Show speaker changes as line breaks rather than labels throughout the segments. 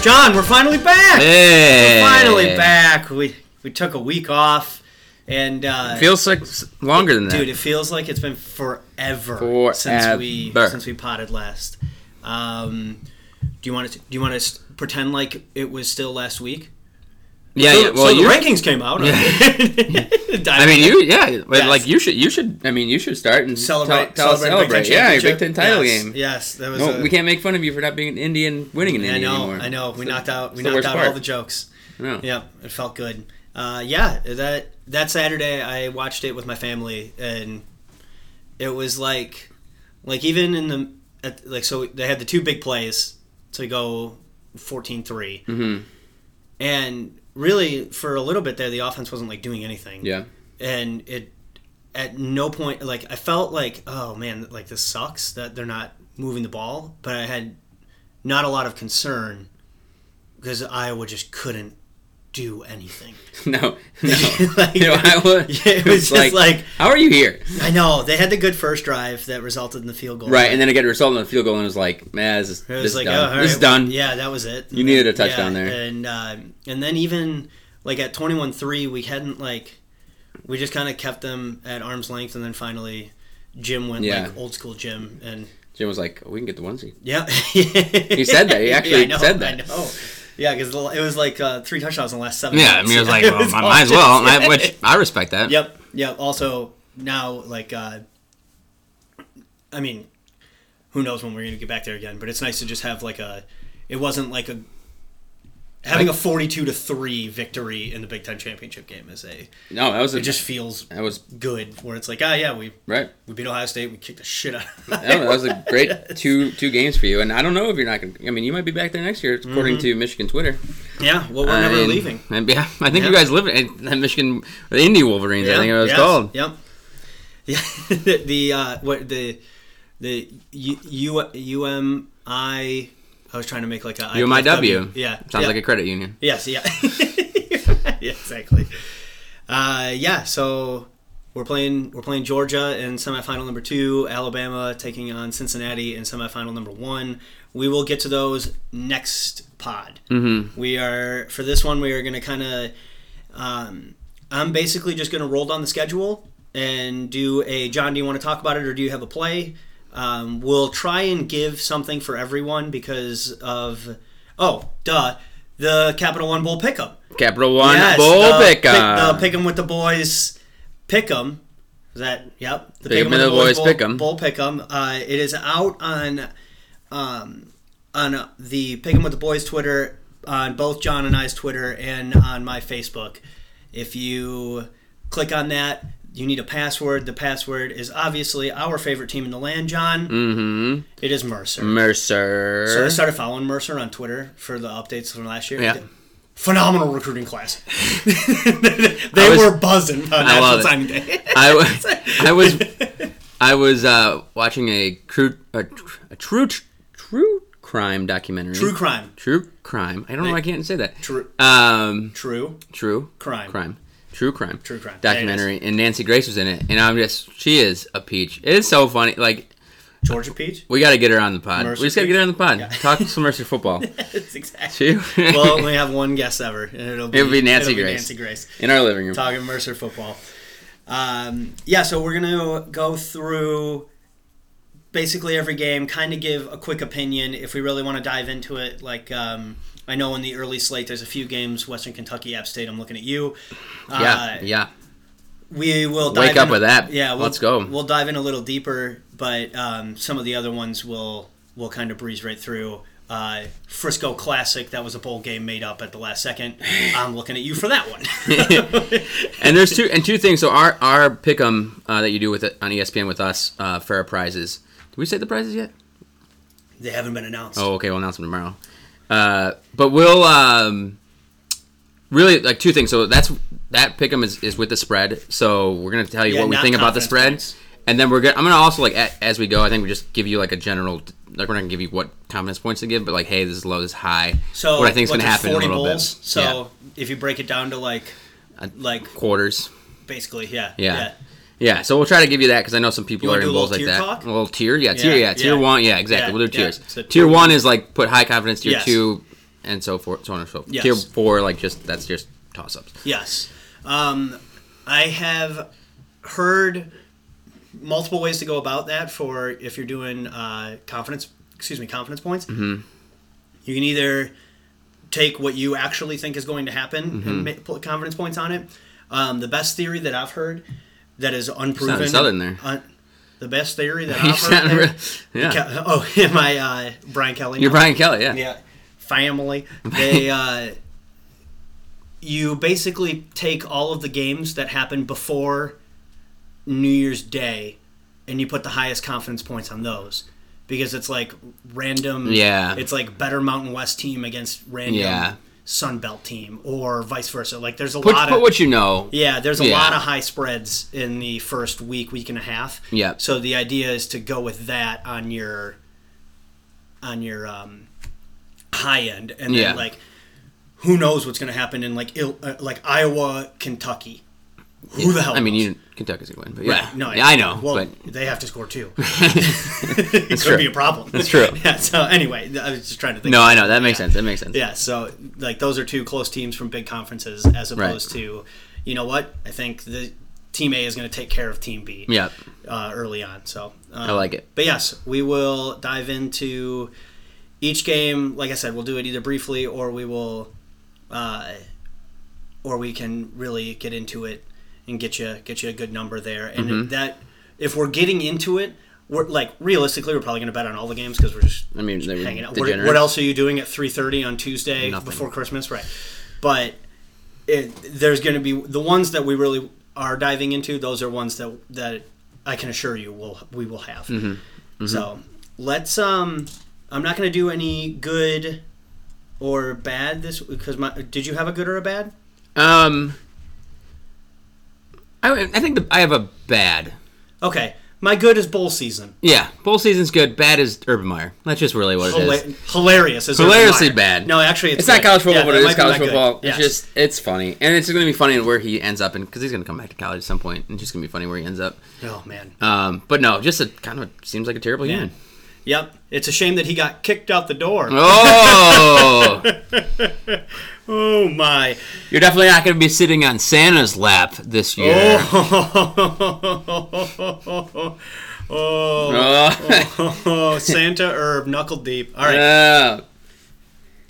John, we're finally back.
Hey.
Finally back. We we took a week off, and uh,
Feels like s- longer than that.
dude, it feels like it's been forever, since we
Forever.
since we potted last. Um, do you want to do you want to pretend like it was still last week?
yeah,
So,
yeah.
so
Well,
the
you.
rankings came out.
I mean, you. Yeah, but,
Yes.
like you should. You should. I mean, you should start and
celebrate,
Tell, tell us
celebrate,
celebrate.
Big Ten
Yeah, your Big
championship.
Ten title
yes,
game.
Yes, that was.
No,
a-
we can't make fun of you for not being an Indian winning an
I
Indian
know,
anymore.
I know. We
It's the-
knocked out.
it's
We
the
knocked
worst
out all
part.
the jokes.
No.
Yeah, it felt good. Uh, yeah, that that Saturday I watched it with my family, and it was like, like even in the at, like so they had the two big plays to go 14-3.
Mhm.
and really for a little bit there the offense wasn't like doing anything
Yeah.
and it at no point like I felt like oh man like this sucks that they're not moving the ball, but I had not a lot of concern because Iowa just couldn't do anything.
No. No.
Like-
You know, I was,
Yeah, it was just like
how are you here?
I know they had the good first drive that resulted in the field goal.
Right, and then I get a result on the field goal, and it's like, man, this is,
It was
this is
like,
done.
oh, all
this
right,
is done.
Yeah, that was it.
You needed a touchdown
Yeah,
there.
and um and then even like at twenty one three, we hadn't like we just kind of kept them at arm's length, and then finally, Jim went
Yeah.
like old school Jim, and
Jim was like, oh, we can get the one seed.
yeah, he
said that. He actually said that.
I know. Yeah, because it was like uh, three touchdowns in the last seven.
Yeah, I
minutes.
mean, it was like, well, I might as well, and I- which I respect that.
Yep, yep. Also, now like, uh, I mean, who knows when we're gonna get back there again? But it's nice to just have like a. It wasn't like a. Having a forty-two to three victory in the Big Ten championship game is a.
No, that was a,
It just feels
that was
good where it's like, ah, yeah, we
right.
we beat Ohio State, we kicked the shit out. of
I don't know, that was a great two two games for you, and I don't know if you're not going. to... I mean, you might be back there next year, according to Michigan Twitter.
Yeah, well, Mm-hmm. we're
I
never
mean,
leaving.
And yeah, I think
Yeah.
you guys live in in Michigan, the Indy Wolverines. I think it was
yes,
called.
Yep. Yeah. the the, uh, what the the U, U, UMI. I was trying to make like a
UMIW.
Yeah.
Sounds
yeah.
like a credit union.
yes. Yeah. yeah. Exactly. Uh, yeah. So we're playing we're playing Georgia in semifinal number two. Alabama taking on Cincinnati in semifinal number one. We will get to those next pod. Mm-hmm. We are for this one. We are going to kind of. Um, I'm basically just going to roll down the schedule and do a John. Do you want to talk about it, or do you have a play? Um, we'll try and give something for everyone because of oh duh the Capital One Bowl pickup.
Capital One
Yes,
Bowl
the
pick.
pick-
uh,
the pick 'em with the boys. Pick 'em. Is that yep? The
Pick 'em with the boys,
bowl,
pick 'em.
Bowl pick 'em. Uh, it is out on, um, on uh, the pick 'em with the boys Twitter, on both John and I's Twitter, and on my Facebook. If you click on that, you need a password. The password is obviously our favorite team in the land, John.
mm-hmm.
It is Mercer.
Mercer.
So I started following Mercer on Twitter for the updates from last year.
Yeah.
Phenomenal recruiting class. they
I was-
were buzzing on
I
national
love it.
signing day.
I, wa- I was I was uh, watching a cru- a, tr- a true tr- true crime documentary.
True crime.
True crime. I don't know. why I can't say that.
True.
Um,
True
true
crime.
crime. True crime.
True crime. There it is.
Documentary, and Nancy Grace was in it, and I'm just she is a peach. It is so funny. Like
Georgia Peach.
we got to get her on the pod.
Mercer
we just got to get her on the pod.
Yeah.
Talk some Mercer football.
That's exactly.
She,
We'll only have one guest ever, and it'll be,
It'll be Nancy Grace.
Nancy Grace.
in our living room.
talking Mercer football. Um, yeah, so we're gonna go through basically every game, kind of give a quick opinion if we really want to dive into it. Like um, I know in the early slate, there's a few games: Western Kentucky, App State. I'm looking at you. Uh,
yeah, yeah.
We will dive
Wake up
in-
with that.
Yeah, we'll,
Let's go.
We'll dive in a little deeper, but um, some of the other ones will will kind of breeze right through. Uh, Frisco Classic, that was a bowl game made up at the last second. I'm looking at you for that one.
and there's two and two things. So our our pick'em uh, that you do with it on ESPN with us uh, for our prizes. Did we say the prizes yet?
they haven't been announced.
Oh, okay. We'll announce them tomorrow. Uh, but we'll um, really like two things. So that's that pick'em is, is with the spread. So we're gonna tell you
Yeah,
what we
not
think about the
confidence points.
spread, and then we're gonna. I'm gonna also like a, as we go. I think we just give you like a general. Like we're not gonna give you what confidence points to give, but like hey, this is low, this is high.
So
what I think's
what's
gonna
it,
happen in a
40
little
bowls?
bit.
So if you break it down to like,
Uh,
like
quarters.
basically, yeah,
Yeah. Yeah, so we'll try to give you that because I know some people
You
are
wanna
in
do a
bowls
little
like
tier
that.
talk?
A little tier, yeah, tier,
Yeah,
yeah, tier
yeah.
one, yeah, exactly.
Yeah,
we'll do
yeah.
tiers.
So
tier
tier
one is like put high confidence. Tier
Yes.
two, and so forth, so on and so forth.
Yes.
Tier four, like just that's just toss ups.
Yes. Um, I have heard multiple ways to go about that for if you're doing uh, confidence, excuse me, confidence points.
Mm-hmm.
You can either take what you actually think is going to happen
Mm-hmm.
and ma- put confidence points on it. Um, the best theory that I've heard that is unproven.
Southern there.
un- the best theory that
You
I've
sound
heard.
real,
Ke-
yeah.
oh, am I uh, Brian Kelly?
You're
now?
Brian Kelly, yeah.
yeah family they uh you basically take all of the games that happened before new year's day and you put the highest confidence points on those because it's like random
Yeah.
it's like better mountain west team against random
Yeah.
sun belt team or vice versa like there's a
Put,
lot
put
of
what you know.
yeah, there's a
Yeah.
lot of high spreads in the first week, week and a half.
Yeah.
So the idea is to go with that on your on your um, high end, and then
Yeah.
like who knows what's going to happen in like Il- uh, like Iowa, Kentucky. Who the hell?
I mean,
knows?
you Kentucky's gonna win, but yeah,
Right, No,
yeah, I know,
Well,
but
they have to score two. it could
true.
be a problem.
That's true.
yeah. So anyway, I was just trying to think.
no, I know that makes sense. That makes sense.
Yeah, so like those are two close teams from big conferences as opposed to, you know what? I think the team A is going to take care of team B.
Yeah.
Uh, early on, so um,
I like it.
But yes, we will dive into each game. Like I said, we'll do it either briefly or we will, uh, or we can really get into it and get you get you a good number there. And
Mm-hmm.
that if we're getting into it. We're, like realistically, we're probably going to bet on all the games because we're just
I mean, they were
hanging out. What,
degenerates.
what else are you doing at three thirty on Tuesday
Nothing.
before Christmas? Right, but it, there's going to be the ones that we really are diving into. Those are ones that that I can assure you will we will have.
Mm-hmm.
So let's. Um, I'm not going to do any good or bad this because my. Did you have a good or a bad?
Um, I, I think the, I have a bad.
Okay, my good is bowl season.
Yeah, bowl season's good. Bad is Urban Meyer. That's just really what it is.
Hila- hilarious is
Hilariously
Urban Meyer.
bad.
No, actually, it's,
It's not
good.
college football,
Yeah,
but
that
it
might
is
be
college
my good.
football.
Yes.
It's just it's funny, and it's going to be funny where he ends up, and because he's going to come back to college at some point, and it's just going to be funny where he ends up.
oh man.
Um, but no, just a kind of seems like a terrible game.
Yep, it's a shame that he got kicked out the door.
Oh,
Oh my!
you're definitely not going to be sitting on Santa's lap this year.
Oh, oh,
Oh.
Santa herb knuckle deep. All right,
Yeah.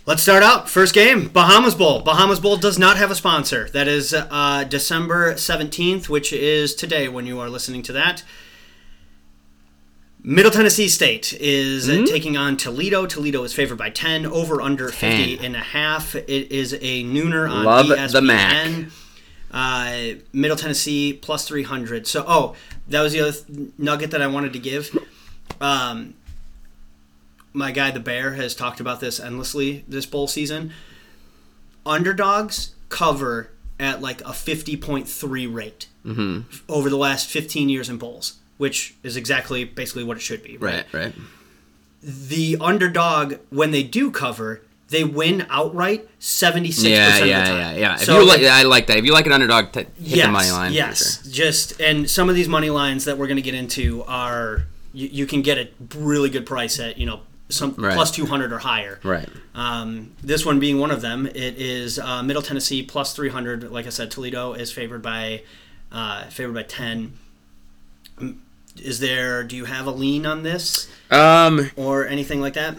let's start out. First game, Bahamas Bowl. Bahamas Bowl does not have a sponsor. That is uh, December seventeenth, which is today when you are listening to that. Middle Tennessee State is uh,
Hmm?
taking on Toledo. Toledo is favored by 10, over under 50
10.
and a half. It is a nooner on E
Love the
ESPN.
Mac.
uh, Middle Tennessee plus 300. So, oh, that was the other th- nugget that I wanted to give. Um, my guy, the Bear, has talked about this endlessly this bowl season. Underdogs cover at like a 50.3 rate
Mm-hmm.
f- over the last 15 years in bowls, which is exactly basically what it should be.
Right, right.
The underdog, when they do cover, they win outright 76%
Yeah, yeah,
of the time.
yeah, yeah. If
So
you like, I like that. If you like an underdog, t- hit the money line. for
Yes,
sure.
just and some of these money lines that we're going to get into are you, you can get a really good price at you know some
Right.
plus two hundred or higher.
Right.
Um, this one being one of them. It is uh, Middle Tennessee plus three hundred. Like I said, Toledo is favored by uh, favored by ten. Mm, Is there? Do you have a lean on this
Um,
or anything like that?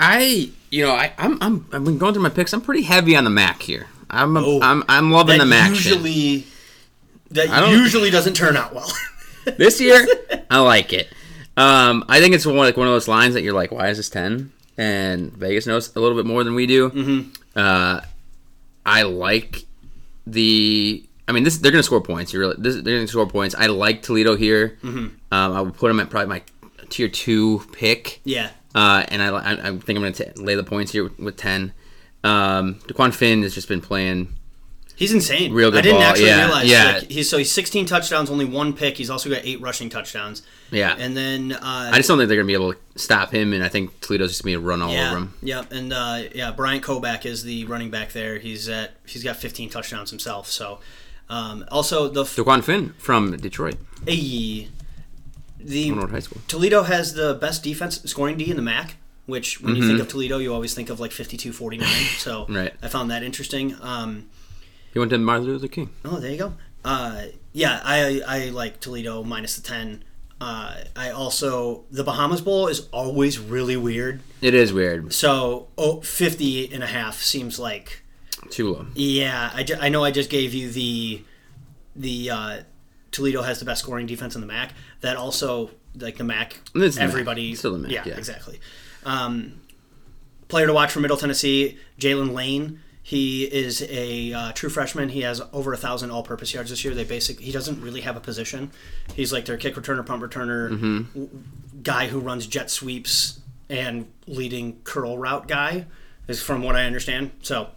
I, you know, I, I'm, I'm, I've been going through my picks. I'm pretty heavy on the Mac here. I'm, I'm, I'm loving
Oh, That
the Mac. shit.
usually that
don't-
usually doesn't turn out well.
this year, I like it. Um, I think it's one like one of those lines that you're like, why is this ten? And Vegas knows a little bit more than we do.
Mm-hmm.
Uh, I like the. I mean, this they're going to score points. You're this, they're going to score points. I like Toledo here.
Mm-hmm.
Um, I would put them at probably my tier two pick.
yeah.
Uh, and I, I, I think I'm going to lay the points here with, with 10. Um, Daquan Finn has just been playing.
He's insane.
Real good
I didn't
ball,
actually
yeah,
realize.
yeah.
Like, he's so he's 16 touchdowns, only one pick. He's also got eight rushing touchdowns.
Yeah.
And then uh,
I just don't think they're going to be able to stop him, and I think Toledo's just going to be run all
yeah,
over him.
yeah, and uh, yeah, Brian Kobach is the running back there. He's at he's got 15 touchdowns himself. So um, also the f-
Daquan Finn from Detroit,
Ayy. the
Monroe High School.
Toledo has the best defense scoring D in the MAC. which when you think of Toledo, you always think of like 52 49. So
Mm-hmm. Right.
I found that interesting. Um,
He went to Martin Luther King.
oh, there you go. Uh, yeah, I, I like Toledo minus the 10. Uh, I also, the Bahamas Bowl is always really weird.
It is weird.
So oh, 50 and a half seems like
Too low.
Yeah, I, ju- I know I just gave you the the uh, Toledo has the best scoring defense in the MAC. That also like the MAC,
It's the MAC.
everybody
It's still the MAC, yeah.
exactly. Um, player to watch for Middle Tennessee, Jalen Lane. He is a uh, true freshman. He has over a thousand all-purpose yards this year. They basic. He doesn't really have a position. He's like their kick returner, punt returner,
Mm-hmm.
w- guy who runs jet sweeps and leading curl route guy, is from what I understand. So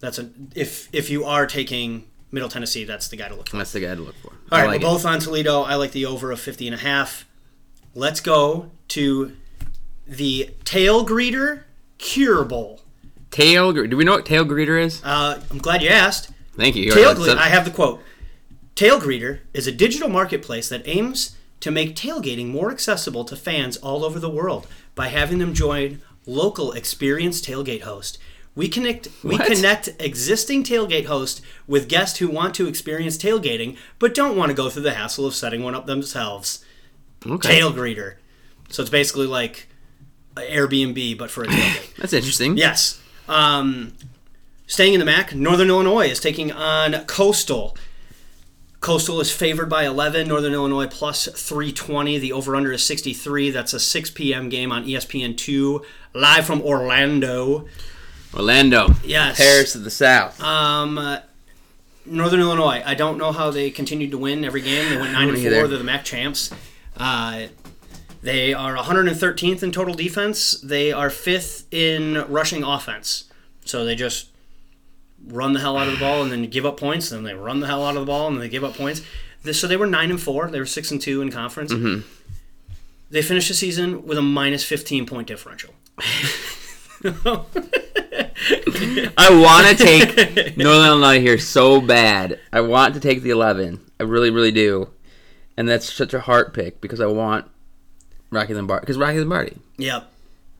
that's a if if you are taking Middle Tennessee, that's the guy to look for.
That's the guy to look for.
All
I
right,
like
we're both on Toledo. I like the over of 50 and a half. Let's go to the Tail Greeter Cure Bowl.
it. Tail. gre- Do we know what tail greeter is?
Uh, I'm glad you asked.
Thank you. You
Tail
already
Gre-
said-
I have the quote. Tail Greeter is a digital marketplace that aims to make tailgating more accessible to fans all over the world by having them join local experienced tailgate hosts. We connect we
What?
connect existing tailgate hosts with guests who want to experience tailgating but don't want to go through the hassle of setting one up themselves.
okay.
Tail Greeter. So it's basically like Airbnb but for a tailgate.
That's interesting.
Yes. Um, staying in the MAC, Northern Illinois is taking on Coastal. Coastal is favored by 11. Northern Illinois plus 320. The over/under is 63. That's a 6 p.m. game on E ESPN2, live from Orlando.
Orlando.
Yes.
Paris of the South.
Um, uh, Northern Illinois. I don't know how they continued to win every game. They went nine and
don't
four.
either.
They're the MAC champs. Uh, they are 113th in total defense. They are fifth in rushing offense. So they just run the hell out of the ball and then give up points. Then they run the hell out of the ball and then they give up points. This, so they were nine and four. They were six and two in conference.
Mm-hmm.
They finished the season with a minus 15 point differential.
I want to take Northern Illinois here so bad. I want to take the 11. I really, really do. And that's such a heart pick because I want Rocky Lombardi. Because Rocky Lombardi.
Yep.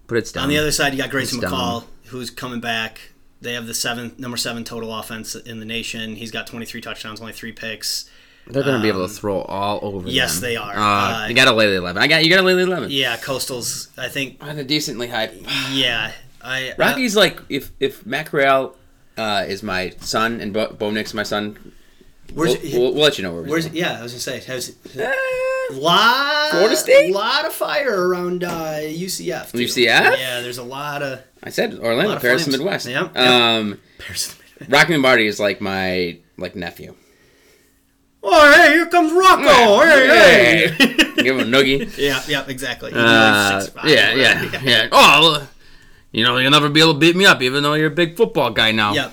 But it's down.
On the other side, you got Grayson
It's
McCall,
down.
who's coming back. They have the seventh, number seven total offense in the nation. He's got 23 touchdowns, only three picks.
They're going to be able to throw all over
um, yes,
them.
they are.
Uh,
Uh,
you got to lay the 11. I got You got to lay the 11.
Yeah, Coastal's. I think.
On a decently high.
Yeah, I. uh,
Rocky's like if if Matt Corral uh, is my son and Bo, Bo Nick's my son.
uh,
We'll,
where's,
we'll, we'll let you know where.
where's?
Where's
Yeah, I was gonna say. Has,
uh,
lot.
Florida State?
Lot of fire around uh, UCF. too.
UCF?
Yeah, there's a lot of.
I said
Lot
Orlando,
of
Paris, the
flames.
Midwest.
Yep, yep.
Um,
Well,
Rocky Lombardi is like my like nephew.
oh, hey, here comes Rocco! Hey, hey!
Give him a noogie.
yeah, yeah, exactly. He's
Uh,
like 6'5",
yeah,
whatever.
yeah, yeah. Oh, well, you know you'll never be able to beat me up, even though you're a big football guy now.
Yep.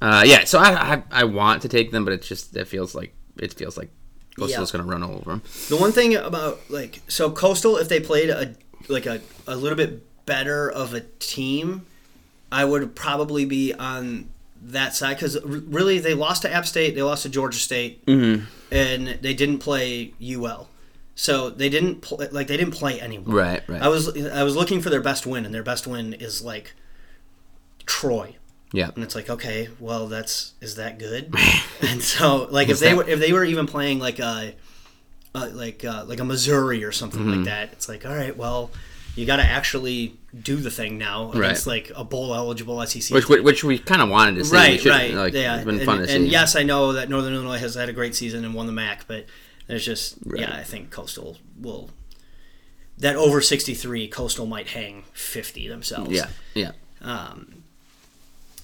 Uh, yeah. So I, I I want to take them, but it's just it feels like it feels like Coastal's
Yeah.
gonna run all over them.
The one thing about like so coastal, if they played a like a, a little bit better of a team, I would probably be on that side because really they lost to App State, they lost to Georgia State, and they didn't play UL, so they didn't play like they didn't play anyone.
Right. Right.
I was I was looking for their best win, and their best win is like Troy.
yeah.
And it's like, okay, well, that's is that good? and so, like, if they
that-
were if they were even playing like a, a like uh like a Missouri or something
Mm-hmm.
like that, it's like, all right, well, you got to actually do the thing now against like a bowl eligible SEC.
Which, which, which we kind of wanted to see. We
right,
should-
right,
Like,
yeah.
It's been
and,
fun to
and
see.
yes, I know that Northern Illinois has had a great season and won the MAC, but there's just yeah, I think Coastal will that over sixty three Coastal might hang fifty themselves.
Yeah. Yeah.
Um,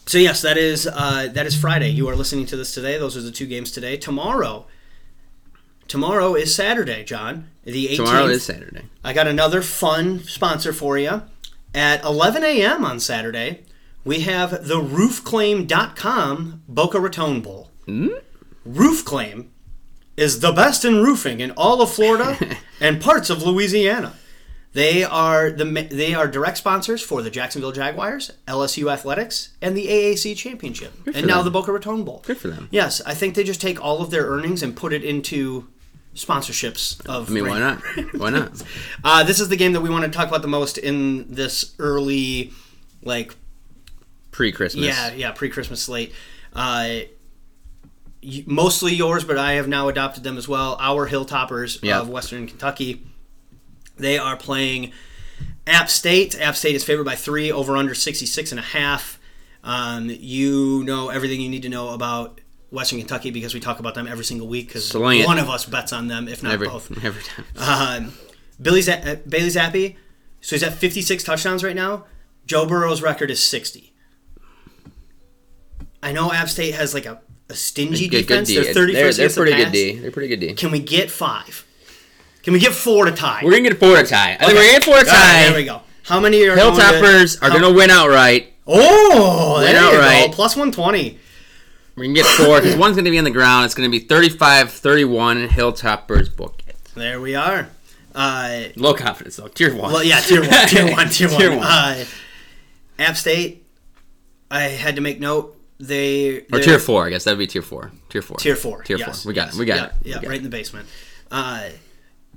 So yes, that is uh, that is Friday. You are listening to this today. Those are the two games today. Tomorrow, tomorrow is Saturday, John. The 18th.
Tomorrow is Saturday.
I got another fun sponsor for you. At 11 a.m. on Saturday, we have the roofclaim.com Boca Raton Bowl.
Hmm?
Roof Claim is the best in roofing in all of Florida and parts of Louisiana. They are the ma- they are direct sponsors for the Jacksonville Jaguars, LSU Athletics, and the AAC Championship, and now
them.
the Boca Raton Bowl.
Good for them.
Yes, I think they just take all of their earnings and put it into sponsorships of.
I mean, why not? Why not?
Uh, this is the game that we want to talk about the most in this early, like
Pre Christmas.
yeah, yeah, pre-Christmas slate. Uh, y- mostly yours, but I have now adopted them as well. Our Hilltoppers
Yeah.
of Western Kentucky. They are playing App State. App State is favored by three, over under 66 and a half. Um, you know everything you need to know about Western Kentucky because we talk about them every single week because
Sling it.
one of us bets on them, if not
Every,
both.
every time.
Um, Billy's uh, Bailey Zappi, so he's at 56 touchdowns right now. Joe Burrow's record is 60. I know App State has like a, a stingy
Good, good
defense.
D.
They're 31st
They're, they're
against the
pretty good
pass.
D. They're pretty good D.
Can we get five? Can we get four to tie?
We're gonna get four to tie. I think we're gonna get four to
All right,
tie.
there we go. How many are going to-
Hilltoppers are
how-
gonna win outright.
Oh, there
Win
you
outright.
go. Plus 120.
We're gonna get four because one's gonna be on the ground. It's gonna be 35-31 Hilltoppers book. it.
There we are. Uh,
Low confidence though. Tier one.
Well, yeah, tier one, tier one, tier one.
Tier one.
Uh, App State, I had to make note. They
or tier four. I guess that'd be tier four. Tier four.
Tier four.
Tier four.
yes,
We got
yes.
it. We got
yeah,
it.
Yeah,
we got
right in the basement. Uh,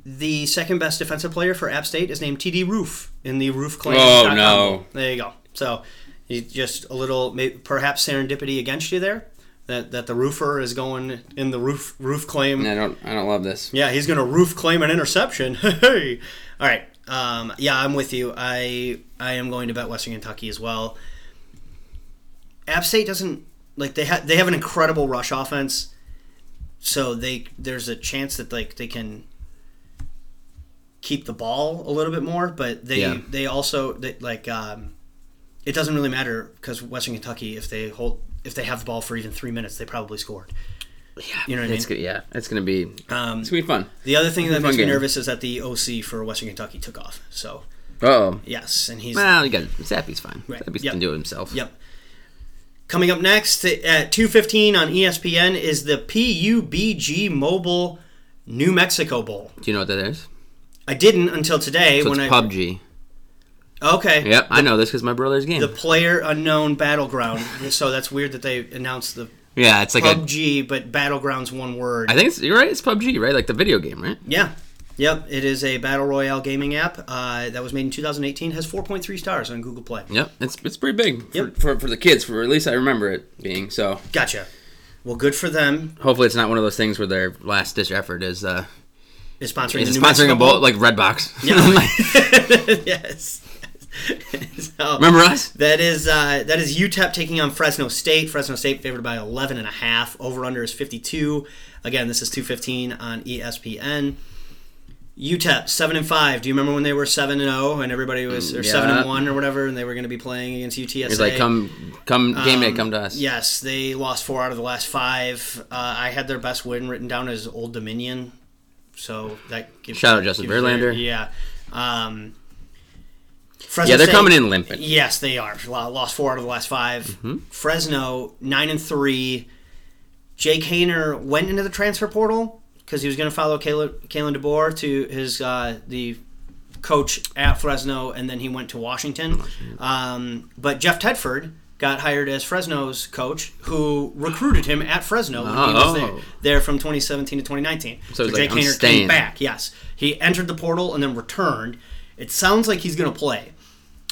the second best defensive player for App State is named TD Roof in the Roof Claim.
Oh, no.
There you go. So, you just a little, may- perhaps serendipity against you there. That, that the roofer is going in the roof roof claim.
I don't. I don't love this.
Yeah, he's gonna roof claim an interception. Hey, all right. Um, yeah, I'm with you. I I am going to bet Western Kentucky as well. App State doesn't like they have they have an incredible rush offense, so they there's a chance that like they can keep the ball a little bit more, but they
Yeah.
they also they, like um, it doesn't really matter because Western Kentucky if they hold if they have the ball for even three minutes they probably scored.
Yeah.
You know what I
it's
mean?
Gonna, yeah. It's gonna be.
Um,
It's gonna be fun.
the other thing that
Fun
makes me
game.
nervous is that the OC for Western Kentucky took off. So
Uh oh.
yes, and he's
Well, you got Zappy's fine.
Right.
Zappy's
Yep.
can do it himself.
yep. Coming up next at two fifteen on E ESPN is the PUBG Mobile New Mexico Bowl.
Do you know what that is?
I didn't until today
So
when
it's
I
PUBG.
okay
Yep, I know this because my brother's game.
the player unknown battleground. so that's weird that they announced the
yeah, it's like a.
PUBG, but battlegrounds one word.
I think it's, you're right. It's PUBG, right? Like the video game, right?
Yeah. Yep, it is a battle royale gaming app uh, that was made in 2018. Has 4.3 stars on Google Play.
Yep, it's it's pretty big for,
Yep.
for, for the kids. For at least I remember it being so.
Gotcha. Well, good for them.
Hopefully, it's not one of those things where their last ditch effort is uh
is sponsoring
is
the New
sponsoring
Mexico
a bowl like Redbox.
yes. so,
remember us?
that is uh, that is UTEP taking on Fresno State. Fresno State favored by 11 and a half. Over under is 52. Again, this is 215 on E ESPN. UTEP 7 E and 5. Do you remember when they were 7 and 0 and everybody was or 7
Mm, yeah.
and 1 or whatever and they were going to be playing against UTSA?
It's like come come
um,
game day, come to us.
Yes, they lost 4 out of the last 5. Uh, I had their best win written down as Old Dominion. So that gives
Shout out Justin
gives their-
Verlander.
Yeah. Um, Fresno
Yeah, they're
State-
coming in limping.
Yes, they are. Lo- Lost four out of the last 5
Mm-hmm.
Fresno nine and three. Jake Hayner went into the transfer portal because he was going to follow Kalen Kalen DeBoer to his uh, the coach at Fresno, and then he went to Washington. Um, but Jeff Tedford got hired as Fresno's coach, who recruited him at Fresno when he was
Oh.
there, there from 2017 to 2019.
So he's like,
Jake
"I'm
Hayner
staying."
came back. Yes, he entered the portal and then returned. It sounds like he's going to play.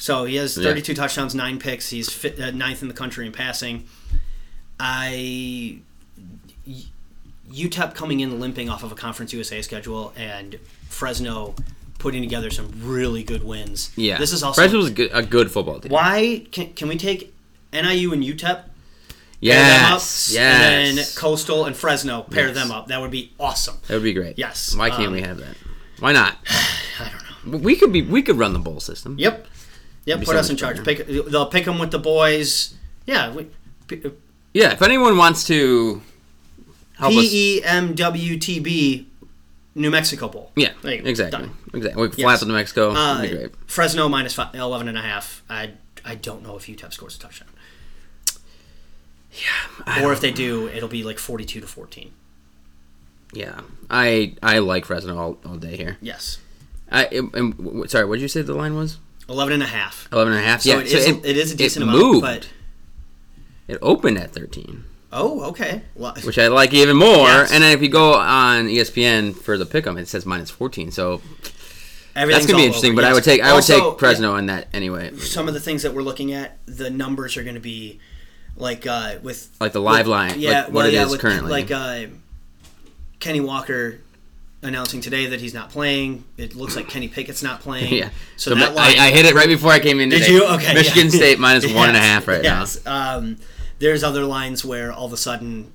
So he has 32 touchdowns, nine picks. He's fit, uh, ninth in the country in passing. I y- UTEP coming in limping off of a Conference USA schedule, and Fresno putting together some really good wins.
Yeah,
this is also
Fresno's a good, a good football team.
why can, can we take NIU and UTEP pair them up,
Yes,
and then
yes.
Coastal and Fresno pair
Yes.
them up? That would be awesome.
that would be great.
Yes,
Why can't
um,
we have that? Why not?
I don't know.
We could be. We could run the bowl system.
Yep. Yep.
be
Put
so
us in
much
charge.
better.
Pick, they'll pick them with the boys. Yeah. We, P-
Yeah. If anyone wants to help us,
E PEMWTB New Mexico Bowl.
yeah,
There you go.
exactly,
Done.
exactly. We could fly
Yes.
out to New Mexico.
Uh,
That'd be great.
Fresno minus fi- 11 and a half. I, I don't know if UTEP scores a touchdown. Yeah. Or if they do, it'll be like 42 to 14.
Yeah, I I like Fresno all, all day here.
Yes.
I am- am- w- sorry, what did you say the line was?
11 and a half.
11 and a half.
So
yeah,
it is- it is a decent amount, but-
It opened at 13.
Oh, okay. Well,
which I like even more.
Yes.
And then if you go on E ESPN for the pick'em, it says minus fourteen. So that's
everything's
gonna
all
be interesting.
over,
But I
yes.
would take I would
Also,
take Fresno on that anyway.
yeah, some of the things that we're looking at, the numbers are going to be like uh, with
Like the live
with-
line,
Yeah,
like what
well,
it
yeah,
is
with,
currently.
Like uh, Kenny Walker announcing today that he's not playing. It looks like Kenny Pickett's not playing.
yeah.
So,
So,
that
I,
line,
I hit it right before I came in.
Did
today.
you? Okay.
Michigan State minus one and a half right
now. Um, there's other lines where all of a sudden,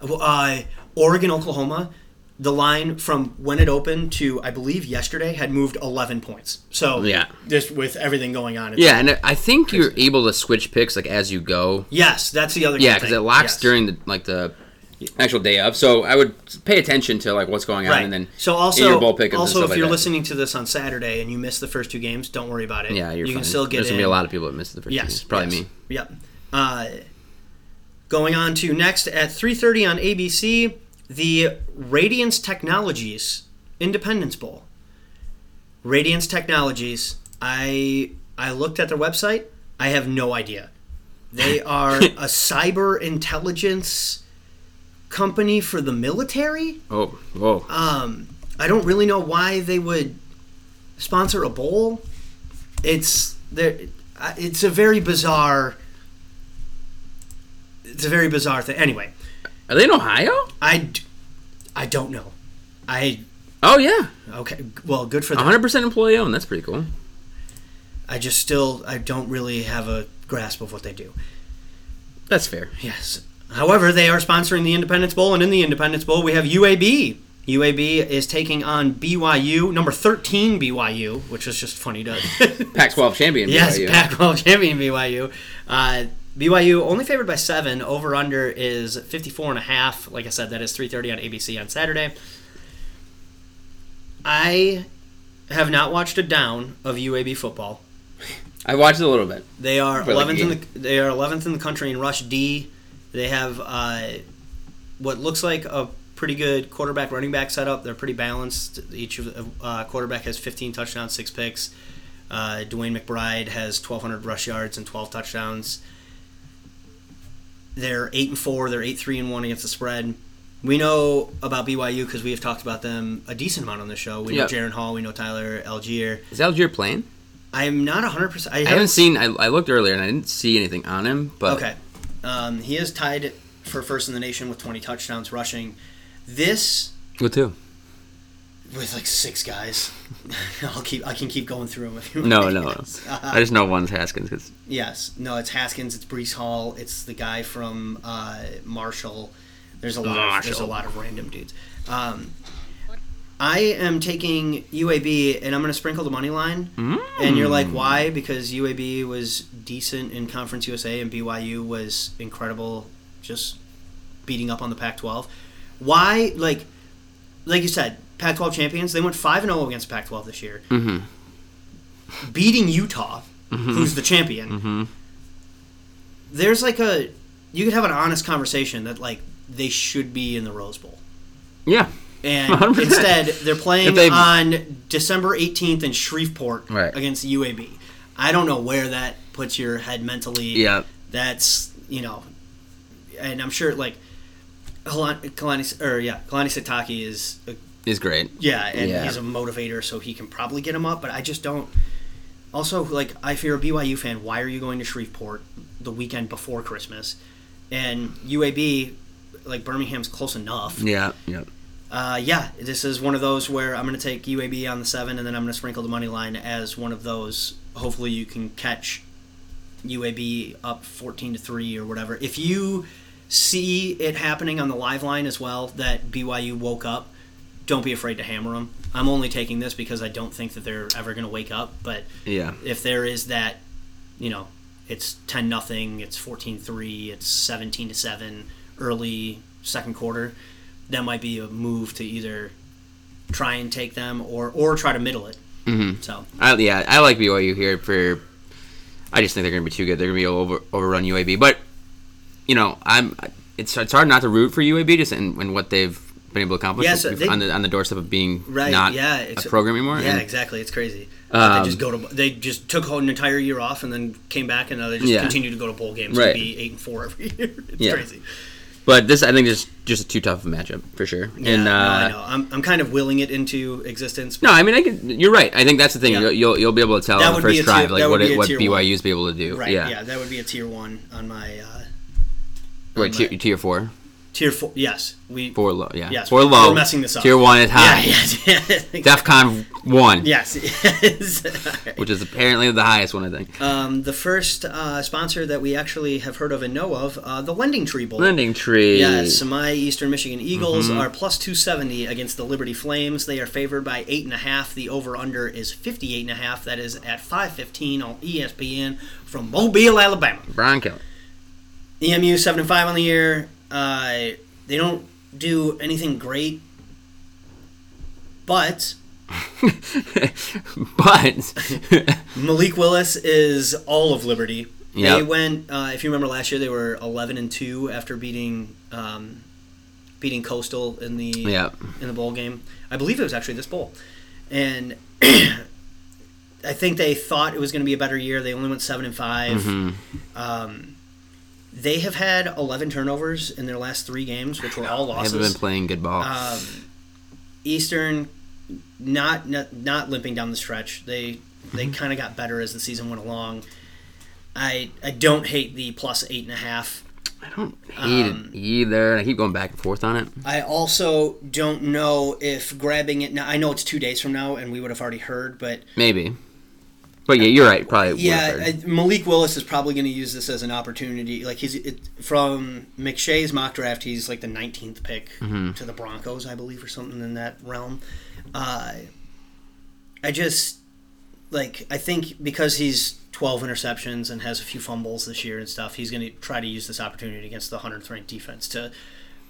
uh, Oregon, Oklahoma, the line from when it opened to I believe yesterday had moved 11 points. So
Yeah.
just with everything going on. it's-
now. Yeah, and I think you're able to switch picks like as you go.
Yes, that's the other.
Yeah,
good
because
thing.
it locks
Yes.
during the like the actual day of. So I would pay attention to like what's going on,
Right.
and then
so
in
also,
your bowl pickups and
also
stuff
if
like
you're
that.
listening to this on Saturday and you miss the first two games, don't worry about it.
yeah, you're
you
fine.
can still get
There's
in.
gonna be a lot of people that missed the first.
Yes,
Yes, probably
yes.
me.
Yep. Uh, going on to next at 3:30 on ABC, the Radiance Technologies Independence Bowl. Radiance Technologies. I I looked at their website. I have no idea. They are a cyber intelligence company for the military.
Oh, whoa.
Um, I don't really know why they would sponsor a bowl. It's there. I- It's a very bizarre. It's a very bizarre thing. Anyway,
Are they in Ohio?
I, d- I don't know. I
Oh yeah,
okay. Well, good for them.
100 percent employee owned. That's pretty cool.
I just still I don't really have a grasp of what they do.
That's fair.
Yes. However, they are sponsoring the Independence Bowl, and in the Independence Bowl, we have UAB. UAB is taking on BYU, number 13 BYU, which is just funny to
Pac-12 champion.
Yes,
BYU.
Pac-12 champion BYU. Uh, BYU only favored by seven. Over under is 54 and a half. Like I said, that is 3:30 on ABC on Saturday. I have not watched a down of UAB football.
I watched it a little bit.
They are
For, like,
11th in the they are 11th in the country in rush D. They have uh, what looks like a pretty good quarterback running back setup. They're pretty balanced. Each of the, uh, quarterback has 15 touchdowns, six picks. Uh, Dwayne McBride has 1,200 rush yards and 12 touchdowns. They're eight and four. They're eight three and one against the spread. We know about BYU because we have talked about them a decent amount on the show. We know
Yep.
Jaron Hall. We know Tyler Algier.
Is Algier playing?
I'm not 100. percent
I haven't seen. I, I looked earlier and I didn't see anything on him. But
Okay. Um, he is tied for first in the nation with 20 touchdowns rushing. This
what too?
with like six guys. I'll keep. I can keep going through them if you
No,
want.
no.
Uh,
I just know one's Haskins. 'cause-
yes. No. It's Haskins. It's Brees Hall. It's the guy from uh, Marshall. There's a lot. Of, there's a
Marshall.
lot of random dudes. Um, I am taking UAB and I'm going to sprinkle the money line. Mm-hmm. And you're
Hmm.
like, why? Because UAB was decent in Conference USA and BYU was incredible, just beating up on the Pac-12. Why? Like, like you said, Pac-12 champions. They went five and zero against Pac-12 this year,
Mm-hmm.
beating Utah,
Hmm.
who's the champion.
Mm-hmm.
There's like a you could have an honest conversation that like they should be in the Rose Bowl.
yeah.
And
100%.
instead, they're playing
If they-
on December 18th in Shreveport
Right.
against UAB. I don't know where that puts your head mentally.
Yeah.
That's, you know, and I'm sure, like, Kalani, Kalani or yeah, Kalani Sataki is, a,
Is great.
yeah, and
Yeah.
he's a motivator, so he can probably get him up, but I just don't. Also, like, if you're a BYU fan, why are you going to Shreveport the weekend before Christmas? And UAB, like, Birmingham's close enough.
Yeah. Yeah.
Uh, yeah, this is one of those where I'm going to take UAB on the seven, and then I'm going to sprinkle the money line as one of those. Hopefully, you can catch UAB up 14 to three or whatever. If you see it happening on the live line as well that BYU woke up, don't be afraid to hammer them. I'm only taking this because I don't think that they're ever going to wake up, but
Yeah.
if there is that, you know, it's 10 nothing, it's 14-3, it's 17 to 7 early second quarter, that might be a move to either try and take them or or try to middle it. Mm-hmm. So,
I, yeah, I like BYU here for. I just think they're going to be too good. They're going to be able to over, overrun UAB, but you know, I'm. It's it's hard not to root for UAB just in, in what they've been able to accomplish
Yeah, so they-
on the on the doorstep of being
right,
not
yeah,
a program anymore.
Yeah,
and-
exactly. It's crazy.
Um,
they just go to they just took an entire year off and then came back and now they just
Yeah.
continue to go to bowl games
Right.
to be 8 and 4 every year. It's
Yeah.
crazy.
But this, I think, is just too tough of a matchup for sure.
Yeah,
and
no,
uh,
I know. I'm, I'm kind of willing it into existence.
no, I mean, I could, you're right. I think that's the thing.
Yeah.
You'll, you'll you'll be able to tell
That
on the
would be
first
a tier-
drive
that would
like what
be
it,
a
what
tier
BYU's be able to do.
Right.
yeah.
Yeah. that would be a tier one on my uh,
Wait,
on
tier,
my-
tier four,
tier four. Yes, we.
four low. Yeah.
Yes,
four
we're-
low.
we're messing this up.
Tier one is
Yeah,
high.
yes, yes.
DefCon one,
yes, yes.
which is apparently the highest one, I think.
um, the first uh, sponsor that we actually have heard of and know of, uh, the Lending Tree Bowl.
Landing tree. Mm-hmm.
Yes, my Eastern Michigan Eagles are plus 270 against the Liberty Flames. They are favored by 8.5. The over under is 58.5. That is at 5.15 on E ESPN from Mobile, Alabama. E
Brian Kelly.
EMU 7 and 5 on the year. Uh, they don't do anything great, but
but
Malik Willis is all of Liberty. They
Yep.
went, uh, if you remember last year, they were 11 and 2 after beating. Um, Beating Coastal in the
yeah,
in the bowl game. I believe it was actually this bowl, and I think they thought it was going to be a better year. They only went seven and 5
Mm-hmm.
Um, they have had eleven turnovers in their last three games, which were all
I haven't
losses.
been playing good ball.
Um, Eastern not, not not limping down the stretch. They they kind of got better as the season went along. I I don't hate the plus eight and a half.
I don't hate
um,
it either. I keep going back and forth on it.
I also don't know if grabbing it now. I know it's two days from now, and we would have already heard, but
Maybe, but yeah, you're right. Probably. would've
Yeah,
heard.
I, Malik Willis is probably going to use this as an opportunity. Like he's it, from McShay's mock draft, he's like the 19th pick
Mm-hmm.
to the Broncos, I believe, or something in that realm. Uh, I just like I think because he's 12 interceptions and has a few fumbles this year and stuff, he's going to try to use this opportunity against the 100th ranked defense to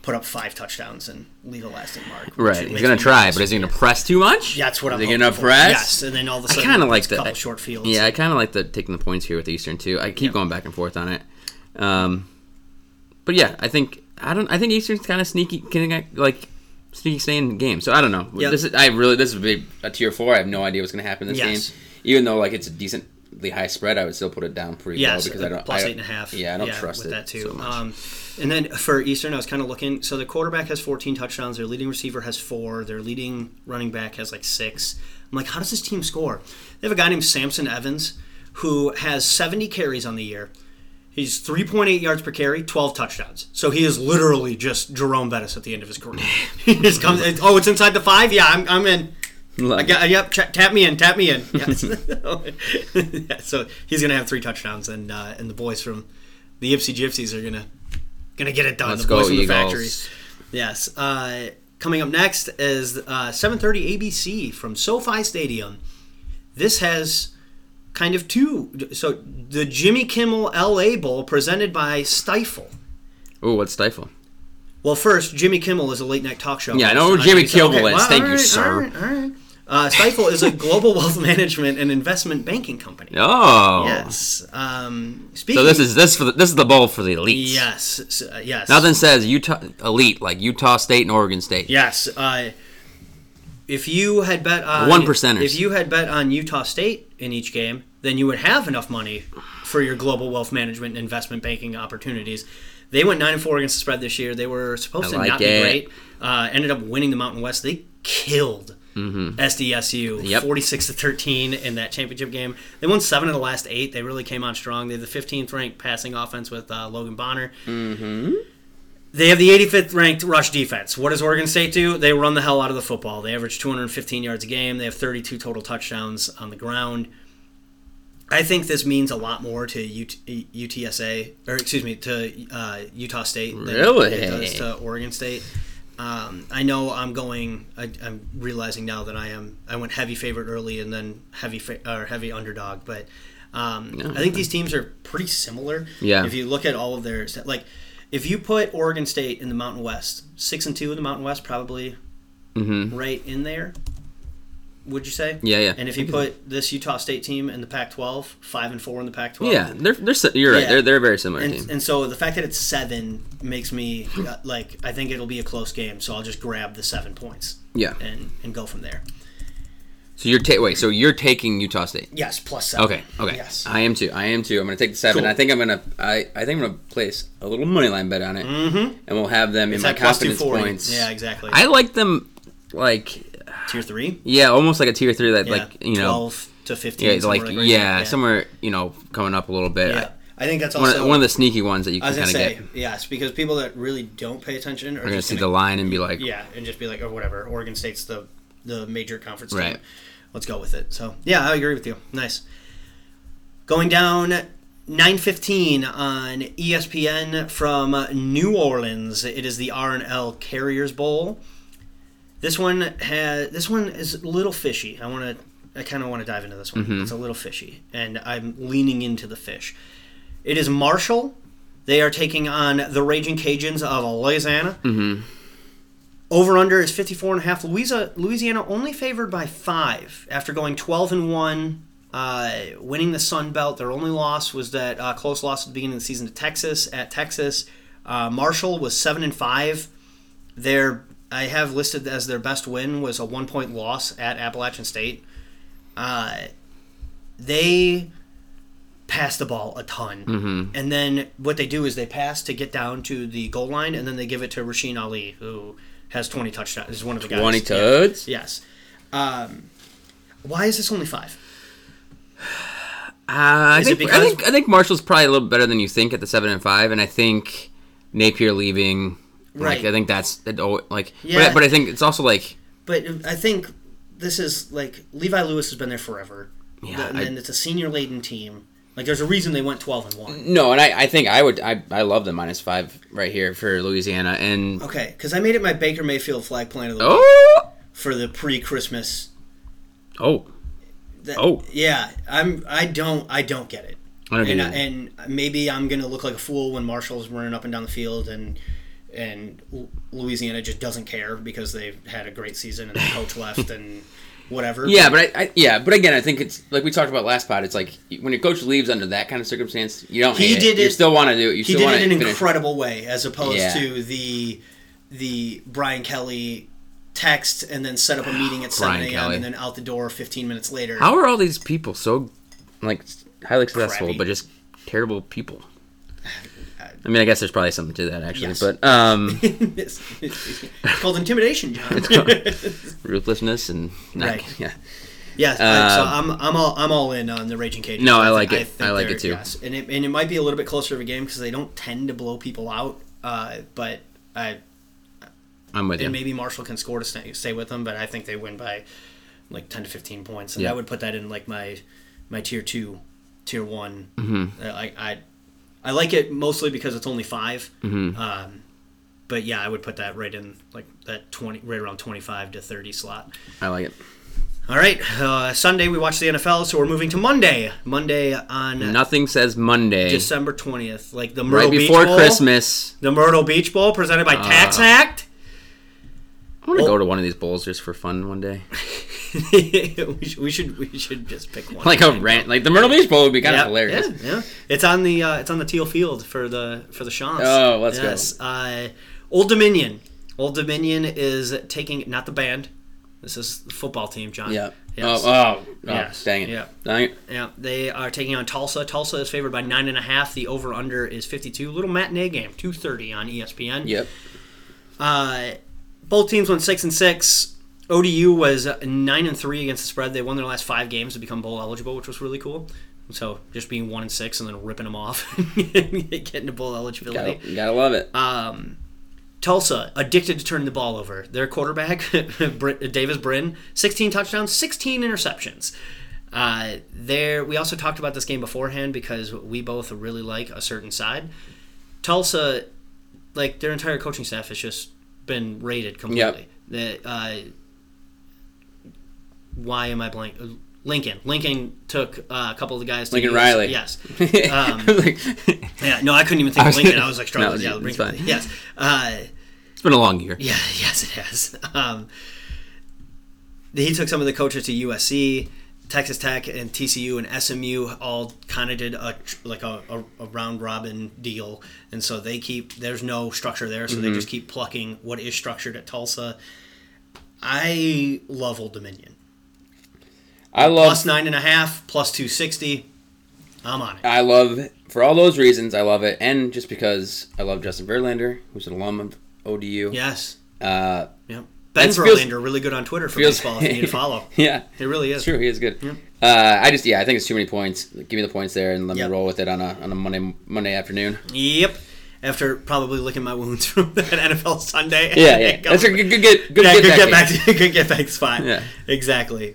put up five touchdowns and leave a lasting mark. which
right.
makes
He's gonna
me
try,
nervous.
but is he gonna press too much?
That's what I'm
is he gonna
hoping for.
press?
Yes, and then all of a
I
sudden,
kind of like
it's a
the
couple short fields.
Yeah, I kind of like the taking the points here with Eastern too. I keep going back and forth on it. Um, but yeah, I think I don't. I think Eastern's kind of sneaky, can like sneaky stay in the game. So I don't know.
Yeah.
This is, I really this would be a tier four. I have no idea what's going to happen in this
Yes.
game. Even though like it's a decently high spread, I would still put it down pretty
Yeah,
low
so
because
the
I don't
plus
I,
eight and a half.
Yeah, I don't trust
with
it
that too.
so much.
Um, and then for Eastern, I was kind of looking. So the quarterback has 14 touchdowns. Their leading receiver has four. Their leading running back has like six. I'm like, how does this team score? They have a guy named Samson Evans who has 70 carries on the year. He's 3.8 yards per carry, 12 touchdowns. So he is literally just Jerome Bettis at the end of his career. he just comes. it- Oh, it's inside the five. Yeah, I'm, I'm in.
Love
Uh, I got- yep, ch- tap me in, tap me in. Yes. Yeah, so he's gonna have three touchdowns, and uh, and the boys from the Ipsy Gypsies are gonna gonna get it done.
Let's
the boys
go,
from the
Eagles.
factories. Yes. Uh, coming up next is uh, 7:30 ABC from SoFi Stadium. This has kind of two. So the Jimmy Kimmel LA Bowl presented by Stifle.
Oh, what's stifle?
Well, first, Jimmy Kimmel is a late night talk show.
Yeah, I
host
know who
on
Jimmy
ABC.
Kimmel is. Thank
all
you,
right,
sir.
all right, all right. Uh, Stifle is a global wealth management and investment banking company.
Oh,
Yes. Um, speaking.
so this is this for the, this is the bowl for the elites.
yes. s- uh, yes.
Nothing says Utah elite like Utah State and Oregon State.
Yes. Uh, if you had bet on
One percenters.
if you had bet on Utah State in each game, then you would have enough money for your global wealth management and investment banking opportunities. They went nine and four against the spread this year. They were supposed
I
to
like
not
it.
be great. Uh, ended up winning the Mountain West. They killed SDSU
Mm-hmm. Yep.
forty six to thirteen in that championship game. They won seven of the last eight. They really came on strong. They have the fifteenth ranked passing offense with uh, Logan Bonner. They have the 85th ranked rush defense. What does Oregon State do? They run the hell out of the football. They average 215 yards a game. They have 32 total touchdowns on the ground. I think this means a lot more to UT, UTSA, or excuse me, to uh, Utah State than
Really?
it does to Oregon State. Um, I know I'm going. I, I'm realizing now that I am. I went heavy favorite early and then heavy fa- or heavy underdog, but um, I think these teams are pretty similar.
Yeah.
If you look at all of their st- like, if you put Oregon State in the Mountain West, six and two in the Mountain West, probably right in there. Would you say?
Mm-hmm. Yeah, yeah.
And if you put this Utah State team in the Pac-12, five and four in the Pac-12.
Yeah, they're they're si- you're right.
Yeah.
They're they're a very similar team.
And, and so the fact that it's seven makes me uh, like I think it'll be a close game, so I'll just grab the seven points
yeah,
and and go from there.
So you're ta- wait. So you're taking Utah State.
Yes, plus seven.
Okay. Okay.
Yes.
I am too. I am too. I'm gonna take the seven.
Cool.
I think I'm gonna. I, I think I'm gonna place a little money line bet on it,
Mm-hmm.
and we'll have them in
It's
my
at plus two
confidence
forty.
points.
Yeah, exactly.
I like them, like
Tier three.
yeah, almost like a tier three that
Yeah,
like you know
twelve to fifteen.
yeah, like
somewhere right
yeah,
there.
somewhere you know coming up a little bit.
Yeah. I think that's
I- one,
also
of, one of the sneaky ones that you
I was
can kind
gonna
of
say
get.
yes because people that really don't pay attention are
We're gonna
just
see
gonna
the line and be like,
yeah, and just be like, or whatever. Oregon State's the the major conference team.
Right.
Let's go with it. So yeah, I agree with you. Nice. Going down. 9:15 on E ESPN from New Orleans. It is the R&L Carriers Bowl. This one has this one is a little fishy. I want to I kind of want to dive into this one. It's a little fishy and I'm leaning into the fish. It is Marshall. They are taking on the Raging Cajuns of Louisiana. Over under is 54 and a half. Louisa, Louisiana only favored by five after going 12 and 1, uh, winning the Sun Belt. Their only loss was that uh, close loss at the beginning of the season to Texas. At Texas, uh, Marshall was 7 and 5. Their I have listed as their best win was a one point loss at Appalachian State. Uh, they pass the ball a ton.
Mm-hmm.
And then what they do is they pass to get down to the goal line, and then they give it to Rasheen Ali, who has 20 touchdowns. Is one of the guys.
Twenty
Yeah.
toads.
Yes. Um, why is this only five?
Uh, I
Is
think
it
I
because-
think I think Marshall's probably a little better than you think at the seven and five, and I think Napier leaving.
Right.
Like, I think that's that al- like.
Yeah.
But, but I think it's also like
But I think this is like Levi Lewis has been there forever.
Yeah,
and
I-
then it's a senior laden team. Like there's a reason they went 12 and 1.
no, and I, I think I would I, I love the minus five right here for Louisiana and
Okay, because I made it my Baker Mayfield flag plan of the week
oh
for the pre-Christmas.
oh
That-
Oh.
yeah. I'm. I don't. I don't get it.
I don't get
and,
it.
and maybe I'm gonna look like a fool when Marshall's running up and down the field, and and Lu- Louisiana just doesn't care because they've had a great season and the coach left and whatever.
Yeah, but I, I yeah, but again, I think it's like we talked about last pod. It's like when your coach leaves under that kind of circumstance, you don't.
He
hate
did
it. You
it-
still want to do it. You
he
still
did
want
it
to
in an
finish.
incredible way as opposed
Yeah.
to the the Brian Kelly text and then set up a meeting at 7
Brian
a.m.
Kelly.
and then out the door 15 minutes later.
How are all these people so like highly successful,
Crappy.
but just terrible people? I mean, I guess there's probably something to that actually,
Uh, Yes.
but um,
it's called intimidation, John.
ruthlessness and
Right.
yeah,
yes, I- so I'm, I'm all I'm all in on the Raging Cajuns.
Um, No, I
thi-
like it.
think
I like it
they're-
too.
and it and it might be a little bit closer of a game because they don't tend to blow people out, uh, but I
I'm with
and
you.
maybe Marshall can score to stay, stay with them, but I think they win by like ten to fifteen points, and
Yeah.
I would put that in like my my tier two, tier one.
Mm-hmm.
Uh, I, I I like it mostly because it's only 5
Mm-hmm.
Um, but yeah, I would put that right in like that twenty, right around twenty five to thirty slot.
I like it.
All right, uh, Sunday we watch the NFL, so we're moving to Monday. Monday on
Nothing says Monday
December twentieth, like the Myrtle
right before
Beach Bowl,
Christmas. Ah.
The Myrtle Beach Bowl presented by Tax Act.
I want to
Well-
go to one of these bowls just for fun one day.
we, should, we should we should just pick one.
Like a rant, like the Myrtle Beach Bowl would be kind
Yeah,
of hilarious.
Yeah, yeah. It's on the uh, it's on the teal field for the for the Shans.
Oh, let's go.
go. Uh, Old Dominion. Old Dominion is taking not the band. This is the football team, John.
Yeah.
Yes.
Oh, oh, oh
Yes.
dang it.
Yeah.
Dang it.
Yeah, they are taking on Tulsa. Tulsa is favored by nine and a half. The over under is fifty two. Little matinee game, two thirty on E ESPN.
Yep.
Uh, both teams went six and six. ODU was nine and three against the spread. They won their last five games to become bowl eligible, which was really cool. So just being one and six and then ripping them off, getting to bowl eligibility.
Gotta, gotta love it.
Um, Tulsa addicted to turning the ball over. Their quarterback Br- Davis Brin, sixteen touchdowns, sixteen interceptions. Uh, there, we also talked about this game beforehand because we both really like a certain side. Tulsa, like their entire coaching staff, has just been raided completely. The, uh, why am I blank? Lincoln. Lincoln took uh, a couple of the guys. To
Lincoln
use-
Riley.
Yes. um,
I was like-
Yeah. No, I couldn't even think
I
of
was-
Lincoln. I was like struggling.
No,
yeah,
it's
Lincoln.
fine.
Yes. Uh,
it's been a long year.
yeah, yes, it has. Um, he took some of the coaches to USC, Texas Tech, and TCU and SMU all kind of did a tr- like a, a, a round robin deal, and so they keep there's no structure there, so
Mm-hmm.
they just keep plucking what is structured at Tulsa. I love Old Dominion.
I
Plus
love
nine and a half, plus 260. I'm on it.
I love for all those reasons I love it, and just because I love Justin Verlander, who's an alum of ODU.
Yes.
Uh,
Yep. Ben
That feels-
Verlander, really good on Twitter for
feels-
baseball. if you need to follow.
yeah,
It really is.
it's true. He is good. Uh, I just yeah, I think it's too many points. Give me the points there, and let
Yep.
me roll with it on a on a Monday Monday afternoon.
Yep. After probably licking my wounds from that NFL Sunday.
Yeah, yeah, that's a good good get good,
yeah,
get,
good
back
get
game.
back to good get back spot.
Yeah.
exactly.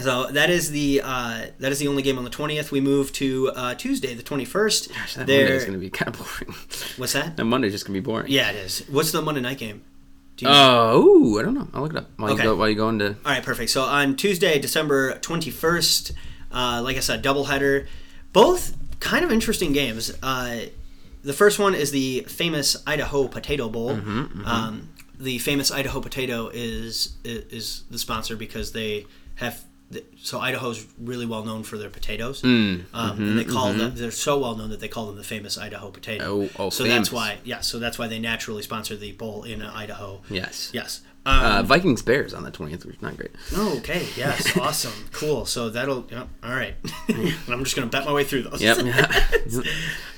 So that is the uh, that is the only game on the twentieth. We move to uh, Tuesday, the twenty first.
Gosh, that Monday's
There,
gonna be kind of boring.
what's that?
that Monday's just gonna be boring.
Yeah, it is. What's the Monday night game? Do you
Oh, ooh, I don't know. I'll look it up while
Okay.
you go while you go into.
All right, perfect. So on Tuesday, December 21st, uh, like I said, doubleheader. Both kind of interesting games. Uh, the first one is the famous Idaho Potato Bowl.
Mm-hmm,
Um, the famous Idaho Potato is is the sponsor because they have. So Idaho's really well known for their potatoes.
Mm,
Um,
mm-hmm,
and they call them, they're so well known that they call them the famous Idaho potato.
Oh, oh,
so
famous.
that's why, yeah. So that's why they naturally sponsor the bowl in Idaho.
Yes.
Yes.
Uh,
Um,
Vikings Bears on the twentieth, which is not great.
Oh, okay. Yes. awesome. Cool. So that'll. Yep, all right. and I'm just gonna bet my way through those.
Yep.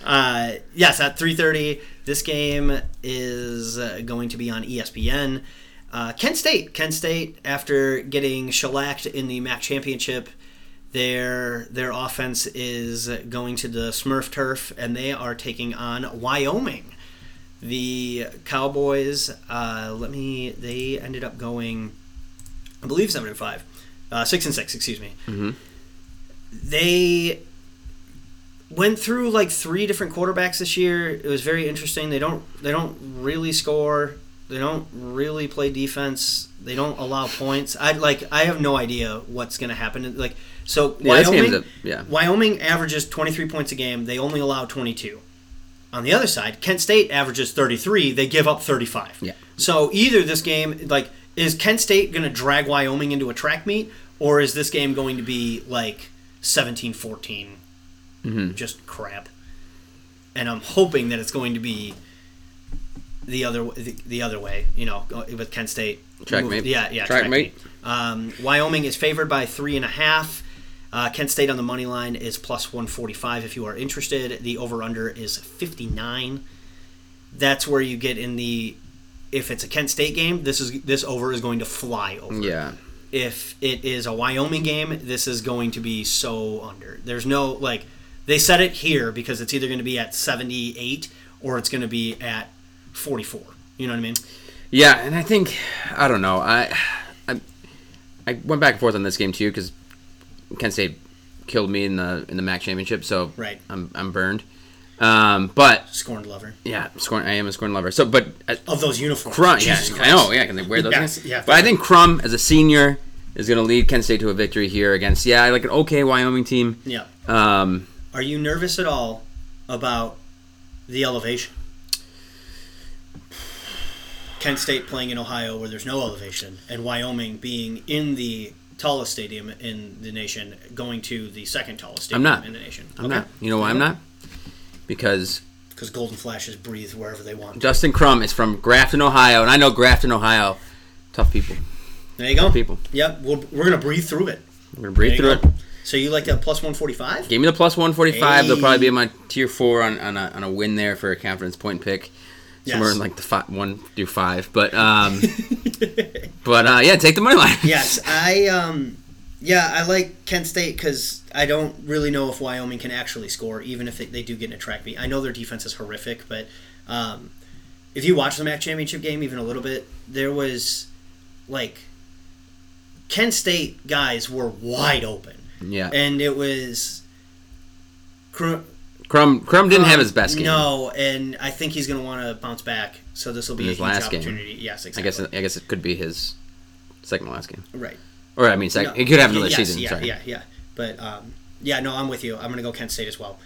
uh, yes, at 3:30, this game is uh, going to be on ESPN. Uh, Kent State. Kent State, after getting shellacked in the MAC championship, their their offense is going to the Smurf turf, and they are taking on Wyoming. The Cowboys. Uh, let me. They ended up going. I believe seven and five, uh, six and six. Excuse me.
Mm-hmm.
They went through like three different quarterbacks this year. It was very interesting. They don't they don't really score. They don't really play defense. They don't allow points. I like I have no idea what's going to happen. Like so
Yeah, this game's
Wyoming
a- yeah.
Wyoming averages 23 points a game. They only allow 22. On the other side, Kent State averages 33. They give up 35.
Yeah.
So either this game, like, is Kent State going to drag Wyoming into a track meet, or is this game going to be like 17 14? Just crap. And I'm hoping that it's going to be the other the, the other way, you know, uh, with Kent State.
Checkmate.
Yeah, yeah.
Checkmate.
Um, Wyoming is favored by three and a half. Uh, Kent State on the money line is plus 145 if you are interested. The over under is 59. That's where you get in the. If it's a Kent State game, this is this over is going to fly over.
yeah.
If it is a Wyoming game, this is going to be so under. There's no like they set it here because it's either going to be at 78 or it's going to be at 44. You know what I mean?
Yeah, and I think I don't know. I I, I went back and forth on this game too because Kent State killed me in the in the MAC championship, so
Right.
I'm I'm burned. Um, but
Scorned lover
yeah, scorn. I am a scorn lover. So, but uh,
of those uniforms.
Crumb, yeah,
Jesus
I
Christ.
know, yeah, can they wear those?
Yes,
things?
yeah,
but I
fair.
think Crumb as a senior is going to lead Kent State to a victory here against yeah, like an okay Wyoming team.
Yeah.
Um,
Are you nervous at all about the elevation? Kent State playing in Ohio where there's no elevation, and Wyoming being in the tallest stadium in the nation, going to the second tallest stadium
not.
in the nation.
I'm not. You know why I'm not? Because
Because Golden Flashes breathe wherever they want.
Justin Crumb is from Grafton, Ohio, and I know Grafton, Ohio, tough people.
There you go.
people.
Yep, we'll, we're going to breathe through it.
We're gonna
There
breathe
you
through
go.
it.
So you like that plus 145?
Give me the plus 145. They'll probably be
Hey.
in my tier four on, on, a, on a win there for a confidence point pick. Somewhere
Yes.
in like the fi- one through five. But um, but uh, yeah, take the money line.
yes, I um, yeah, I like Kent State because I don't really know if Wyoming can actually score, even if they, they do get in a track meet. I know their defense is horrific, but um, if you watch the MAC championship game even a little bit, there was like Kent State guys were wide open,
Yeah.
and it was. Cr-
Crum Crum didn't have
um,
his best game.
No, and I think he's going to want to bounce back. So this will be
In
a
his
huge
last game.
opportunity. Yes,
I
exactly.
guess I guess it could be his second to last game,
right.
or I mean, second.
No.
It could have another
Yes,
season.
Yeah,
sorry.
yeah, yeah. But um, yeah, no, I'm with you. I'm going to go Kent State as well.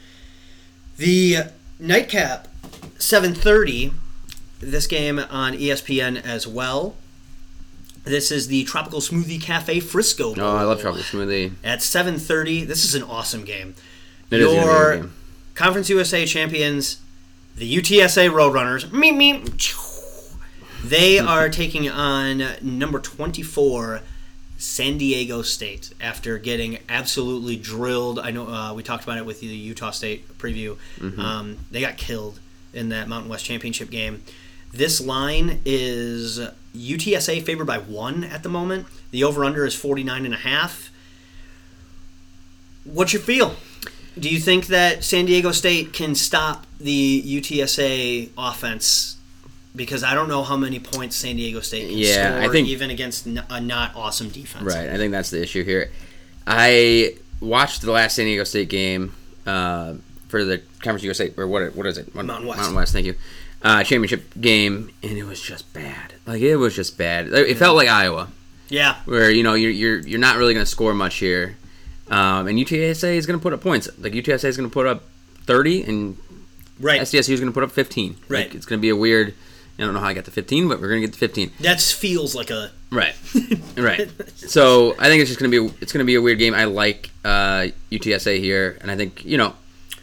The nightcap, 7:30. This game on E ESPN as well. This is the Tropical Smoothie Cafe Frisco.
Oh, I love
Bowl.
Tropical Smoothie.
At 7:30, this is an awesome game.
It is gonna be a
Your
good game.
Conference USA champions, the UTSA Roadrunners. Meep meep. They are taking on number 24 San Diego State after getting absolutely drilled. I know uh, we talked about it with the Utah State preview.
Mm-hmm.
Um, they got killed in that Mountain West Championship game. This line is UTSA favored by one at the moment. The over under is 49 and a half. What's your feel? Do you think that San Diego State can stop the UTSA offense? Because I don't know how many points San Diego State can
Yeah, I
score,
think-
even against n- a not awesome defense.
Right. I think that's the issue here. I watched the last San Diego State game uh, for the Conference USA or what? What is it? Mon-
Mountain West.
Mountain West. Thank you. Uh, championship game, and it was just bad. Like it was just bad. It it felt like Iowa,
Yeah,
where you know you're you're you're not really going to score much here, um, and UTSA is going to put up points. Like UTSA is going to put up thirty, and
right.
SDSU is going to put up fifteen.
Right.
Like, it's going to be a weird. I don't know how I got to fifteen, but we're going to get to fifteen.
that feels like a
Right. right. So I think it's just gonna be it's gonna be a weird game. I like uh, UTSA here, and I think you know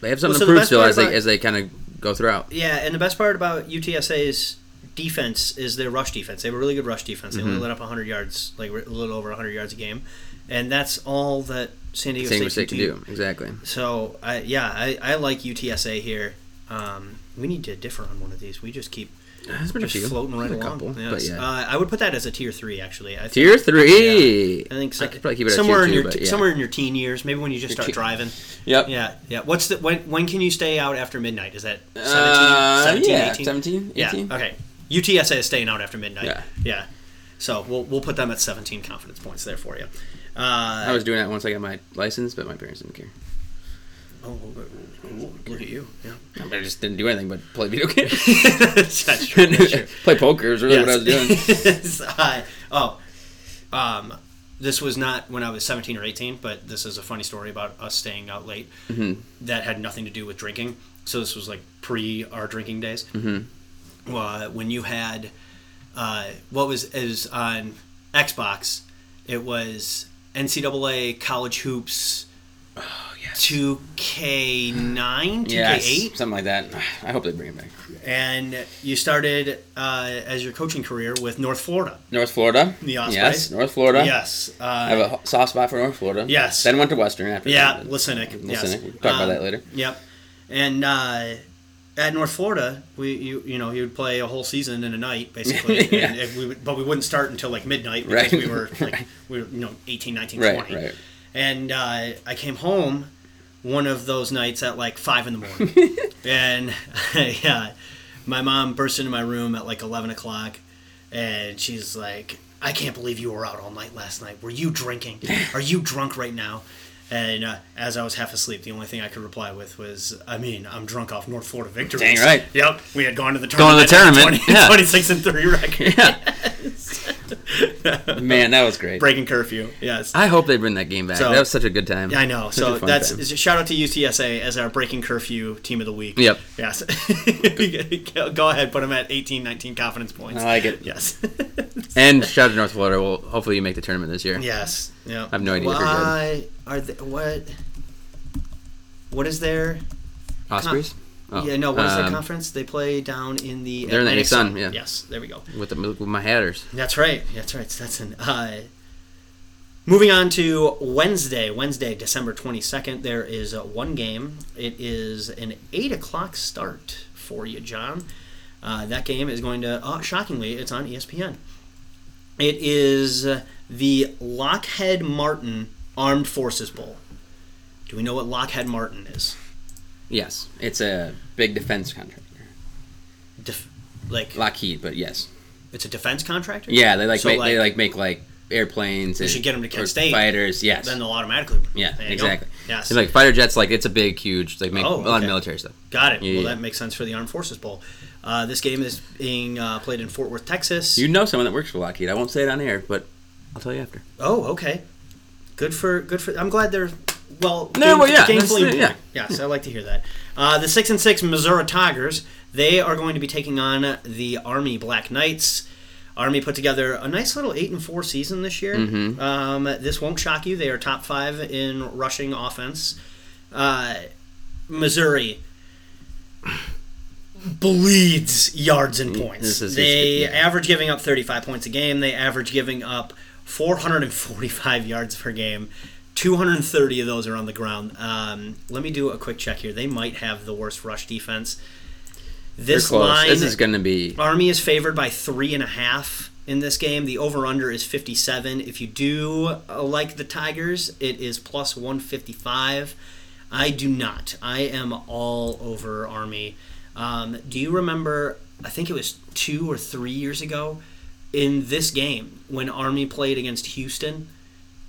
they have something
Well, so the
to prove
best
still
part
as they
about-
as they kind of go throughout.
yeah. And the best part about UTSA's defense is their rush defense. They have a really good rush defense. They
Mm-hmm.
only let up 100 yards, like a little over 100 yards a game, and that's all that San Diego
Same
State,
mistake to do exactly.
So I, yeah, I, I like UTSA here. Um, we need to differ on one of these. We just keep
That's been a
just
few.
floating right
Been a
along.
couple,
Yeah,
but
it's-
yeah.
uh, I would put that as a tier three, actually. I think,
Tier three.
I think so,
I could probably keep it at
somewhere
tier
in
two,
your
but
te-
yeah.
somewhere in your teen years, maybe when you just start
teen-
driving.
Yep.
Yeah, yeah. What's the when? When can you stay out after midnight? Is that 17,
Uh,
17
yeah,
18?
17, 18?
Yeah. Okay. UTSA is staying out after midnight.
Yeah.
Yeah. So we'll we'll put them at seventeen confidence points there for you.
I
Uh,
was doing that once I got my license, but my parents didn't care.
oh, look at you. Yeah.
I just didn't do anything but play video games.
That's true. That's true.
play poker is really what I was doing.
Yes. I- oh, um, this was not when I was 17 or 18, but this is a funny story about us staying out late
Mm-hmm.
that had nothing to do with drinking. So this was like pre our drinking days. Mm-hmm. Uh, when you had uh, what was is on Xbox, it was NCAA college hoops.
Oh, yes.
2K9, 2K8
Yes, something like that. I hope they bring it back.
and you started uh, as your coaching career with North Florida.
North Florida.
The Ospreys.
yes, North Florida.
Yes.
I
Uh,
have a ho- soft spot for North Florida.
Yes.
Then went to Western after
yeah,
that.
Lacinic. Yes.
Lacinic. We'll talk about
Um,
that later.
Yep. And uh, at North Florida, we you you know you would play a whole season in a night basically,
Yeah.
and if we would, but we wouldn't start until like midnight because
Right.
we were like
Right.
we were you know 18, 19,
Right,
20.
right.
And uh, I came home one of those nights at like five in the morning, and yeah, my mom burst into my room at like eleven o'clock, and she's like, "I can't believe you were out all night last night. Were you drinking? Are you drunk right now?" And uh, as I was half asleep, the only thing I could reply with was, "I mean, I'm drunk off North Florida victories."
Dang right.
Yep, we had gone to the
Going to the
tournament. at
tournament,
20
yeah.
26 and three record,
Man, that was great.
breaking curfew. Yes.
I hope they bring that game back.
So-
that was such a good time.
I know.
Such a
So
fun
that's
time.
is- shout out to UTSA as our breaking curfew team of the week.
Yep.
Yes. Go ahead, put them at 18, 19 confidence points.
I like it.
Yes.
And shout out to North Florida. Well, hopefully you make the tournament this year.
yes. Yeah. I
have no idea if you're good.
Why are they, what? What is their?
Ospreys. Oh,
yeah. No. What is their
um,
conference? They play down in the.
They're in the
Atlantic
Sun, yeah.
Yes. There we go.
With, the, with my Hatters.
That's right. That's right, Stetson. Uh, moving on to Wednesday, Wednesday, December 22nd, there is uh, one game. It is an 8 o'clock start for you, John. Uh, that game is going to, uh, shockingly, it's on ESPN. It is uh, the Lockheed Martin Armed Forces Bowl. Do we know what Lockheed Martin is?
Yes, it's a big defense contractor.
Def- like,
Lockheed, but yes.
it's a defense contractor?
Yeah, they like
So,
make,
like-
they like make like airplanes. and
should get 'em to Kent
or
State.
Fighters, yes.
Then they'll automatically.
yeah,
There you go.
exactly.
Yes.
It's like fighter jets. Like it's a big, huge. They make
Oh,
a lot
okay.
of military stuff.
Got it.
Yeah,
well,
yeah.
that makes sense for the Armed Forces Bowl. Uh, this game is being uh, played in Fort Worth, Texas.
You know someone that works for Lockheed. I won't say it on air, but I'll tell you after.
oh, okay. Good for good for. I'm glad they're well.
No, well, yeah, that's-
gainfully employed.
yeah.
Yes, I like to hear that. Uh, the six and six Missouri Tigers. They are going to be taking on the Army Black Knights. Army put together a nice little eight and four season this year.
Mm-hmm.
Um, this won't shock you. They are top five in rushing offense. Uh, Missouri bleeds yards and points.
This is-
they
yeah.
average giving up 35 points a game. They average giving up 445 yards per game. 230 of those are on the ground. Um, let me do a quick check here. They might have the worst rush defense.
They're
This
close.
line,
this is going to be.
Army is favored by three and a half in this game. The over under is 57. If you do uh, like the Tigers, it is plus 155. I do not. I am all over Army. Um, do you remember? I think it was two or three years ago in this game when Army played against Houston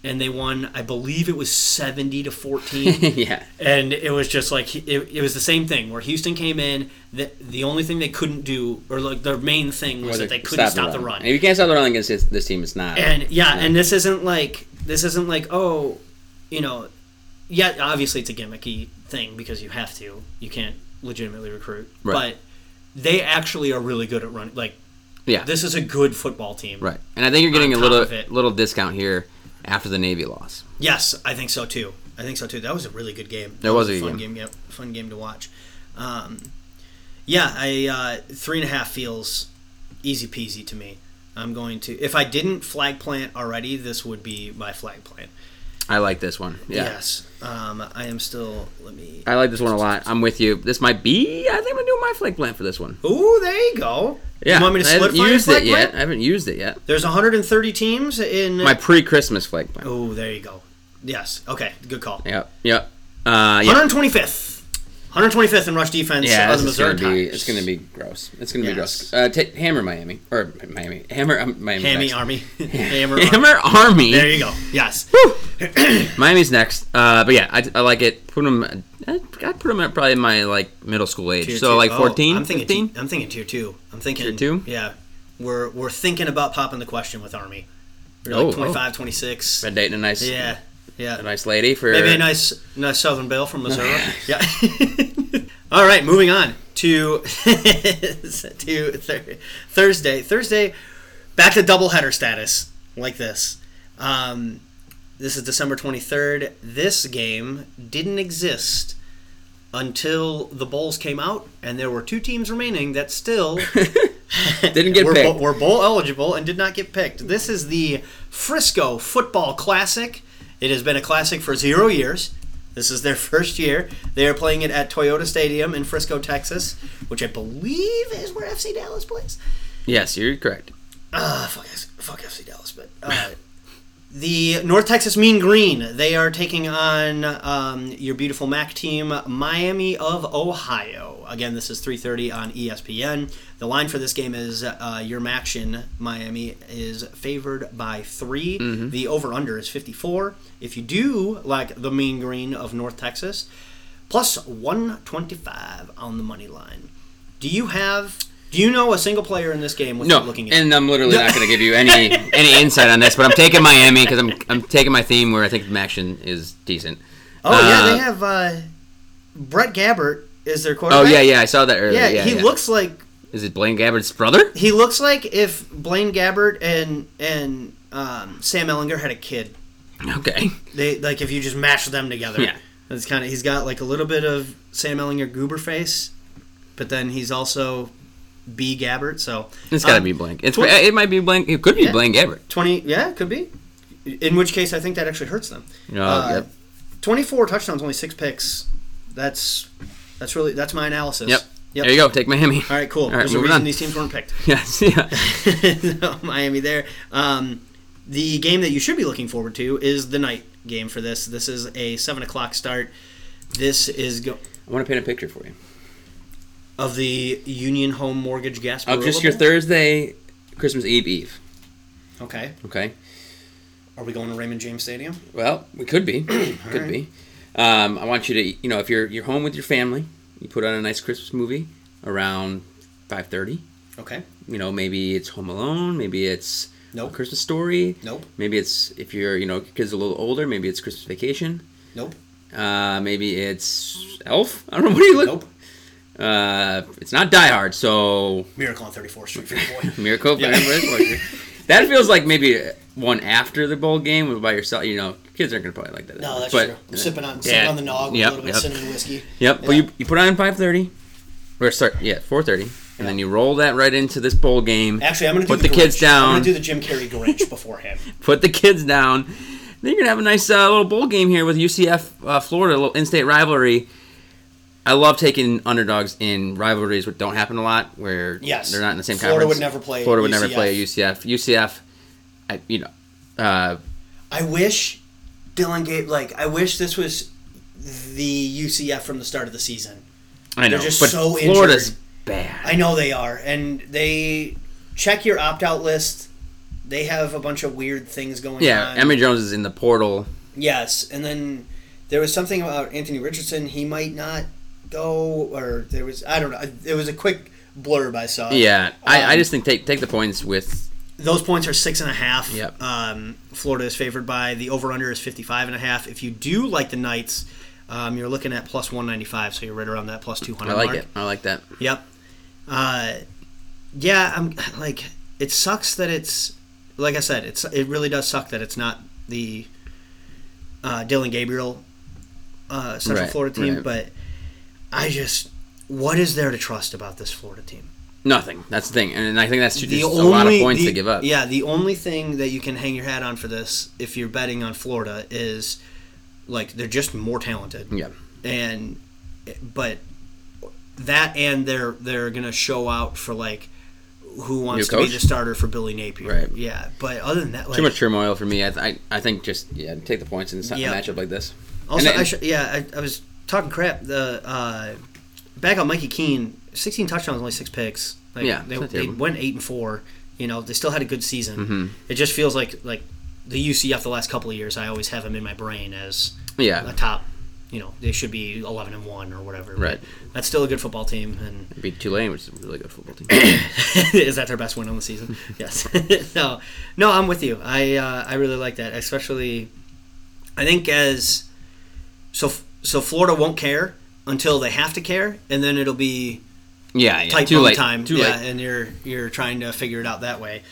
and they won, I believe it was 70 to 14
yeah.
and it was just like it, it was the same thing where Houston came in. The, the only thing they couldn't do, or like their main thing, was
Or
that they couldn't stop, the run.
And if you can't stop the run against this, this team, it's not.
And yeah, and this isn't like this isn't like oh, you know, yeah. Obviously, it's a gimmicky thing because you have to. You can't legitimately recruit,
Right.
but they actually are really good at running. Like
yeah.
this is a good football team.
right. And I think you're getting a
on top
little
of it.
little discount here after the Navy loss.
Yes, I think so too. I think so too. That was a really good game.
That was a good
fun
game.
Yep, fun game to watch. Um, yeah, I uh, three and a half feels easy peasy to me. I'm going to if I didn't flag plant already, this would be my flag plant.
I like this one. Yeah.
Yes, um, I am still. Let me.
I like this one a lot. I'm with you. This might be. I think I'm gonna do my flag plant for this one.
Ooh, there you go.
Yeah.
you want me to
I
split
haven't
fire
used
flag
it yet.
plant?
I haven't used it yet.
There's 130 teams in.
My pre-Christmas flag plant.
oh, there you go. Yes. Okay. Good call.
Yep. Yep. Uh, yeah.
125th. 125th in rush defense.
Yeah,
of the
this is
Missouri
gonna be.
Tigers.
It's gonna be gross. It's gonna be
Yes.
gross. Uh, ta hammer Miami or Miami. Hammer um, Miami.
Hammy
next.
Army. Hammer. Army.
Hammer Army.
There you go. Yes.
Miami's next. Uh, but yeah, I, I like it. Put them. I'd put them at probably my like middle school age.
Tier
so
two.
like
Oh,
14,
I'm thinking.
15?
Tier, I'm thinking tier two. I'm thinking
Tier two?
Yeah, we're we're thinking about popping the question with Army. We're
Oh,
like
oh.
25, 26.
Been dating a nice,
Yeah,
a
yeah.
nice lady for
Maybe a nice nice Southern Belle from Missouri. yeah. All right, moving on to to thir- Thursday. Thursday, back to doubleheader status like this. Um, this is December 23rd. This game didn't exist until the bowls came out, and there were two teams remaining that still
Didn't get
were,
picked.
bowl, were bowl eligible and did not get picked. This is the Frisco Football Classic. It has been a classic for zero years. This is their first year. They are playing it at Toyota Stadium in Frisco, Texas, which I believe is where FC Dallas plays.
yes, you're correct.
Ah, fuck, S- fuck FC Dallas, but uh, the North Texas Mean Green. They are taking on um, your beautiful MAC team, Miami of Ohio. Again, this is 3:30 on E ESPN. The line for this game is uh, your match in Miami is favored by 3
Mm-hmm.
The over/under is 54. If you do like the Mean Green of North Texas, plus 125 on the money line. Do you have? Do you know a single player in this game without
No,
looking at?
and I'm literally not going to give you any any insight on this, but I'm taking Miami because I'm I'm taking my theme where I think action is decent.
Oh yeah,
Uh,
they have uh, Brett Gabbert is their quarterback.
Oh yeah, yeah, I saw that earlier.
yeah.
Yeah, yeah
he looks like
Is it Blaine Gabbert's brother?
he looks like if Blaine Gabbert and and um, Sam Ellinger had a kid.
Okay.
They like if you just mash them together.
Yeah.
that's kind of he's got like a little bit of Sam Ellinger goober face, but then he's also B Gabbert. So
It's got to
um,
be Blaine. It's
twen-
it might be Blaine. It could be
Yeah.
Blaine Gabbert.
twenty. Yeah, could be. In which case, I think that actually hurts them. Uh,
Oh, yep.
Twenty-four touchdowns, only six picks. That's that's really that's my analysis.
Yep. There you go. Take Miami.
All right, cool.
All right,
There's a
moving
reason
on.
these teams weren't picked.
Yes. Yeah.
So, Miami there. Um, the game that you should be looking forward to is the night game for this. This is a seven o'clock start. This is go-
I want to paint a picture for you
of the Union Home Mortgage Gas.
of Oh, just your Thursday, Christmas Eve Eve.
Okay.
Okay.
Are we going to Raymond James Stadium?
Well, we could be, could be. Um, I want you to, you know, if you're you're home with your family, you put on a nice Christmas movie around five thirty.
Okay.
You know, maybe it's Home Alone, maybe it's
Nope.
Christmas Story,
Nope.
maybe it's if you're you know your kids are a little older, maybe it's Christmas Vacation,
Nope.
uh, maybe it's Elf. I don't know what do you look.
Nope.
Uh, it's not Die Hard, so
Miracle on 34th Street for your boy.
Miracle.
Yeah.
that feels like maybe one after the bowl game by yourself. You know, kids aren't gonna probably like that. that
No, that's
much, but- uh,
true. I'm sipping on sipping
Yeah.
on the nog with
Yep,
a little bit
yep.
of cinnamon whiskey.
Yep.
Yeah.
Well, you, you put it on five thirty, or start yeah four thirty, and then you roll that right into this bowl game.
Actually, I'm gonna do
Put the kids
Grinch.
down.
I'm gonna do the Jim Carrey Grinch beforehand.
put the kids down. Then you're gonna have a nice uh, little bowl game here with UCF uh, Florida, a little in-state rivalry. I love taking underdogs in rivalries which don't happen a lot, where
Yes.
they're not in the same
Florida
conference.
would never play
Florida would never
UCF.
play UCF. UCF, I, you know, uh,
I wish Dylan Gate like I wish this was the UCF from the start of the season.
I know,
They're just
but
so
Florida's
injured.
bad.
I know they are, and they check your opt out list. They have a bunch of weird things going
yeah,
on.
Emory Jones is in the portal.
Yes, and then there was something about Anthony Richardson. He might not go, or there was I don't know. It was a quick blurb I saw.
Yeah, I, I
Um,
just think take take the points with
those points are six and a half.
Yep.
Um, Florida is favored by the over under is 55 and a half. If you do like the Knights, um, you're looking at plus 195, so you're right around that plus 200.
I like
mark.
it. I like that.
Yep. Uh, yeah, I'm like it sucks that it's like I said, it's it really does suck that it's not the uh, Dylan Gabriel uh, Central
Right,
Florida team,
right.
but I just what is there to trust about this Florida team?
Nothing. That's the thing, and I think that's just a lot of points
the-
to give up.
Yeah, the only thing that you can hang your hat on for this, if you're betting on Florida, is like they're just more talented
yeah.
and but that and they're they're gonna show out for like who wants to
New
be
coach?
the starter for Billy Napier.
Right.
Yeah, but other than that, like
Too much turmoil for me. I, I, I think just yeah, take the points in a
Yeah.
matchup like this.
Also,
And-
I should, yeah, I, I was talking crap. The uh, back on Mikey Keene, sixteen touchdowns, only six picks. Like,
Yeah,
they,
it's not
they
terrible. Mm-hmm.
went eight and four. You know, they still had a good season. It just feels like like the UCF the last couple of years. I always have them in my brain as
Yeah,
a top. You know, they should be eleven and one or whatever. but
Right.
That's still a good football team, and
beat Tulane, which is a really good football team.
is that their best win on the season? yes. no, no, I'm with you. I uh, I really like that, especially. I think as so so Florida won't care until they have to care, and then it'll be
yeah, yeah.
tight
Too
on
late.
time.
Too
yeah,
late.
and you're you're trying to figure it out that way.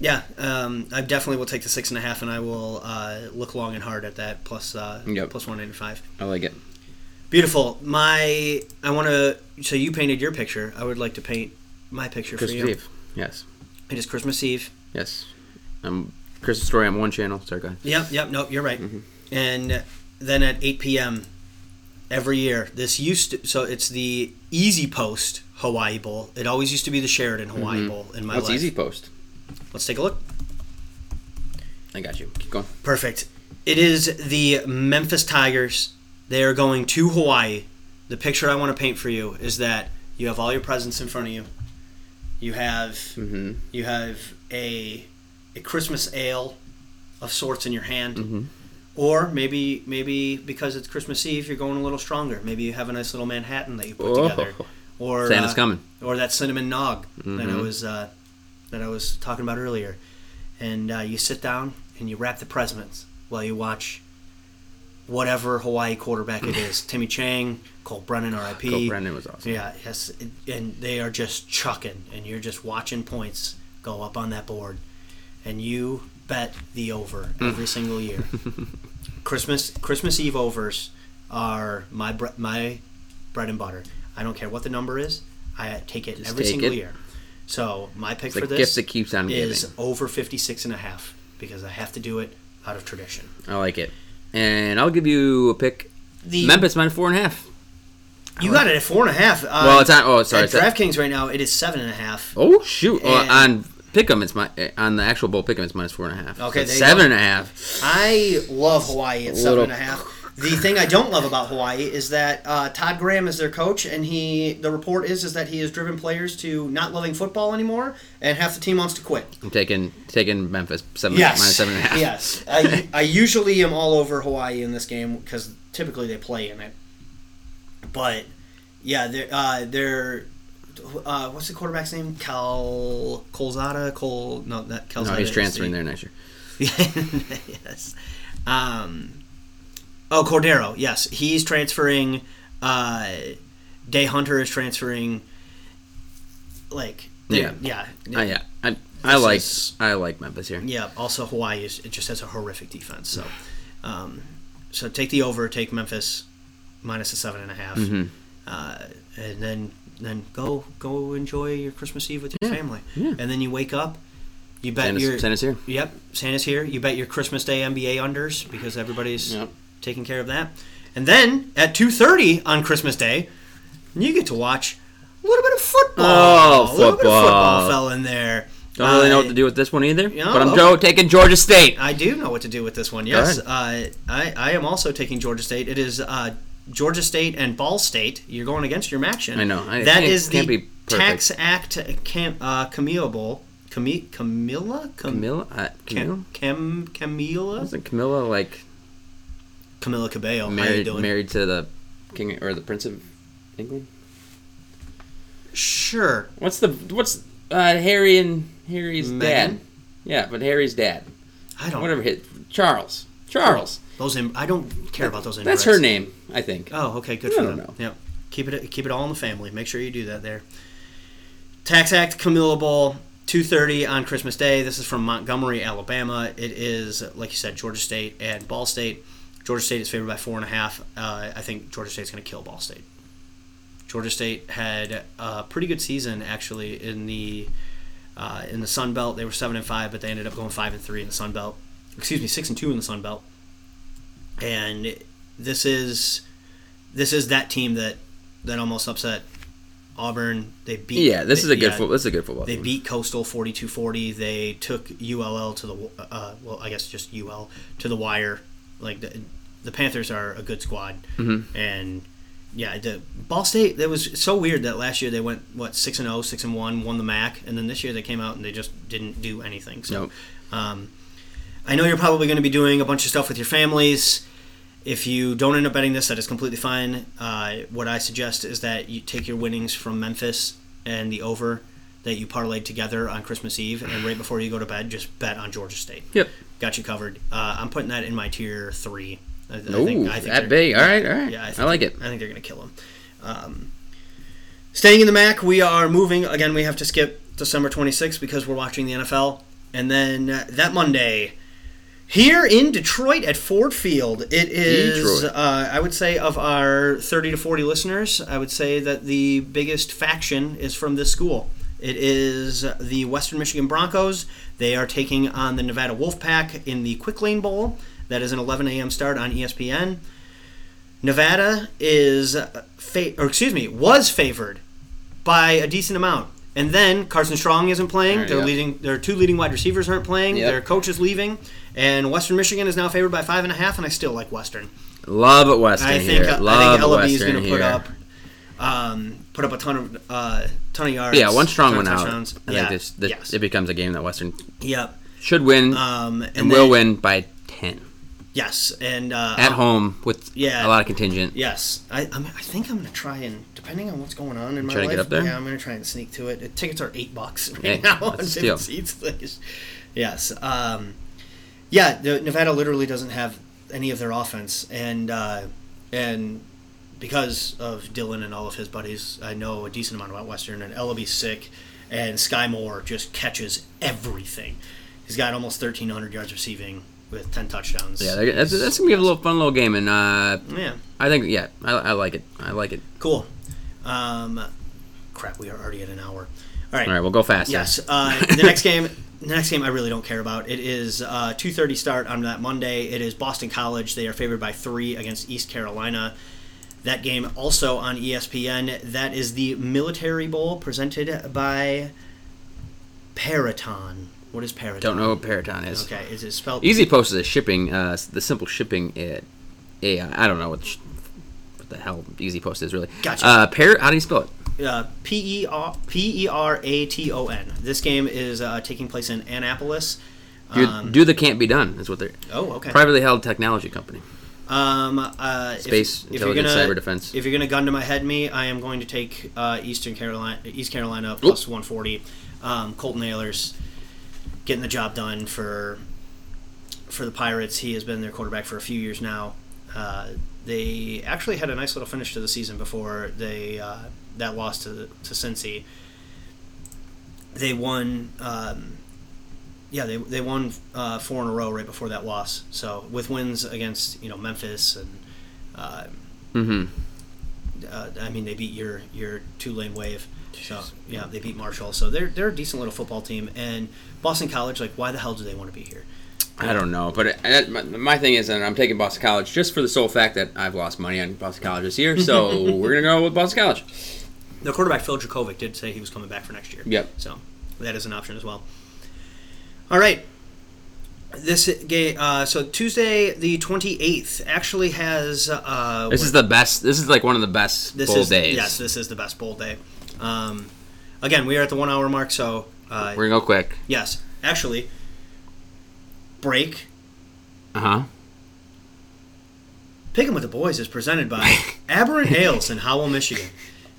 Yeah, um, I definitely will take the six and a half, and I will uh, look long and hard at that plus uh,
Yep.
plus one eighty five.
I like it.
Beautiful. My I want to. So you painted your picture. I would like to paint my picture for
Christmas
you.
Eve. Yes,
It is Christmas Eve.
yes. Um, Christmas story on one channel. Sorry, go ahead.
Yep, yep, no, you're right. And then at 8 p.m. every year, this used to, so it's the Easy Post Hawaii Bowl. It always used to be the Sheridan Hawaii Bowl in my
What's
life.
easy post?
Let's take a look.
I got you. Keep going.
Perfect. It is the Memphis Tigers. They are going to Hawaii. The picture I want to paint for you is that you have all your presents in front of you. You have
Mm-hmm.
you have a a Christmas ale of sorts in your hand,
Mm-hmm.
or maybe maybe because it's Christmas Eve, you're going a little stronger. Maybe you have a nice little Manhattan that you put
Oh.
together, or
Santa's
uh,
coming. Mm-hmm.
or that cinnamon nog that I was uh, that I was talking about earlier, and uh, you sit down and you wrap the presents while you watch. Whatever Hawaii quarterback it is, Timmy Chang, Cole Brennan, RIP.
Go, Brendan was awesome.
Yeah, yes, and they are just chucking, and you're just watching points go up on that board, and you bet the over every
Mm.
single year. Christmas Christmas Eve overs are my bre- my bread and butter. I don't care what the number is, I take it
Just
every
take
single
it.
year. So my pick
It's the
for
gift
this
that keeps on giving.
is over 56 and a half because I have to do it out of tradition.
I like it. And I'll give you a pick.
The
Memphis minus four and a half.
you got it at four and a half. Uh,
well, it's on. Oh,
at
sorry. It's at,
DraftKings right now. It is seven and a half.
oh shoot. Well,
And-
on Pick'em, it's my on the actual bowl Pick'em, it's minus four and a half.
Okay,
it's
there you
seven and a half.
I love Hawaii at seven
Little-
and a half. The thing I don't love about Hawaii is that uh, Todd Graham is their coach, and he the report is is that he has driven players to not loving football anymore, and half the team wants to quit.
I'm taking taking Memphis seven minus
Yes,
seven and a half.
yes. I, I usually am all over Hawaii in this game because typically they play in it. But yeah, they're uh, they're uh, what's the quarterback's name? Cal Colzada Col no not Calzada.
No, Oh, he's
is
transferring
the-
there next year.
yes. Um, oh, Cordero. Yes, he's transferring. Uh, Day Hunter is transferring. Like
Yeah.
yeah,
Yeah, I, Uh, yeah. I, I like
is-
I like Memphis here.
yeah. Also, Hawaii is it just has a horrific defense. So, um, so
Mm-hmm.
take the over. Take Memphis minus a seven and a half, uh, and then then go go enjoy your Christmas Eve with your
Yeah,
family.
yeah.
And then you wake up, you bet
Santa's,
your
Santa's here.
yep Santa's here. You bet your Christmas Day NBA unders because everybody's
Yep.
taking care of that. And then at two thirty on Christmas Day, you get to watch a little bit of football.
Oh,
A little bit of
football.
football fell in there.
Don't really know
I-
what to do with this one either.
Yeah,
but I'm
okay.
Joe taking Georgia State.
I do know what to do with this one.
Go
Yes, uh, I I am also taking Georgia State. It is uh, Georgia State and Ball State. You're going against your action.
I know. I
that
can't-
is
can't
the
be perfect.
Tax Act cam, uh, Camillable. Cami- Camilla? Cam-
Camilla, uh, Camilla,
Cam- Cam- Camilla?
wasn't Camilla like
Camilla Cabello. Oh, How you
married
doing?
married to the king or the prince of England?
Sure.
What's the what's uh, Harry and Harry's
Meghan?
dad? Yeah, but Harry's dad,
I don't.
whatever hit Charles. Charles.
Those. Im- I don't care about those.
That's
inbreds.
her name, I think.
Oh, okay, good
I
for
don't
them.
know.
Yep. Keep it keep it all in the family. Make sure you do that there. Tax Act Camilla Bowl, two thirty on Christmas Day. This is from Montgomery, Alabama. It is like you said, Georgia State and Ball State. Georgia State is favored by four and a half. Uh, I think Georgia State's going to kill Ball State. Georgia State had a pretty good season actually in the uh, in the Sun Belt. They were seven and five, but they ended up going five and three in the Sun Belt. Excuse me, six and two in the Sun Belt. And this is this is that team that that almost upset Auburn. They beat uh,
Yeah, this is a good
yeah,
football. This is a good football.
They
team.
beat Coastal 42-40. They took ULL to the uh, well, I guess just UL to the wire. Like the, the Panthers are a good squad, and yeah, the Ball State. That was so weird that last year they went what six and 0, 6 and one, won the MAC, and then this year they came out and they just didn't do anything. So.
Nope.
Um, I know you're probably going to be doing a bunch of stuff with your families. If you don't end up betting this, that is completely fine. Uh, what I suggest is that you take your winnings from Memphis and the over that you parlayed together on Christmas Eve, and right before you go to bed, just bet on Georgia State.
Yep.
Got you covered. Uh, I'm putting that in my tier three. I, I
Ooh,
they're-
that big. All right, all right.
yeah,
I,
think
like
they're-
it.
I think they're going to kill him. Um, staying in the MAC, we are moving again. We have to skip December 26th because we're watching the NFL, and then uh, that Monday here in Detroit at Ford Field, it is.
Detroit.
Uh, I would say of our 30 to 40 listeners, I would say that the biggest faction is from this school. It is the Western Michigan Broncos. They are taking on the Nevada Wolfpack in the Quick Lane Bowl. That is an 11 a.m. start on E ESPN. Nevada is, uh, fa- or excuse me, was favored by a decent amount. And then Carson Strong isn't playing.
Alright,
They're
yeah.
leading. Their two leading wide receivers aren't playing.
Yep.
Their coach is leaving, and Western Michigan is now favored by five and a half. And I still like Western.
Love Western
I think uh,
here.
I
Love
think LB is
Western
going to
here.
put up, um, put up a ton of uh, ton of yards.
yeah, one strong
ton of
one out.
touchdowns.
I
yeah.
think this, this
yes.
it becomes a game that Western
Yep.
should win
Um,
and will
then-
win by ten
Yes, and uh,
at home with
yeah.
a lot of contingent.
Yes, I, I'm, I think I'm gonna try and depending on what's going on in my
try to
life,
get up there?
yeah, I'm gonna try and sneak to it. Uh, tickets are eight bucks right
Hey,
now.
that's a
on
steal.
seats. Like, it's- yes, um, yeah, the, Nevada literally doesn't have any of their offense, and uh, and because of Dylan and all of his buddies, I know a decent amount about Western. And Ellaby's sick, and Sky Moore just catches everything. He's got almost 1,300 yards receiving with 10 touchdowns.
Yeah, they're- that's, that's gonna be a little fun little game, and uh,
yeah.
I think yeah, I, I like it. I like it.
Cool. Um, crap, we are already at an hour. All right.
All right, we'll go fast.
Yes. Uh, the next game. The next game I really don't care about. It is uh, two thirty start on that Monday. It is Boston College. They are favored by three against East Carolina. That game also on E ESPN. That is the Military Bowl presented by Periton. What is Periton?
Don't know what Periton is.
Okay, is it spelled?
Easy Post is a shipping, uh, the simple shipping. It, yeah, I don't know what, sh- what the hell Easy Post is really.
Gotcha.
Uh, per, how do you spell it?
Uh, P E R P E R A T O N. This game is uh, taking place in Annapolis.
You-
Um,
do the can't be done is what they're
oh, okay.
privately held technology company.
Um, uh, if-
Space,
if, you're
intelligence,
gonna,
cyber defense.
If you're gonna gun to my head, me, I am going to take uh, Eastern Carolina, East Carolina plus 140. Um, Colton Ayler's getting the job done for for the Pirates. He has been their quarterback for a few years now. Uh, they actually had a nice little finish to the season before they uh, that loss to to Cincy. They won. Um, yeah, they, they won uh, four in a row right before that loss. So with wins against you know Memphis and uh,
Mm-hmm.
Uh, I mean, they beat your your Tulane Wave. So yeah, they beat Marshall. So they're they're a decent little football team. And Boston College, like, why the hell do they want to be here?
I don't know, but it, that, my, my thing is, and I'm taking Boston College just for the sole fact that I've lost money on Boston College this year, so we're gonna go with Boston College.
Their quarterback Phil Dracovic did say he was coming back for next year.
Yep.
So that is an option as well. All right. This game, uh, so Tuesday the twenty eighth actually has. Uh,
This is the best. This is like one of the best
this
bowl
is
days.
yes, this is the best bowl day. Um, again, we are at the one hour mark, so uh,
we're gonna go quick.
yes, actually, break.
Uh huh.
Picking with the Boys is presented by Aberrant Ales in Howell, Michigan.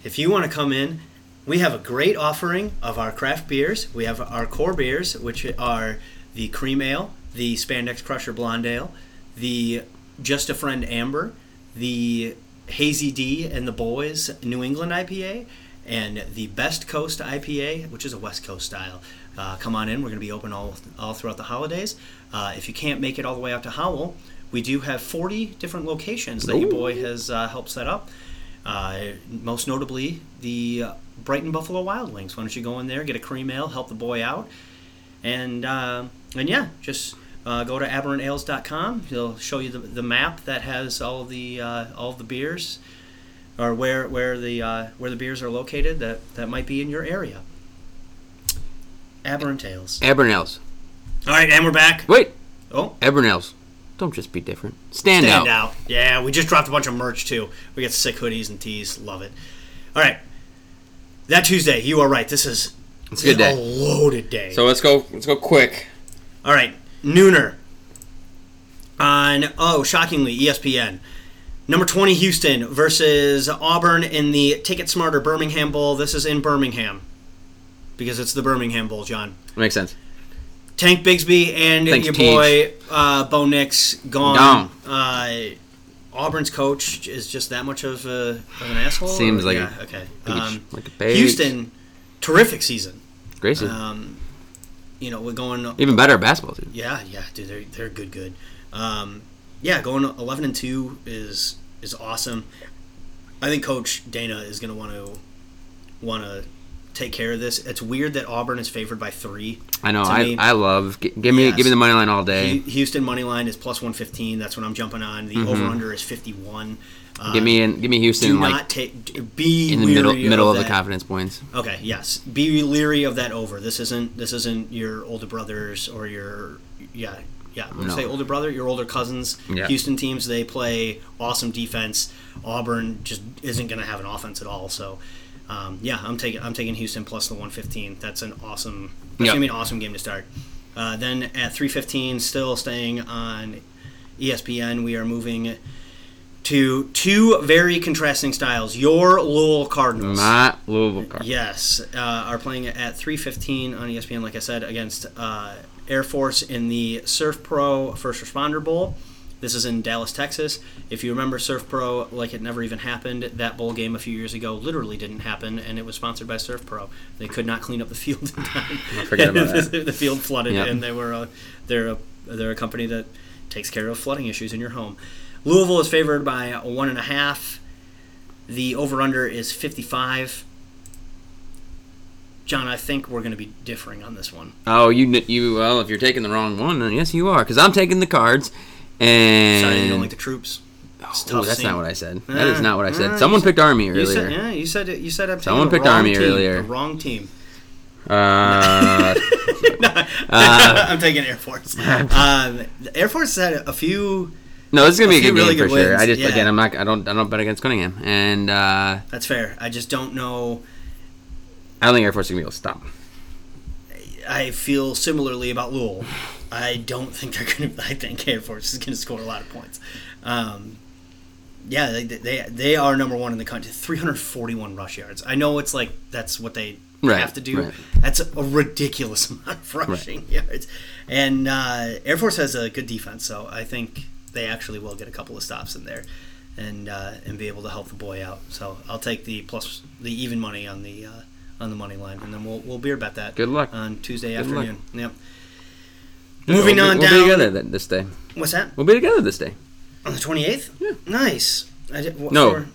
If you want to come in, we have a great offering of our craft beers. We have our core beers, which are the Cream Ale, the Spandex Crusher Blonde Ale, the Just a Friend Amber, the Hazy D and the Boys New England IPA, and the Best Coast IPA, which is a West Coast style. Uh, come on in. We're going to be open all, all throughout the holidays. Uh, if you can't make it all the way out to Howell, we do have 40 different locations that your boy has uh, helped set up. Uh, most notably, the uh, Brighton Buffalo Wild Wings. Why don't you go in there, get a cream ale, help the boy out, and uh, and yeah, just uh, go to aberrantales.com. He'll show you the, the map that has all the uh, all the beers, or where where the uh, where the beers are located that that might be in your area. Aberrant Ales.
Ebernels.
All right, and we're back.
Wait,
Oh,
Ebernels. Don't just be different. Stand,
stand
out.
out. Yeah, we just dropped a bunch of merch too. We got sick hoodies and tees. Love it. All right, that Tuesday. You are right. This is
It's a good day.
loaded day.
So let's go. Let's go quick.
All right, Nooner. On oh, shockingly, ESPN. Number twenty Houston versus Auburn in the Ticket Smarter Birmingham Bowl. This is in Birmingham because it's the Birmingham Bowl, John.
makes sense.
Tank Bigsby and
Thanks,
your
Teej.
boy uh, Bo Nix gone.
Gone.
Uh, Auburn's coach is just that much of, a, of an asshole.
Seems like
yeah,
a
okay.
Beach,
Um,
like a page.
Houston, terrific season.
Gracie.
Um, you know we're going
Even better at basketball, dude.
yeah, yeah, dude, they're they're good, good. Um, yeah, going eleven and two is is awesome. I think Coach Dana is going to want to want to take care of this. It's weird that Auburn is favored by three.
I know.
To
I,
me-
I love. G- give me
Yes.
give me the money line all
Hu-
day.
Houston money line is plus one fifteen. That's what I'm jumping on. The over under is fifty one. Uh,
Mm-hmm. give me in, give me
do
Houston
not
like
take d- be
in the middle
weary
middle of, the
that.
confidence points.
Okay, yes. Be leery of that over. This isn't this isn't your older brothers or your yeah yeah. When
No.
I say older brother, your older cousins.
Yeah.
Houston teams they play awesome defense. Auburn just isn't going to have an offense at all. So um, yeah, I'm taking I'm taking Houston plus the 115. That's an awesome that's
Yeah.
gonna be an awesome game to start. Uh, then at 315, still staying on E ESPN, we are moving to two very contrasting styles. Your Lowell Cardinals.
My Louisville card.
Yes, uh, are playing at 3:15 on E ESPN. Like I said, against uh, Air Force in the Surf Pro First Responder Bowl. This is in Dallas, Texas. If you remember Surf Pro, like it never even happened. That bowl game a few years ago literally didn't happen, and it was sponsored by Surf Pro. They could not clean up the field in time.
I forgot about
And
that.
the, the field flooded,
Yep.
and they were a, they're a, they're a company that takes care of flooding issues in your home. Louisville is favored by one and a half. The over under is 55. John, I think we're going to be differing on this one.
Oh, you kn- you well, if you're taking the wrong one, then yes, you are, because I'm taking the cards. And
Sorry, you don't like the troops. It's
Ooh,
tough
that's
scene.
not what I said. That is
Uh,
not what I said.
uh,
Someone
you
picked Army
You said,
earlier.
yeah, you said it. You said I'm taking
Someone
the
picked
wrong
Army
team,
earlier.
The wrong team.
Uh,
I'm taking Air Force. um, the Air Force had a few.
no, this is gonna be
A
a
few
good
really
game for
good
sure.
wins,
I just
yeah.
again, I'm not. I don't. I don't bet against Cunningham, and uh, I
That's fair. I just don't know.
don't think Air Force is gonna be able to stop. 'em.
I feel similarly about Lowell. I don't think they're going to. I think Air Force is going to score a lot of points. Um, yeah, they, they they are number one in the country. 341 rush yards. I know it's like that's what they
Right,
have to do.
right.
That's a ridiculous amount of rushing yards. And uh, Air Force has a good defense, so I think they actually will get a couple of stops in there, and uh, and be able to help the boy out. So I'll take the plus the even money on the uh, on the money line, and then we'll we'll beer bet that Um,
Good luck.
on Tuesday
luck.
afternoon. Yep. Moving
we'll
on
be, we'll
down.
be together th- this day.
What's that?
We'll be together this day.
On the 28th?
Yeah.
Nice. I did, what,
No.
for-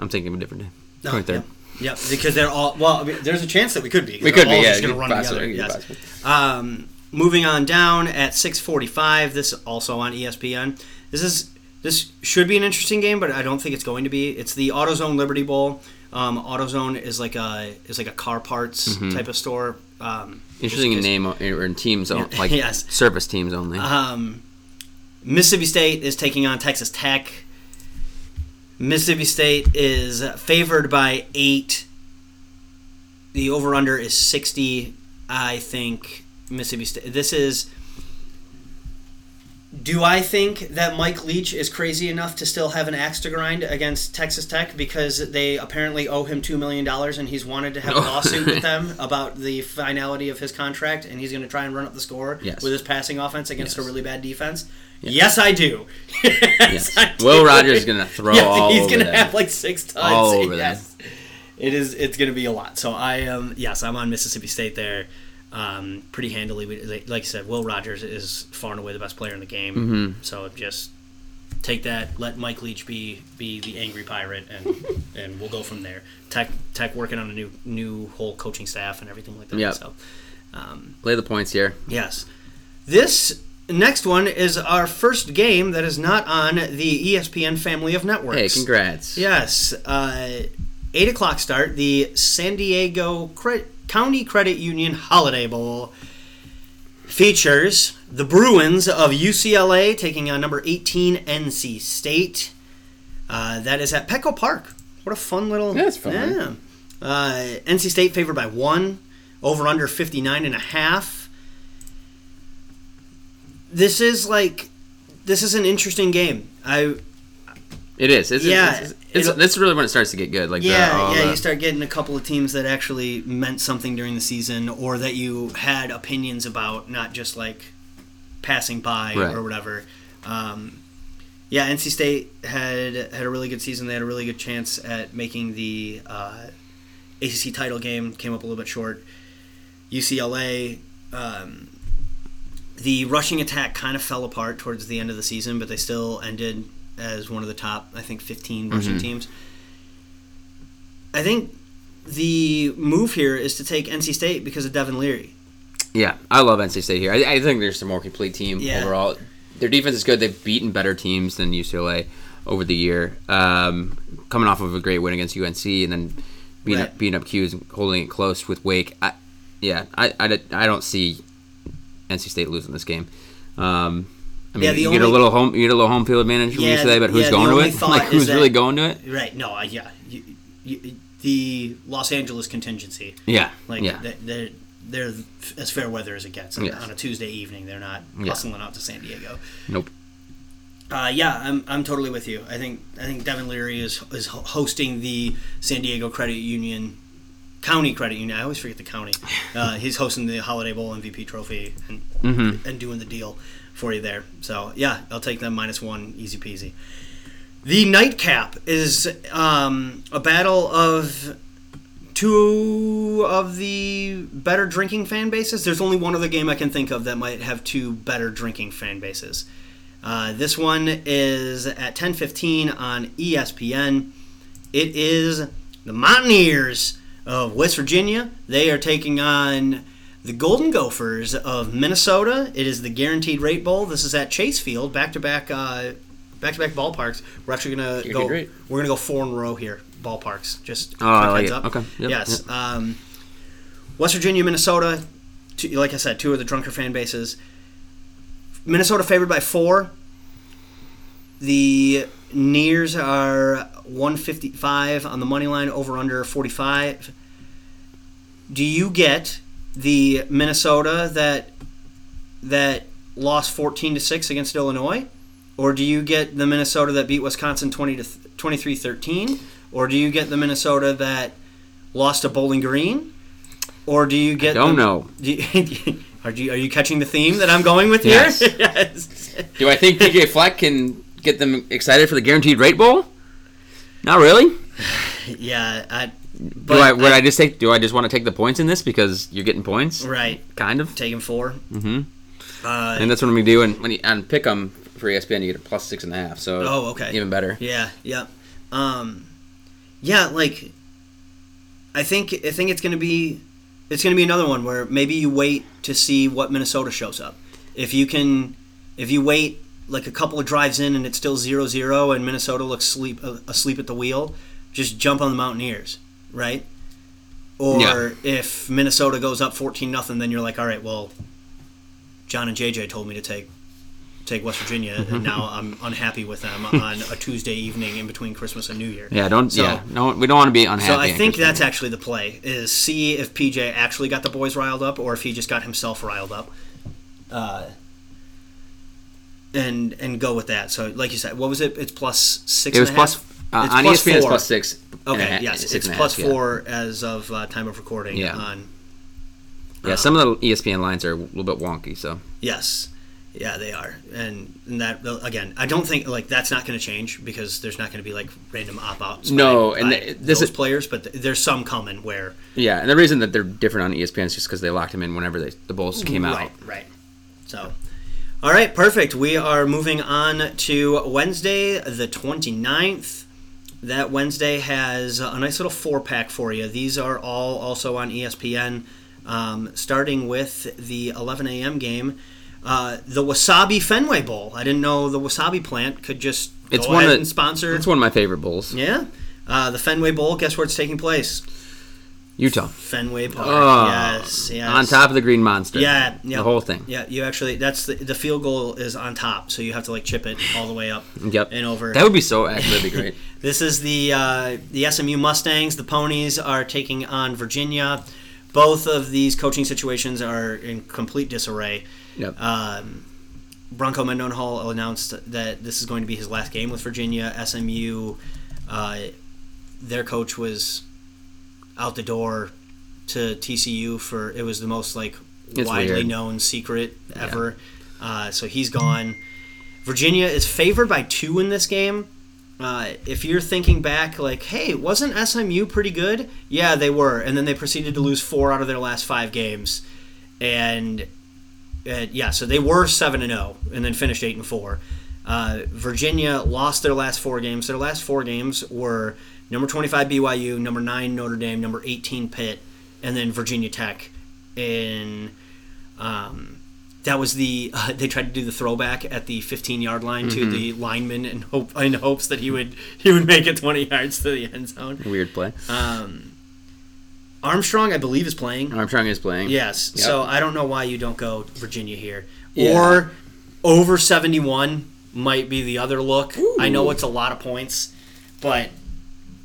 I'm thinking of a different day.
No,
Twenty third.
Yeah, Yeah, because they're all well. I mean, there's a chance that we could be.
We could
they're
be,
all
yeah,
just gonna
it's
run
possible,
together.
it's
Yes. Um, moving on down at 6:45. This is also on E ESPN. This is this should be an interesting game, but I don't think it's going to be. It's the AutoZone Liberty Bowl. Um, AutoZone is like a is like a car parts type of store. Um,
Mm-hmm. Interesting in
just-
name o- or in teams on like
Yes.
service teams only.
Um, Mississippi State is taking on Texas Tech. Mississippi State is favored by eight. The over under is 60. I think Mississippi State. This is. Do I think that Mike Leach is crazy enough to still have an axe to grind against Texas Tech because they apparently owe him $2 million and he's wanted to have a
No.
lawsuit with them about the finality of his contract and he's going to try and run up the score
Yes.
with his passing offense against
Yes.
a really bad defense? Yes, I do. yes,
Yes.
I do.
Will Rogers is gonna throw
Yes,
all
he's
over
gonna
that.
have like six times.
All over that.
yes. It is. It's gonna be a lot. So I am. Yes, I'm on Mississippi State there, um, pretty handily. We, like like I said, Will Rogers is far and away the best player in the game.
Mm-hmm.
So just take that. Let Mike Leach be be the angry pirate, and and we'll go from there. Tech Tech working on a new new whole coaching staff and everything like that.
Yep.
So. Um,
Play the points here.
Yes. This next one is our first game that is not on the E ESPN family of networks.
Hey, congrats.
Yes. Uh, 8 o'clock start, the San Diego Cre- County Credit Union Holiday Bowl features the Bruins of UCLA taking on number 18 NC State. Uh, that is at Petco Park. What a fun little.
That's fun.
Yeah. Uh, NC State favored by one, over under 59 and a half. This is like, this is an interesting game. I
It is. It's,
Yeah,
It's, it's, it's,
it'll-
this is really when it starts to get good. Like the-
Yeah,
all
yeah.
the-
You start getting a couple of teams that actually meant something during the season, or that you had opinions about, not just like passing by
Right.
or whatever. Um, yeah, NC State had had a really good season. They had a really good chance at making the uh, ACC title game. Came up a little bit short. UCLA. Um, the rushing attack kind of fell apart towards the end of the season, but they still ended as one of the top, I think, 15 rushing teams. I think the move here is to take NC State because of Devin Leary.
Yeah, I love NC State here. I, I think they're just a more complete team
Yeah.
overall. Their defense is good. They've beaten better teams than UCLA over the year. Um, coming off of a great win against UNC and then beating,
Right.
up, beating up Q's and holding it close with Wake. I, yeah, I, I, don't- I don't see NC State losing this game. Um, I mean,
Yeah, the
you get a
only-
little home, you get a little home field advantage from
Yeah,
UCLA, but who's
yeah, the
going to
only
it?
thought
Like,
is
who's
that-
really going to it?
Right. No, I, yeah. You, you, the Los Angeles contingency.
Yeah,
Like,
yeah,
they, they're, they're as fair weather as it gets. And
Yes.
On a Tuesday evening, they're not
Yeah.
hustling out to San Diego.
nope.
Uh, yeah, I'm, I'm totally with you. I think I think Devin Leary is is ho- hosting the San Diego Credit Union, County Credit Union. I always forget the county. Uh, he's hosting the Holiday Bowl MVP trophy and and doing the deal for you there. So yeah, I'll take them minus one, easy peasy. The nightcap is um, a battle of two of the better drinking fan bases. There's only one other game I can think of that might have two better drinking fan bases. Uh, this one is at 10:15 on E ESPN. It is the Mountaineers of West Virginia. They are taking on the Golden Gophers of Minnesota. It is the Guaranteed Rate Bowl. This is at Chase Field, back-to-back, uh, back-to-back ballparks. We're actually gonna go.
Rate.
We're gonna go four in a row here. Ballparks, just
Oh, I
quick
like
heads
it.
up.
Okay. Yep.
Yes. Um, West Virginia, Minnesota. Two, like I said, two of the drunker fan bases. Minnesota favored by four. The Nears are 155 on the money line, over under 45. Do you get the Minnesota that that lost 14 to 6 against Illinois? Or do you get the Minnesota that beat Wisconsin 20 to 23 13? Or do you get the Minnesota that lost to Bowling Green? Or do you get
Don't
the-
know.
do you, are you are you catching the theme that I'm going with
Yes.
here? yes.
Do I think DJ Fleck can get them excited for the Guaranteed Rate Bowl? Not really.
Yeah. I, but
Do I, would I, just take? Do I just want to take the points in this because you're getting points?
right
Kind of.
taking four.
hmm
Uh,
And that's what I'm gonna do. And when you, and pick 'em for ESPN, you get a plus six and a half. So
Oh, okay.
even better.
yeah. Yep. Um, yeah, like I think I think it's gonna be it's gonna be another one where maybe you wait to see what Minnesota shows up. If you can, if you wait like a couple of drives in and it's still 0-0 and Minnesota looks sleep uh, asleep at the wheel, just jump on the Mountaineers, right? Or
Yeah.
if Minnesota goes up fourteen nothing, then you're like, all right, well, John and JJ told me to take take West Virginia,
Mm-hmm.
and now I'm unhappy with them on a Tuesday evening in between Christmas and New Year.
Yeah, don't.
So-
yeah, no, we don't want to be unhappy.
So I
at
think
Christmas.
that's actually the play: is see if PJ actually got the boys riled up, or if he just got himself riled up, uh, and and go with that. So, like you said, what was it? It's plus six.
It was
and a half?
plus uh,
It's
on
plus
ESPN. It's
four.
plus six. and
Okay,
a half-
yes,
six
it's
and a
plus
half, yeah.
four as of uh, time of recording.
Yeah.
On Uh-huh.
Yeah, some of the E ESPN lines are a little bit wonky. So
yes, yeah, they are, and, and that again, I don't think like that's not going to change because there's not going to be like random op outs.
No, and th- this
those
is-
players, but th- there's some coming where
yeah, and the reason that they're different on E ESPN is just because they locked him in whenever they, the Bulls came out.
Right, right. So, all right, perfect. We are moving on to Wednesday, the 29th. That Wednesday has a nice little four pack for you. These are all also on E ESPN, um, starting with the 11 a.m. game. Uh, the Wasabi Fenway Bowl. I didn't know the Wasabi plant could just go
It's one
ahead
of-
and sponsor.
It's one of my favorite Bulls.
yeah. Uh, the Fenway Bowl. Guess where it's taking place?
Utah.
Fenway Park.
Oh,
yes, yes.
On top of the Green Monster.
Yeah, yeah.
The whole thing.
Yeah, you actually that's the, the field goal is on top, so you have to like chip it all the way up
Yep.
and over.
That would be so actually that'd be great.
This is the uh, the SMU Mustangs. The Ponies are taking on Virginia. Both of these coaching situations are in complete disarray.
Yep.
Um, Bronco Mendenhall announced that this is going to be his last game with Virginia. SMU, uh, their coach was out the door to TCU for it was the most like
It's
widely
weird.
known secret ever. Uh, so he's gone. Virginia is favored by two in this game. Uh, if you're thinking back, like, hey, wasn't SMU pretty good? Yeah, they were, and then they proceeded to lose four out of their last five games, and uh, yeah, so they were seven and zero, and then finished eight and four. Uh, Virginia lost their last four games. Their last four games were number twenty five BYU, number nine Notre Dame, number eighteen Pitt, and then Virginia Tech. In um, that was the uh, they tried to do the throwback at the fifteen yard line to the lineman in hope in hopes that he would he would make it twenty yards to the end zone.
Weird play.
Um, Armstrong, I believe, is playing.
Armstrong is playing.
Yes.
Yep.
So I don't know why you don't go Virginia here.
Yeah.
Or over 71 might be the other look. I know it's a lot of points, but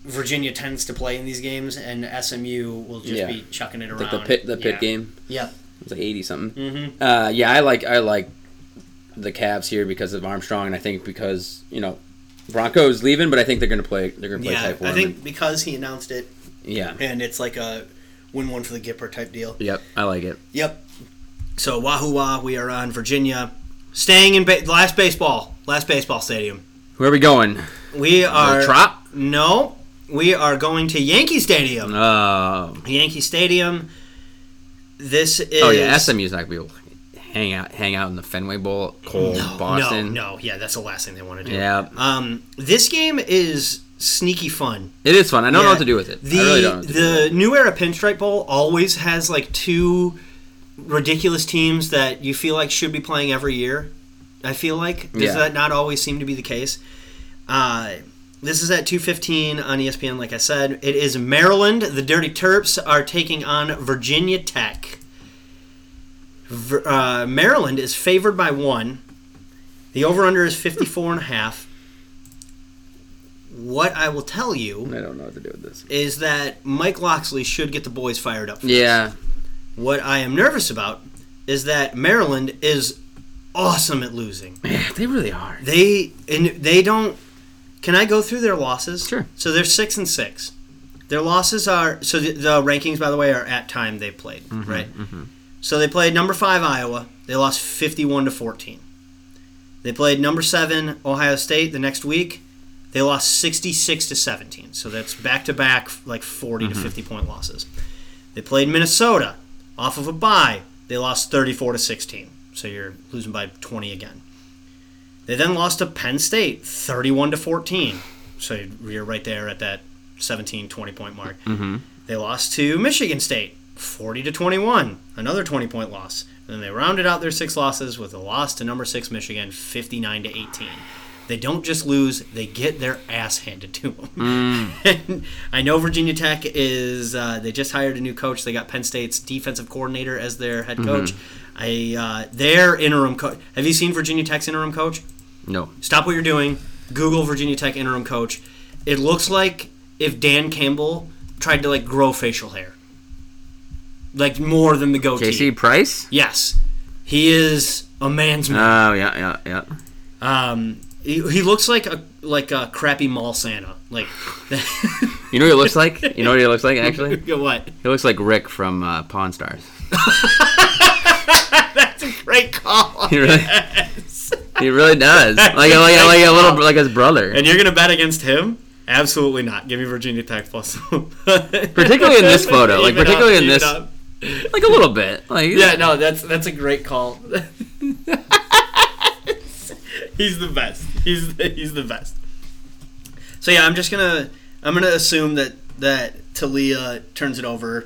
Virginia tends to play in these games, and SMU will just
Yeah.
be chucking it around.
Like the pit the pit
Yeah.
game.
Yeah.
It was like eighty something.
Mm-hmm.
Uh, yeah, I like I like the Cavs here because of Armstrong, and I think because you know Broncos leaving, but I think they're going to play. They're going to play
Yeah.
type one.
I think because he announced it,
yeah.
and it's like a win one for the Gipper type deal.
Yep, I like it.
Yep. So Wahoo Wah, we are on Virginia, staying in ba- last baseball, last baseball stadium.
Where are we going?
We are
The Trop?
No, we are going to Yankee Stadium.
Oh,
Yankee Stadium. This is.
oh yeah. SMU's not going to be able to hang out hang out in the Fenway Bowl, cold Boston.
No, no, yeah, that's the last thing they want to do.
Yeah,
Um, this game is sneaky fun.
it is fun. I don't know
Yeah.
what to do with it.
The
I really don't. Know what to do with
the New Era Pinstripe Bowl always has like two ridiculous teams that you feel like should be playing every year. I feel like does
Yeah.
that not always seem to be the case? Uh, this is at two fifteen on E ESPN. Like I said, it is Maryland. The Dirty Terps are taking on Virginia Tech. Vir- uh, Maryland is favored by one. The over under is 54 and a half. What I will tell you
it. I don't know what to do with this.
is that Mike Loxley should get the boys fired up. for this.
Yeah,
What I am nervous about is that Maryland is awesome at losing.
man, they really are.
They and they don't. Can I go through their losses?
Sure.
So they're six and six. Their losses are so the, the rankings, by the way, are at time they played
Mm-hmm,
right. So they played number five Iowa. They lost fifty-one to fourteen. They played number seven Ohio State the next week. They lost sixty-six to seventeen. So that's back-to-back like 40
Mm-hmm.
to fifty-point losses. They played Minnesota off of a bye. They lost thirty-four to sixteen. So you're losing by twenty again. They then lost to Penn State, thirty-one to fourteen. So you're right there at that 17, 20 point mark. They lost to Michigan State, 40 to 21, another 20 point loss. And then they rounded out their six losses with a loss to number six Michigan, 59 to 18. They don't just lose; they get their ass handed to them. And I know Virginia Tech is. Uh, they just hired a new coach. They got Penn State's defensive coordinator as their head coach. I uh, their interim coach. Have you seen Virginia Tech's interim coach?
No.
Stop what you're doing. Google Virginia Tech interim coach. It looks like if Dan Campbell tried to like grow facial hair, like more than the goatee.
JC Price?
Yes, he is a man's man.
Oh, yeah, yeah, yeah.
Um, he, he looks like a like a crappy mall Santa. Like,
You know what he looks like? You know what he looks like, actually?
what?
He looks like Rick from uh, Pawn Stars.
That's a great call.
He really, he really does. Like, like, like a little, like his brother.
And you're gonna bet against him? Absolutely not. Give me Virginia Tech plus. particularly
Particularly in this photo, like, particularly in this- Like a little bit. Like,
Yeah, no, that's that's a great call. he's the best. He's the, he's the best. So yeah, I'm just gonna I'm gonna assume that that Talia turns it over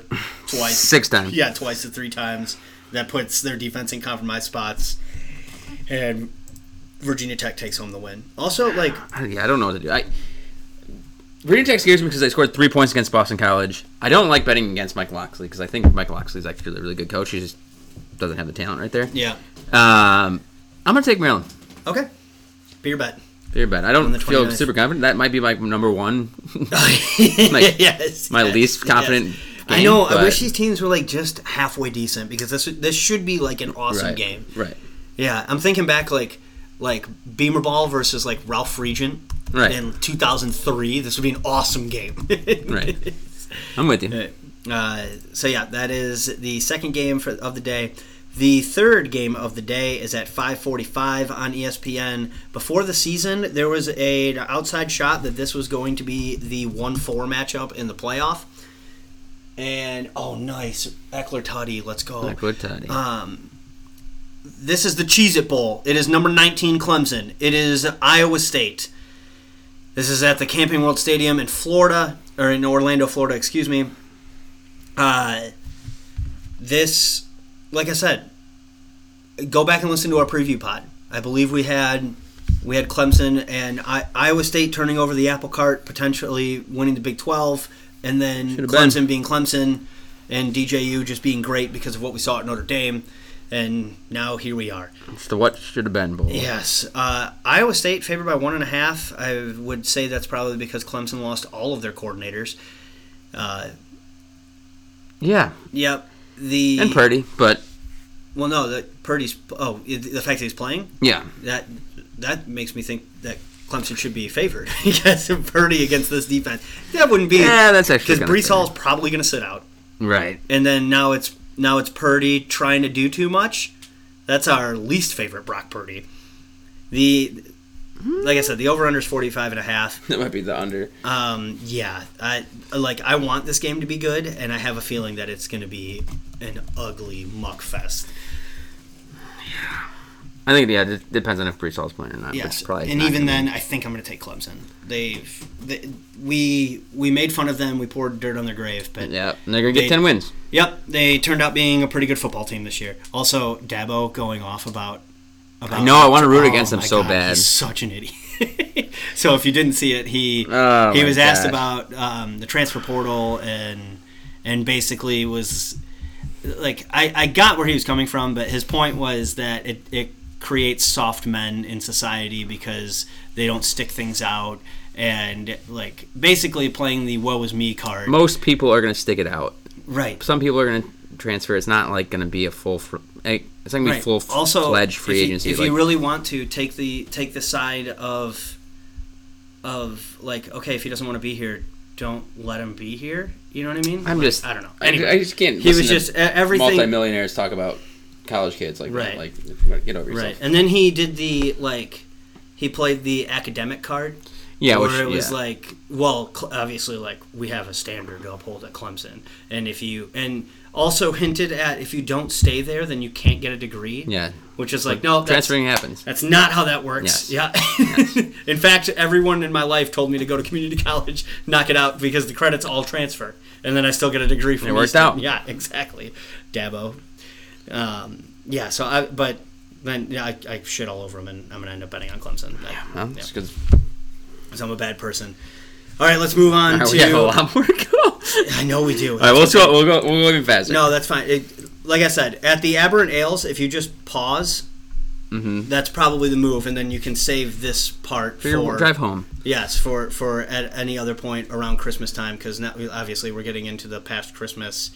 twice.
six times.
yeah, twice to three times. That puts their defense in compromised spots, and Virginia Tech takes home the win. Also, like,
I- yeah, I don't know what to do. I, Virginia Tech scares me because they scored three points against Boston College. I don't like betting against Mike Loxley because I think Mike Loxley's actually a really good coach. He just doesn't have the talent right there.
yeah,
Um, I'm gonna take Maryland.
okay, be your bet.
Fair bet. I
On the
don't feel
29th.
super confident. That might be my number one,
yes,
my
yes,
least confident.
yes. I
game,
know. I
but-
wish these teams were like just halfway decent because this this should be like an awesome
right,
game.
Right.
Yeah, I'm thinking back like like Beamer Ball versus like Ralph Regent
Right.
in 2003. This would be an awesome game.
Right. I'm with you.
Uh, so yeah, that is the second game for, of the day. The third game of the day is at 5:45 on E ESPN. Before the season, there was a an outside shot that this was going to be the 1-4 matchup in the playoff. And oh, nice Eckler Tutty, let's go.
Like what, Toddy?
Um, this is the Cheez It Bowl. It is number 19 Clemson. It is Iowa State. This is at the Camping World Stadium in Florida, or in Orlando, Florida, excuse me. Uh, this, like I said, go back and listen to our preview pod. I believe we had we had Clemson and I, Iowa State turning over the apple cart, potentially winning the Big 12, and then
Should've been.
Clemson being Clemson and DJU just being great because of what we saw at Notre Dame. And now here we are.
it's the what should have been bowl.
Yes, uh, Iowa State favored by one and a half. I would say that's probably because Clemson lost all of their coordinators. Uh,
Yeah.
yep. The
And Purdy, but
well, no, the Purdy's. Oh, i- the fact that he's playing
yeah.
that that makes me think that Clemson should be favored against Purdy against this defense. That wouldn't be
Yeah, that's actually
because
kinda
Brees
fair.
Hall's probably going to sit out.
Right.
and then now it's now it's Purdy trying to do too much. That's our least favorite Brock Purdy. The like I said, the over under is 45 and a half.
That might be the under.
Um, yeah, I like I want this game to be good and I have a feeling that it's going to be an ugly muck fest.
I think yeah, it depends on if Brees Hall's playing or not. but
Yes,
probably
and
not
even
gonna
then, I think I'm going to take Clemson. They've they, we we made fun of them. We poured dirt on their grave, but
be. Yeah, and they're gonna get
They-
ten wins.
Yep, they turned out being a pretty good football team this year. Also, Dabo going off about. about Oh
I know, I wanna root against him
my
so bad.
He's such an idiot. so if you didn't see it, he
Oh,
he
my
was asked
gosh.
about um, the transfer portal and and basically was like I, I got where he was coming from, but his point was that it, it creates soft men in society because they don't stick things out and like basically playing the "woe is me" card.
Most people are gonna stick it out.
right.
Some people are gonna transfer. It's not like gonna be a full. Fr- eh, it's not gonna be
Right.
full f-
also,
fledged free
if you,
agency.
If
like,
you really want to take the take the side of of like okay, if he doesn't want to be here, don't let him be here. You know what I mean?
I'm
Like,
just.
I don't know.
I-
Anyway,
I, just can't.
he was
listen to
just e- everything
Multi-millionaires talk about college kids like
Right.
that. Like, get over
right,
yourself.
and then he did the like he played the academic card.
Yeah,
where
which,
it was
yeah.
like, well, cl- obviously, like we have a standard to uphold at Clemson, and if you and also hinted at if you don't stay there, then you can't get a degree.
yeah.
which is like, no, that's-
Transferring happens.
That's not how that works.
Yes.
Yeah. In fact, everyone in my life told me to go to community college, knock it out because the credits all transfer, and then I still get a degree from.
It worked
Easton.
out.
Yeah, exactly. Dabo. Um, yeah. So I but. Then yeah, I, I shit all over them, and I'm gonna end up betting on Clemson. I-
Well,
yeah
it's 'cause
because I'm a bad person. All right, let's move on
we
to.
have a lot more to go. All
I know we do.
right, we'll go. We'll go. We'll go even faster.
no, that's fine. It, like I said, at the aberrant ales, if you just pause, that's probably the move, and then you can save this part
Mm-hmm. Your
for
drive home.
yes for for at any other point around Christmas time because now obviously we're getting into the past Christmas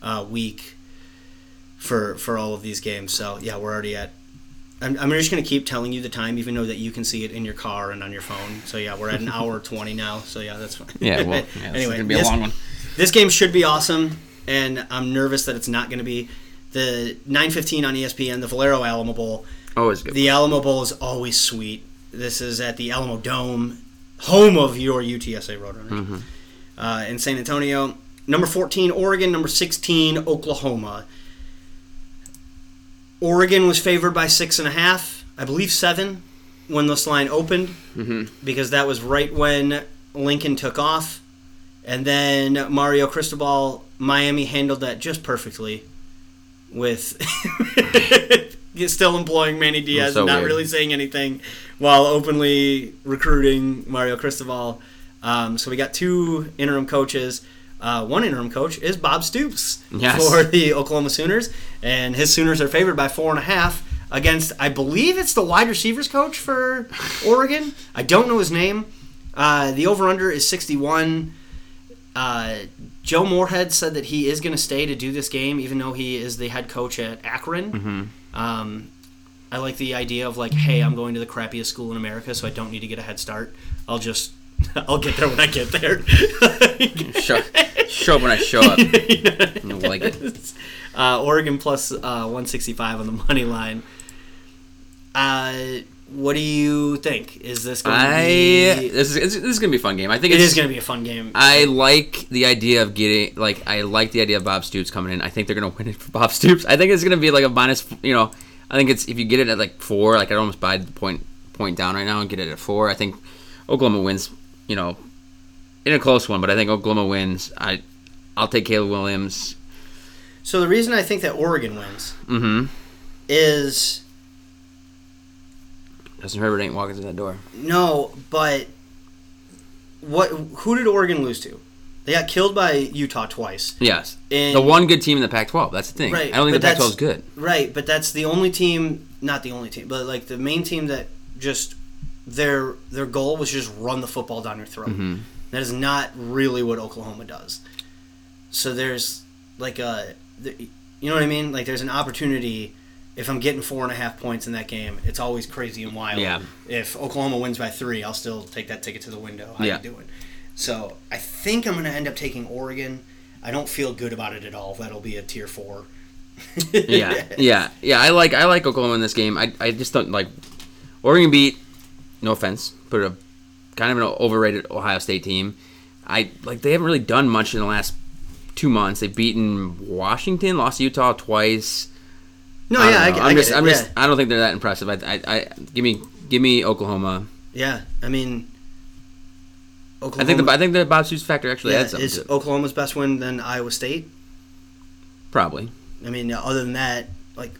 uh, week for for all of these games. So yeah, we're already at. I'm, I'm just gonna keep telling you the time, even though that you can see it in your car and on your phone. So yeah, we're at an hour twenty now. So yeah, that's fine.
Yeah. Well. Yeah, anyway,
anyway,
gonna be a
this-
long one.
this game should be awesome, and I'm nervous that it's not going to be. The 9:15 on E ESPN, the Valero Alamo Bowl.
Always good.
The Alamo Bowl is always sweet. This is at the Alamo Dome, home of your UTSA Roadrunners, uh, in San Antonio. Number 14, Oregon. Number 16, Oklahoma. Oregon was favored by six and a half, I believe seven, when this line opened, because that was right when Lincoln took off. And then Mario Cristobal, Miami handled that just perfectly with still employing Manny Diaz,
so
and not
weird.
really saying anything, while openly recruiting Mario Cristobal. Um, so we got two interim coaches. Uh, one interim coach is Bob Stoops
Yes.
for the Oklahoma Sooners, and his Sooners are favored by four and a half against, I believe it's the wide receivers coach for Oregon. I don't know his name. Uh, the over under is 61. Uh, Joe Moorhead said that he is going to stay to do this game, even though he is the head coach at Akron.
Mm-hmm.
Um, I like the idea of like, hey, I'm going to the crappiest school in America, so I don't need to get a head start. I'll just, I'll get there when I get there.
show, show up when I show up. You'll like it.
uh, Oregon plus uh, 165 on the money line. Uh, what do you think? Is this going to
I
be?
this is this is gonna be a fun game. I think
It
it's,
is going to be a fun game.
I like the idea of getting like I like the idea of Bob Stoops coming in. I think they're gonna win it for Bob Stoops. I think it's gonna be like a minus. You know, I think it's if you get it at like four. Like I'd almost buy the point point down right now and get it at four. I think Oklahoma wins. You know, in a close one, but I think Oklahoma wins. I I'll take Caleb Williams.
So the reason I think that Oregon wins
Mm-hmm.
is
Justin Herbert ain't walking through that door.
no, but what? Who did Oregon lose to? They got killed by Utah twice.
Yes,
And-
the one good team in the Pac-12. That's the thing.
Right,
I don't think
but
the Pac-12
that's-
is good.
Right, but that's the only team, not the only team, but like the main team that just their their goal was just run the football down your throat.
Mm-hmm.
That is not really what Oklahoma does. So there's like a, the- you know what I mean? Like there's an opportunity. If I'm getting four and a half points in that game, it's always crazy and wild.
Yeah.
If Oklahoma wins by three, I'll still take that ticket to the window. How
Yeah.
you doing? So I think I'm going to end up taking Oregon. I don't feel good about it at all. That'll be a tier four.
yeah, yeah, yeah. I like I like Oklahoma in this game. I, I just don't like Oregon beat. No offense, but a kind of an overrated Ohio State team. I like they haven't really done much in the last two months. They've beaten Washington, lost Utah twice.
No,
I
Oh, yeah, I,
don't know.
get- I
I'm
get
just
it,
I'm
yeah.
just I don't think they're that impressive. I, I, I give me give me Oklahoma.
yeah. I mean, Oklahoma,
I think the I think the Bob Stoops factor actually
yeah,
adds something.
is
To it.
Oklahoma's best win than Iowa State.
Probably.
I mean, other than that, like,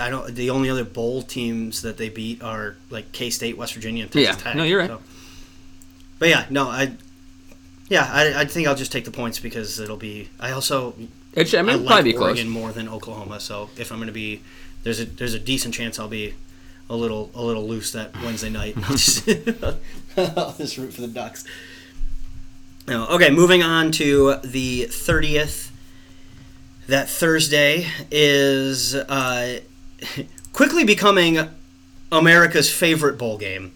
I don't. The only other bowl teams that they beat are like K State, West Virginia, and Texas
Yeah.
Tech.
No, you're right.
so. But yeah, no, I. Yeah, I, I think I'll just take the points because it'll be. I also
It should, I mean,
I
it'll
like
probably be
Oregon
close.
more than Oklahoma, so if I'm going to be, there's a there's a decent chance I'll be a little a little loose that Wednesday night. I'll just, I'll just root for the Ducks. No, okay, moving on to the thirtieth. That Thursday is uh, quickly becoming America's favorite bowl game,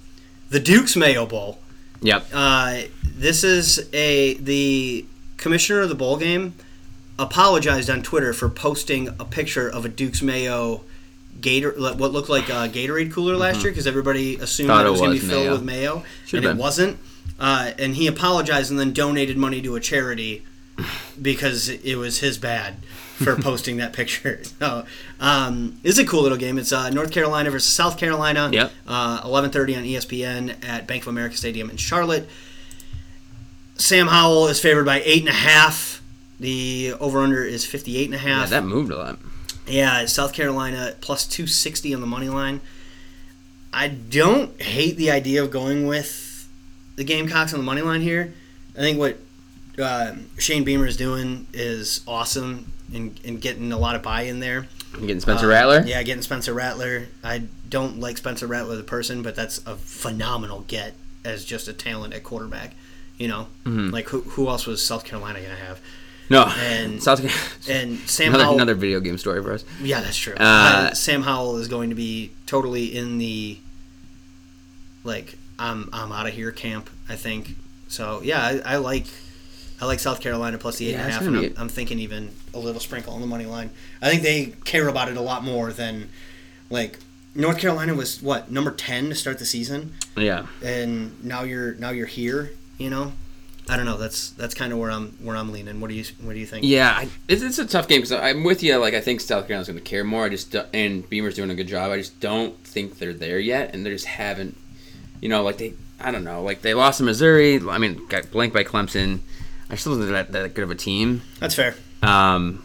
the Duke's Mayo Bowl.
Yep.
Uh, this is a the commissioner of the bowl game apologized on Twitter for posting a picture of a Duke's Mayo Gator what looked like a Gatorade cooler last year because everybody assumed
Mm-hmm. Thought
that
it
it was, going
was
to be filled
mayo.
with mayo
Should've
and
been.
it wasn't. Uh, and he apologized and then donated money to a charity because it was his bad for posting that picture. So, um, it's a cool little game. It's uh, North Carolina versus South Carolina.
Yep.
Uh, 11:30 on ESPN at Bank of America Stadium in Charlotte. Sam Howell is favored by eight and a half. The over/under is 58 and a
Yeah,
half.
that moved a lot.
Yeah, South Carolina plus 260 on the money line. I don't hate the idea of going with the Gamecocks on the money line here. I think what uh, Shane Beamer is doing is awesome and, and getting a lot of buy in there.
You getting Spencer
Uh,
Rattler?
Yeah, getting Spencer Rattler. I don't like Spencer Rattler the person, but that's a phenomenal get as just a talent at quarterback. You know,
Mm-hmm.
like who, who else was South Carolina going to have?
No.
And-
South Carolina.
And Sam
Another,
Howell,
another video game story for us.
Yeah, that's true. Uh,
Uh,
Sam Howell is going to be totally in the like I'm I'm out of here camp. I think so. Yeah, I, I like I like South Carolina plus the eight
Yeah,
and a
it's
half,
gonna
and
be-
I'm, I'm thinking even a little sprinkle on the money line. I think they care about it a lot more than like North Carolina was what number ten to start the season,
Yeah.
and now you're now you're here. You know, I don't know. That's that's kind of where I'm where I'm leaning. What do you what do you think?
Yeah, I, it's, it's a tough game because I'm with you. Like I think South Carolina's going to care more. I just do- and Beamer's doing a good job. I just don't think they're there yet, and they just haven't. You know, like they, I don't know, like they lost to Missouri. I mean, got blanked by Clemson. I still don't think they're that, that good of a team.
That's fair.
Um,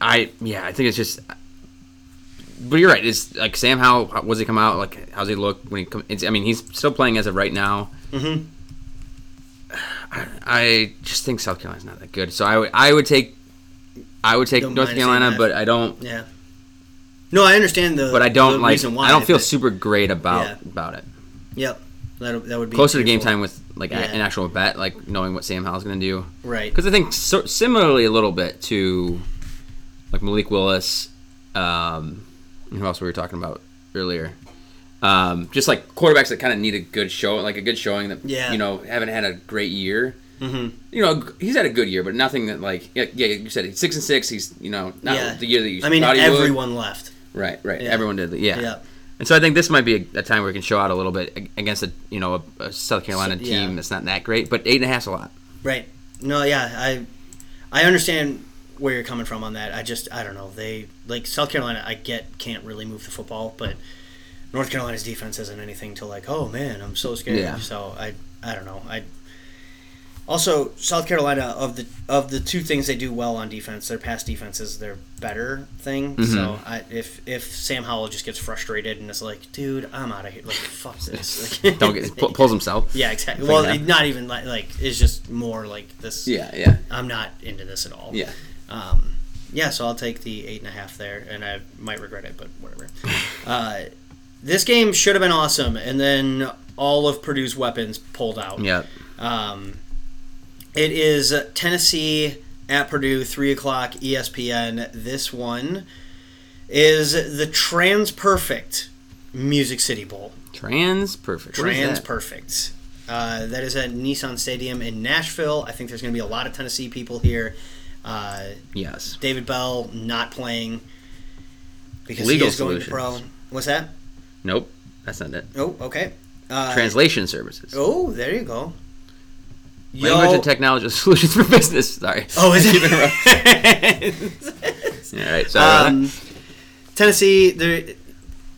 I yeah, I think it's just. But you're right. It's like Sam Howell. How, what's he come out like? How's he look when he come? It's, I mean, he's still playing as of right now.
Mm-hmm.
I, I just think South Carolina's not that good. So I would I would take. I would take
Don't
North
mind saying
Carolina,
that.
but I don't.
Yeah. No, I understand the.
But I don't
the
like.
reason why.
I don't feel
but-
super great about
Yeah.
about it.
Yep. That that would be
Closer to game
fearful.
time with like a-
Yeah.
an actual bet, like knowing what Sam Howell's going to do.
Right.
Because I think so, similarly a little bit to like Malik Willis, um, and who else we were talking about earlier. Um, just like quarterbacks that kind of need a good show, like a good showing that
Yeah.
you know haven't had a great year.
hmm
You know he's had a good year, but nothing that like yeah, yeah you said he's six and six. He's you know not
Yeah.
the year that you
I mean,
thought he would.
everyone left.
Right, right.
Yeah.
Everyone did. Yeah.
Yep.
And so I think this might be a, a time where we can show out a little bit ag- against a you know a, a South Carolina
So- yeah.
team that's not that great, but eight and a half's a lot.
Right. No. Yeah. I I understand where you're coming from on that. I just I don't know. They like South Carolina. I get can't really move the football, but North Carolina's defense isn't anything to like. Oh man, I'm so scared.
Yeah.
So I I don't know. I also South Carolina of the of the two things they do well on defense, their pass defense is their better thing.
Mm-hmm.
So I, if if Sam Howell just gets frustrated and is like, dude, I'm out of here. Like fuck this. Like,
Don't get pu- pulls himself.
Yeah, exactly.
Thing
Well,
now.
not even like, like it's just more like this.
Yeah, yeah,
I'm not into this at all.
yeah.
Um, yeah, so I'll take the eight and a half there, and I might regret it, but whatever. uh, this game should have been awesome, and then all of Purdue's weapons pulled out.
Yeah.
Um, it is Tennessee at Purdue, 3 o'clock E ESPN. This one is the Trans Perfect Music City Bowl.
Trans perfect. What is
Trans
that?
Perfect. Uh, that is at Nissan Stadium in Nashville. I think there's going to be a lot of Tennessee people here. Uh,
Yes.
David Bell not playing because
Legal
he is going to pro.
solutions.
What's that?
Nope. That's not it.
Oh, okay. Uh,
Translation services.
Oh, there you go. Yo-
Language and technology solutions for business. Sorry.
Oh, is
Keep it rough.
it?
All right. Sorry. about
um, Tennessee, there,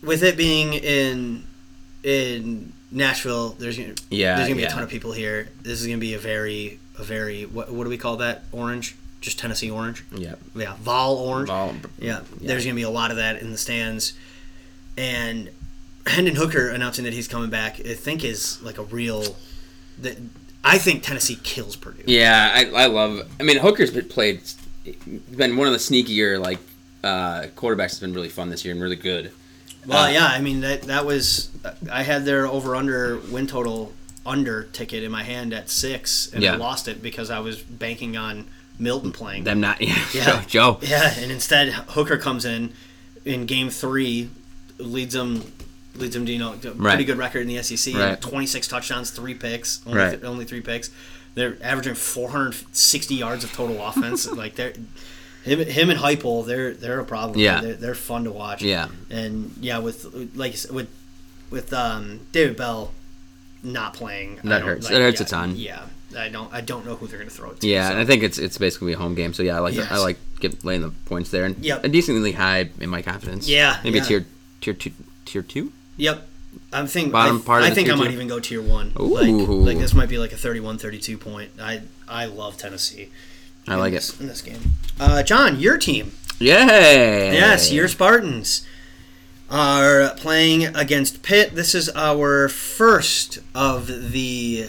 with it being in in Nashville, there's gonna,
Yeah,
there's gonna be
yeah.
a ton of people here. This is gonna be a very a very what, what do we call that? Orange, just Tennessee orange.
that. Yeah.
Yeah, Vol orange.
Vol-
Yeah, there's going to be a lot of that in the stands. And Hendon Hooker announcing that he's coming back, I think is like a real. That I think Tennessee kills Purdue.
Yeah, I, I love. I mean, Hooker's been played, been one of the sneakier like uh, quarterbacks. Has been really fun this year and really good.
Well,
Uh,
yeah, I mean that that was I had their over under win total under ticket in my hand at six, and
Yeah.
I lost it because I was banking on Milton playing.
Them not. Yeah.
Yeah.
Joe. Joe.
yeah, and instead Hooker comes in in game three, leads them. Leads them to you know a
Right.
pretty good record in the E SEC.
Right.
26 touchdowns, three picks, only,
Right.
only three picks. They're averaging 460 yards of total offense. like they're him, him and Heupel, they're they're a problem.
Yeah.
they're, they're fun to watch.
Yeah.
and yeah, with like you said, with with um, David Bell not playing, I
That
don't-
hurts.
like,
That hurts
yeah,
a ton.
Yeah, I don't. I don't know who they're going to throw it to.
Yeah,
so.
and I think it's it's basically a home game. So yeah, I like the- I
Yes.
like get laying the points there and
Yep.
a decently high in my confidence.
Yeah,
maybe
yeah.
tier tier two tier two.
Yep. I'm thinking.
Bottom
I,
part of
I
the
think I
tier
might
two?
even go tier one. Like,
Ooh.
like this might be like a 31, 32 point. I I love Tennessee.
I
in
like it.
this, in this game. Uh, John, your team,
Yay!
yes, your Spartans are playing against Pitt. This is our first of the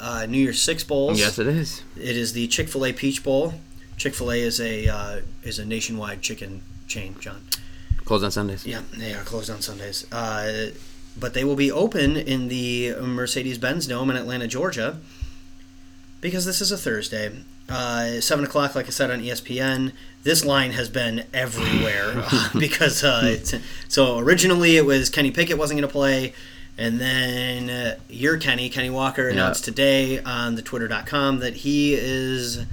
uh, New Year's Six bowls.
Yes, it is.
It is the Chick Fil A Peach Bowl. Chick Fil A is a uh, is a nationwide chicken chain, John.
Closed on Sundays.
Yeah, they are closed on Sundays. Uh, but they will be open in the Mercedes Benz Dome in Atlanta, Georgia, because this is a Thursday. Uh, 7 o'clock, like I said, on E ESPN. This line has been everywhere uh, because uh, it's, so originally it was Kenny Pickett wasn't going to play. And then uh, your Kenny, Kenny Walker, announced today on the Twitter.com that he is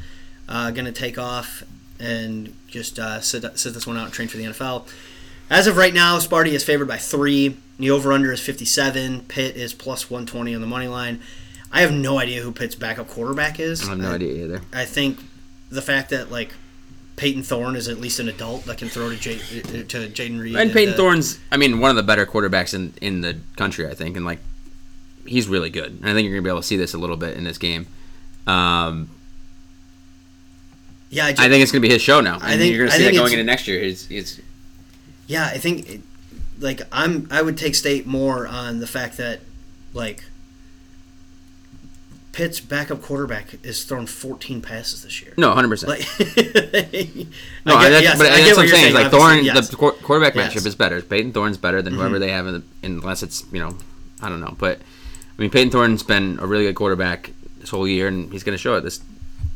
uh, going to take off and just uh, sit, sit this one out and train for the NFL. As of right now, Sparty is favored by three. The over/under is 57. Pitt is plus 120 on the money line. I have no idea who Pitt's backup quarterback is.
I have no idea either.
I think the fact that like Peyton Thorne is at least an adult that can throw to J- to Jaden Reed
And Peyton
to-
Thorne's, I mean, one of the better quarterbacks in, in the country, I think, and like he's really good. And I think you're gonna be able to see this a little bit in this game. Um,
Yeah, I, just,
I think it's gonna be his show now. I
think-
think you're
I
gonna see
think
that
it's-
going into next year. It's, it's
yeah, I think it- like I'm I would take state more on the fact that like Pitt's backup quarterback is thrown 14 passes this year.
no, 100. percent
Like, no,
No,
I
that's,
yes,
but
I get
that's what
you're
I'm saying. is like
obviously,
Thorne,
yes.
the qu- quarterback
Yes. Mm-hmm.
matchup is better. Peyton Thorne's better than whoever they have, in the, unless it's you know, I don't know. But I mean, Peyton Thorne's been a really good quarterback this whole year, and he's going to show it this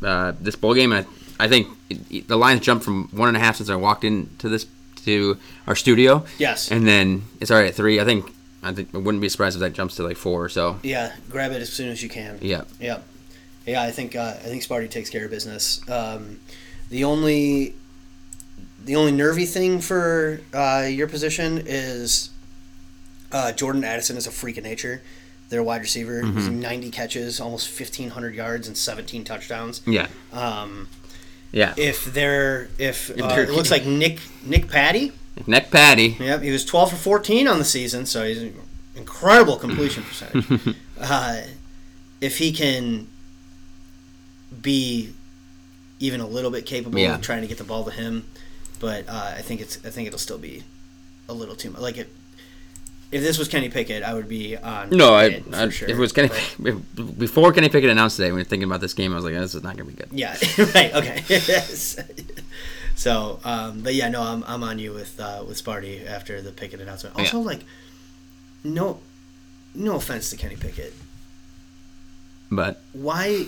uh, this bowl game. And I, I think it, it- the lines jumped from one and a half since I walked into this to our studio.
Yes.
and then it's already at three. I think I think I wouldn't be surprised if that jumps to like four or so.
Yeah, grab it as soon as you can.
Yeah,
Yeah, yeah. I think uh, I think Sparty takes care of business. Um, the only the only nervy thing for uh, your position is uh, Jordan Addison is a freak of nature. Their wide receiver,
Mm-hmm.
He's 90 catches, almost 1,500 yards, and 17 touchdowns.
yeah,
Um,
yeah.
if they're if uh,
they're-
it looks like Nick Nick Patty,
Neck Patty.
Yep, he was 12 for 14 on the season, so he's an incredible completion percentage. uh, if he can be even a little bit capable
Yeah.
of trying to get the ball to him, but uh, I think it's I think it'll still be a little too much. Like it, if this was Kenny Pickett, I would be on.
No, I,
Pickett for
I
sure,
if it was Kenny
but-
before Kenny Pickett announced today, when we were thinking about this game, I was like, "Oh, this is not gonna be good.
Yeah, right. Okay. Yes. so, um, but yeah, no, I'm, I'm on you with uh, with Sparty after the Pickett announcement. Also, like, no, no offense to Kenny Pickett.
But
Why?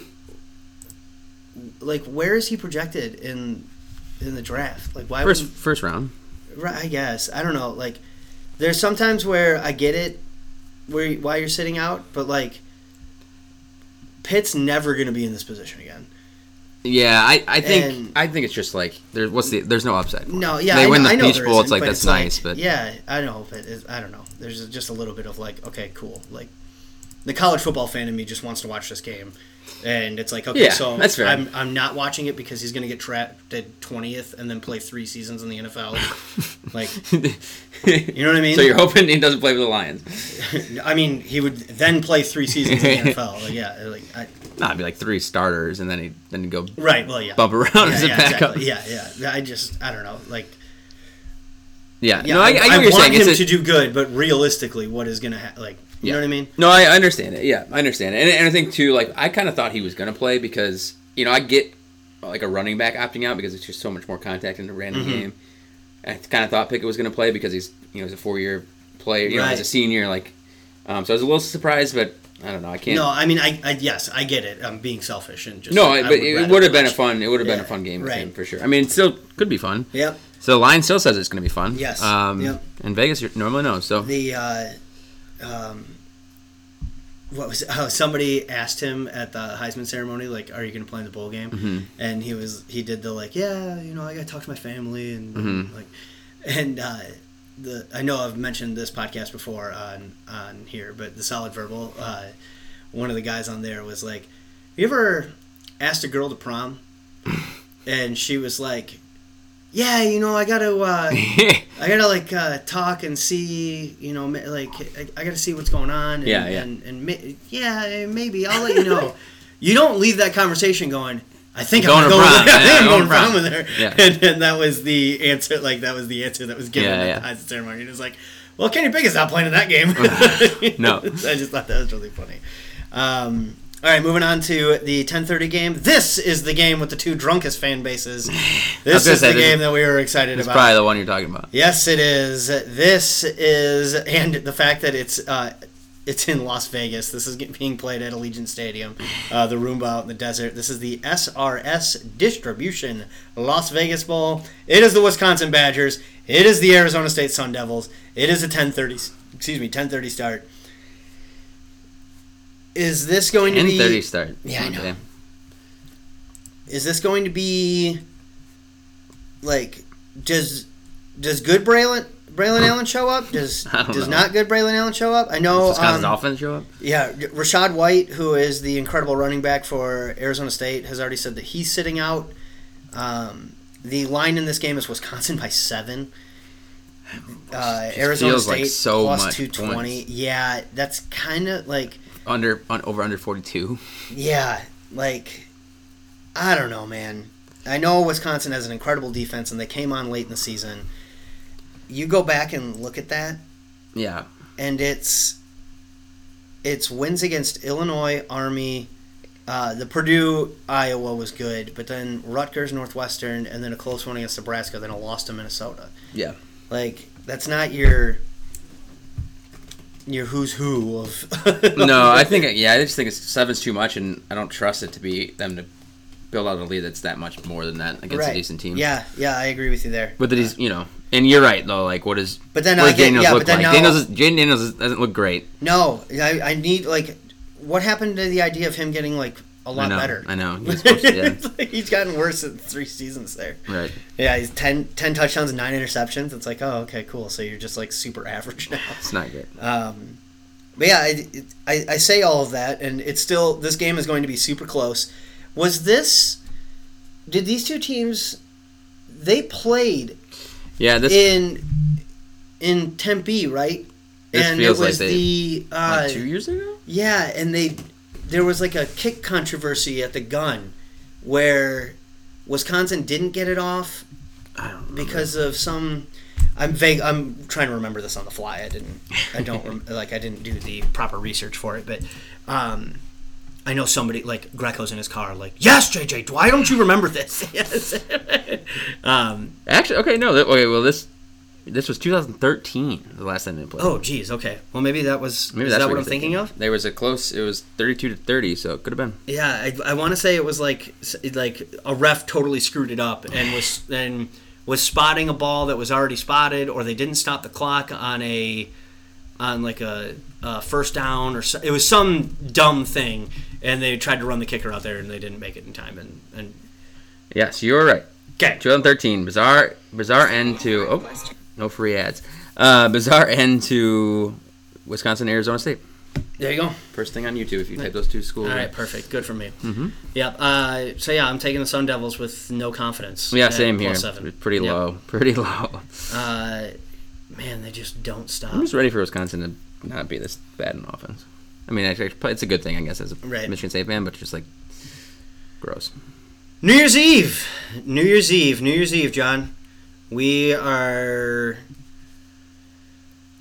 Like, where is he projected in in the draft? Like, why?
first
would-
first round,
Right, I guess I don't know. Like, there's sometimes where I get it, where why you're sitting out, but like, Pitt's never gonna be in this position again.
yeah, I, I think
And-
I think it's just like there what's the there's no upside.
No, yeah,
they
I
win
know,
the
I know
Peach
there
Bowl. It's
isn't,
like
but
that's
like,
nice, but
yeah, I know, but it's, I don't know. There's just a little bit of like, okay, cool. Like the college football fan in me just wants to watch this game, and it's like, okay,
Yeah,
so
that's fair.
I'm I'm not watching it because he's gonna get trapped at twentieth and then play three seasons in the NFL. like, you know what I mean?
so you're hoping he doesn't play with the Lions.
I mean, he would then play three seasons in the NFL. Like, yeah, like I,
No, it'd be like three starters, and then he then he'd go
right. Well, yeah.
bump around
yeah,
as a
yeah,
backup.
exactly. yeah, yeah. I just I don't know. Like,
Yeah,
yeah,
no, I, I, get what you're
want
saying.
him
It's
to
a-
do good, but realistically, what is gonna happen? Like, you
Yeah.
know what I mean?
No, I I understand it. Yeah, I understand it. And, and I think too, like I kind of thought he was gonna play because you know I get like a running back opting out because it's just so much more contact in a random
Mm-hmm.
game. I kind of thought Pickett was gonna play because he's you know he's a four year player, you know, he's a
Right.
senior. Like, um, so I was a little surprised, but I don't know. I can't.
No,
No,
I mean, I, I yes, I get it. I'm being selfish and just
I, but it would have been a fun. It would have been
Yeah,
a fun game with
right.
him for sure. I mean, it still could be fun.
Yep.
So the line still says it's gonna be fun.
Yes,
Um,
yep.
And Vegas normally knows. So
The uh, um, what was oh, somebody asked him at the Heisman ceremony, like, "Are you going to play in the bowl game?" And he was he did the like, "Yeah, you know, I got to talk to my family and like," and uh, the I know I've mentioned this podcast before on on here, but the solid verbal. Uh, one of the guys on there was like, You ever asked a girl to prom, and she was like, "Yeah, you know, I gotta, uh, I gotta like uh, talk and see, you know, ma- like I, I gotta see what's going on. And,
Yeah, yeah.
And, and ma- yeah, maybe I'll let you know. you don't leave that conversation going. I think
Going
I'm
to
going.
prom.
I think
Yeah,
I'm
going
going
to
prom
prom.
with her.
Yeah.
And, and that was the answer. Like that was the answer that was given
Yeah,
at
yeah.
the Heisman ceremony. And it's like, well, Kenny Pickett's not playing in that game.
No.
I just thought that was really funny. Um, all right, moving on to the 10:30 game. This is the game with the two drunkest fan bases. This
gonna
is
say,
the
this
game
is-
that we were excited
It's
about.
probably the one you're talking about.
Yes, it is. This is, and the fact that it's uh, it's in Las Vegas. This is get- being played at Allegiant Stadium, uh, the Roomba out in the desert. This is the SRS Distribution Las Vegas Bowl. It is the Wisconsin Badgers. It is the Arizona State Sun Devils. It is a 10:30. Excuse me, 10:30 start. Is this going to be
10:30 start.
Yeah, I know.
Okay.
is this going to be like does does good Braylon Braylon Allen show up? Does
I don't
does
know.
not good Braylon Allen show up? I know.
Wisconsin's
um,
offense show up.
yeah, Rashad White, who is the incredible running back for Arizona State, has already said that he's sitting out. Um, the line in this game is Wisconsin by seven. Uh, Arizona
feels
State
like so
plus
much
220.
points.
Yeah, that's kind of like
Under on, over under 42.
yeah, like I don't know, man. I know Wisconsin has an incredible defense and they came on late in the season. You go back and look at that
Yeah.
and it's it's wins against Illinois, Army, uh, the Purdue, Iowa was good, but then Rutgers, Northwestern, and then a close one against Nebraska, then a loss to Minnesota.
Yeah.
Like that's not your your who's who of
No, I think yeah, I just think it's seven's too much, and I don't trust it to be them to build out a lead that's that much more than that against
Right.
a decent team.
Yeah, yeah, I agree with you there.
But that he's you know, and you're right though. Like what is
But then
what
I
does
get,
Daniels
yeah,
look
but then
like?
now,
Daniels is, Jaden Daniels is- doesn't look great.
no, I, I need like, what happened to the idea of him getting like a lot
I know.
better?
I know. He was supposed to- yeah.
he's gotten worse in three seasons there.
Right.
Yeah, he's 10, 10 touchdowns, and nine interceptions. It's like, oh, okay, cool. So you're just like super average now.
It's not great.
Um, but yeah, I, I, I say all of that, and it's still this game is going to be super close. Was this? Did these two teams? They played
Yeah. This
in in Tempe, right?
This
and
feels
it
like
was
they-
the uh,
like, two years ago.
yeah, and they there was like a kick controversy at the gun where Wisconsin didn't get it off
I don't know.
because of some I'm vague I'm trying to remember this on the fly. I didn't I don't rem, like I didn't do the proper research for it, but um I know somebody like Greco's in his car like, "Yes, JJ, why don't you remember this?" Yes. um
Actually, okay, no. That, okay, well this this was 2013. The last time they played.
oh geez, okay. Well, maybe that was is that what
you're
I'm thinking of?
There was a close. It was 32 to 30, so it could have been.
Yeah, I, I want to say it was like s- like a ref totally screwed it up and was and was spotting a ball that was already spotted, or they didn't stop the clock on a on like a, a first down, or so, it was some dumb thing, and they tried to run the kicker out there and they didn't make it in time. And and
Yes, you were right.
okay,
2013. Bizarre, bizarre end to. Oh, no free ads. Uh, bizarre end to Wisconsin, Arizona State.
there you go.
First thing on YouTube if you type those two schools.
All
in.
right, perfect, good for me. Mm-hmm. Yep. Uh, so yeah, I'm taking the Sun Devils with no confidence.
Yeah,
at
same here.
plus seven.
Pretty
Yep.
low. Pretty low.
Uh, man, they just don't stop.
I'm just ready for Wisconsin to not be this bad in offense. I mean, actually, it's a good thing, I guess, as a
Right.
Michigan State fan, but just like gross.
New Year's Eve. New Year's Eve. New Year's Eve, John. We are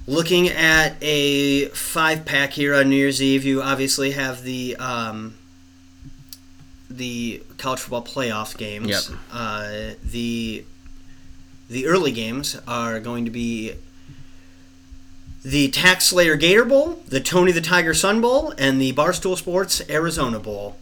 looking at a five pack here on New Year's Eve. You obviously have the um, the college football playoff games.
Yep.
Uh, the the early games are going to be the Tax Slayer Gator Bowl, the Tony the Tiger Sun Bowl, and the Barstool Sports Arizona Bowl.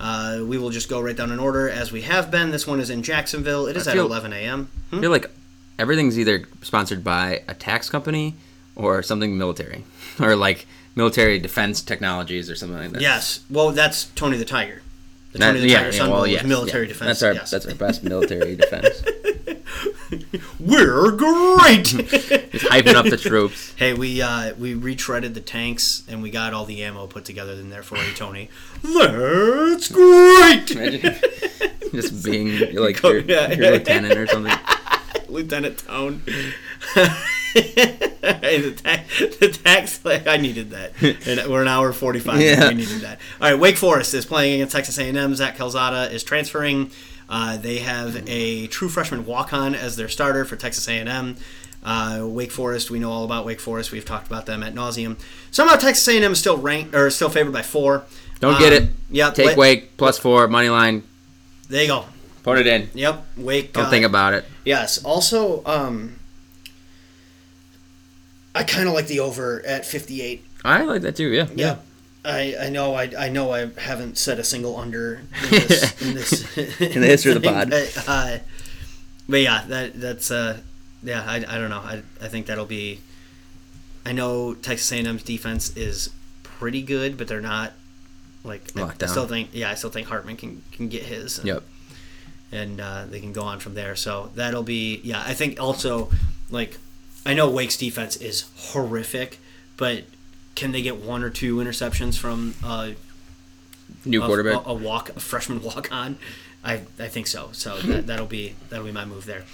Uh, we will just go right down in order as we have been. This one is in Jacksonville. It is
I
at
feel-
11 a.m. Hmm?
I feel like everything's either sponsored by a tax company or something military, or like military defense technologies or something like that.
Yes. Well, that's Tony the Tiger. The
That-
Tony the
yeah,
Tiger
yeah,
Sun
well,
Bowl is
yes,
military
yeah.
defense.
That's our
yes.
that's our best military defense.
We're great.
He's hyping up the troops.
Hey, we uh, we retreaded the tanks and we got all the ammo put together in there for you, Tony. That's great,
Imagine just being you're like
Go-
your,
yeah,
your
yeah.
lieutenant or something.
Lieutenant Tone. Hey, the, tax, the tax, like, I needed that. And we're an hour forty-five.
Yeah.
We needed that. All right, Wake Forest is playing against Texas A&M. Zach Calzada is transferring. Uh, they have a true freshman walk-on as their starter for Texas A&M. Uh, Wake Forest, we know all about Wake Forest. We've talked about them at nauseum. Somehow Texas A&M is still ranked or still favored by four.
Don't get it.
Yeah,
Take
Wa-
Wake plus four money line.
There you go.
Put it in.
Yep, Wake.
Don't
uh,
think about it.
Yes. Also, um, I kind of like the over at 58.
I like that too. Yeah.
Yeah. I, I know I, I know I haven't said a single under in this in, this,
In the history of the pod.
But, uh, but yeah, that that's uh, yeah. I, I don't know. I, I think that'll be. I know Texas A&M's defense is pretty good, but they're not like I-
Locked
I,
down.
still think yeah. I still think Hartman can can get his.
Yep.
and uh, they can go on from there. So that'll be yeah. I think also like I know Wake's defense is horrific, but can they get one or two interceptions from uh,
New
a,
quarterback.
a, a walk a freshman walk on? I I think so. So
Hmm.
that, that'll be that'll be my move there.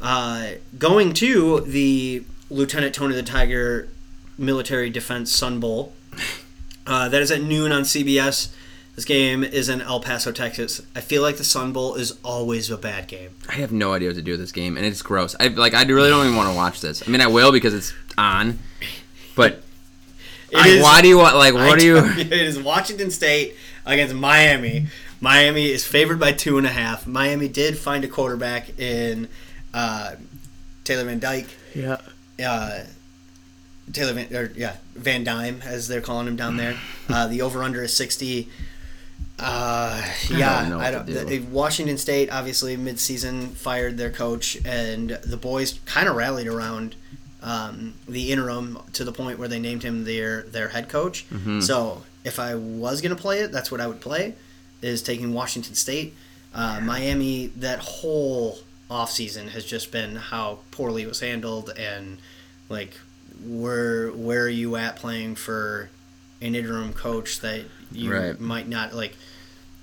Uh, going to the Lieutenant Tony the Tiger Military Defense Sun Bowl. Uh, that is at noon on CBS. This game is in El Paso, Texas. I feel like the Sun Bowl is always a bad game.
I have no idea what to do with this game, and it's gross. I like. I really don't even want to watch this. I mean, I will because it's on, but
It
I,
is-
why do you want? Like,
I
what do you?
tell It is Washington State against Miami. Miami is favored by two and a half. Miami did find a quarterback in uh, Taylor Van Dyke.
Yeah.
Uh, Taylor Van, or, yeah, Van Dyme, as they're calling him down there. Uh, the over under is 60. Uh, yeah,
know what
I
to
don't.
do.
the- Washington State obviously midseason fired their coach, and the boys kind of rallied around um, the interim to the point where they named him their their head coach.
Mm-hmm.
So if I was gonna play it, that's what I would play is taking Washington State. Uh, Miami that whole offseason has just been how poorly it was handled and like where where are you at playing for an interim coach that you
Right.
might not like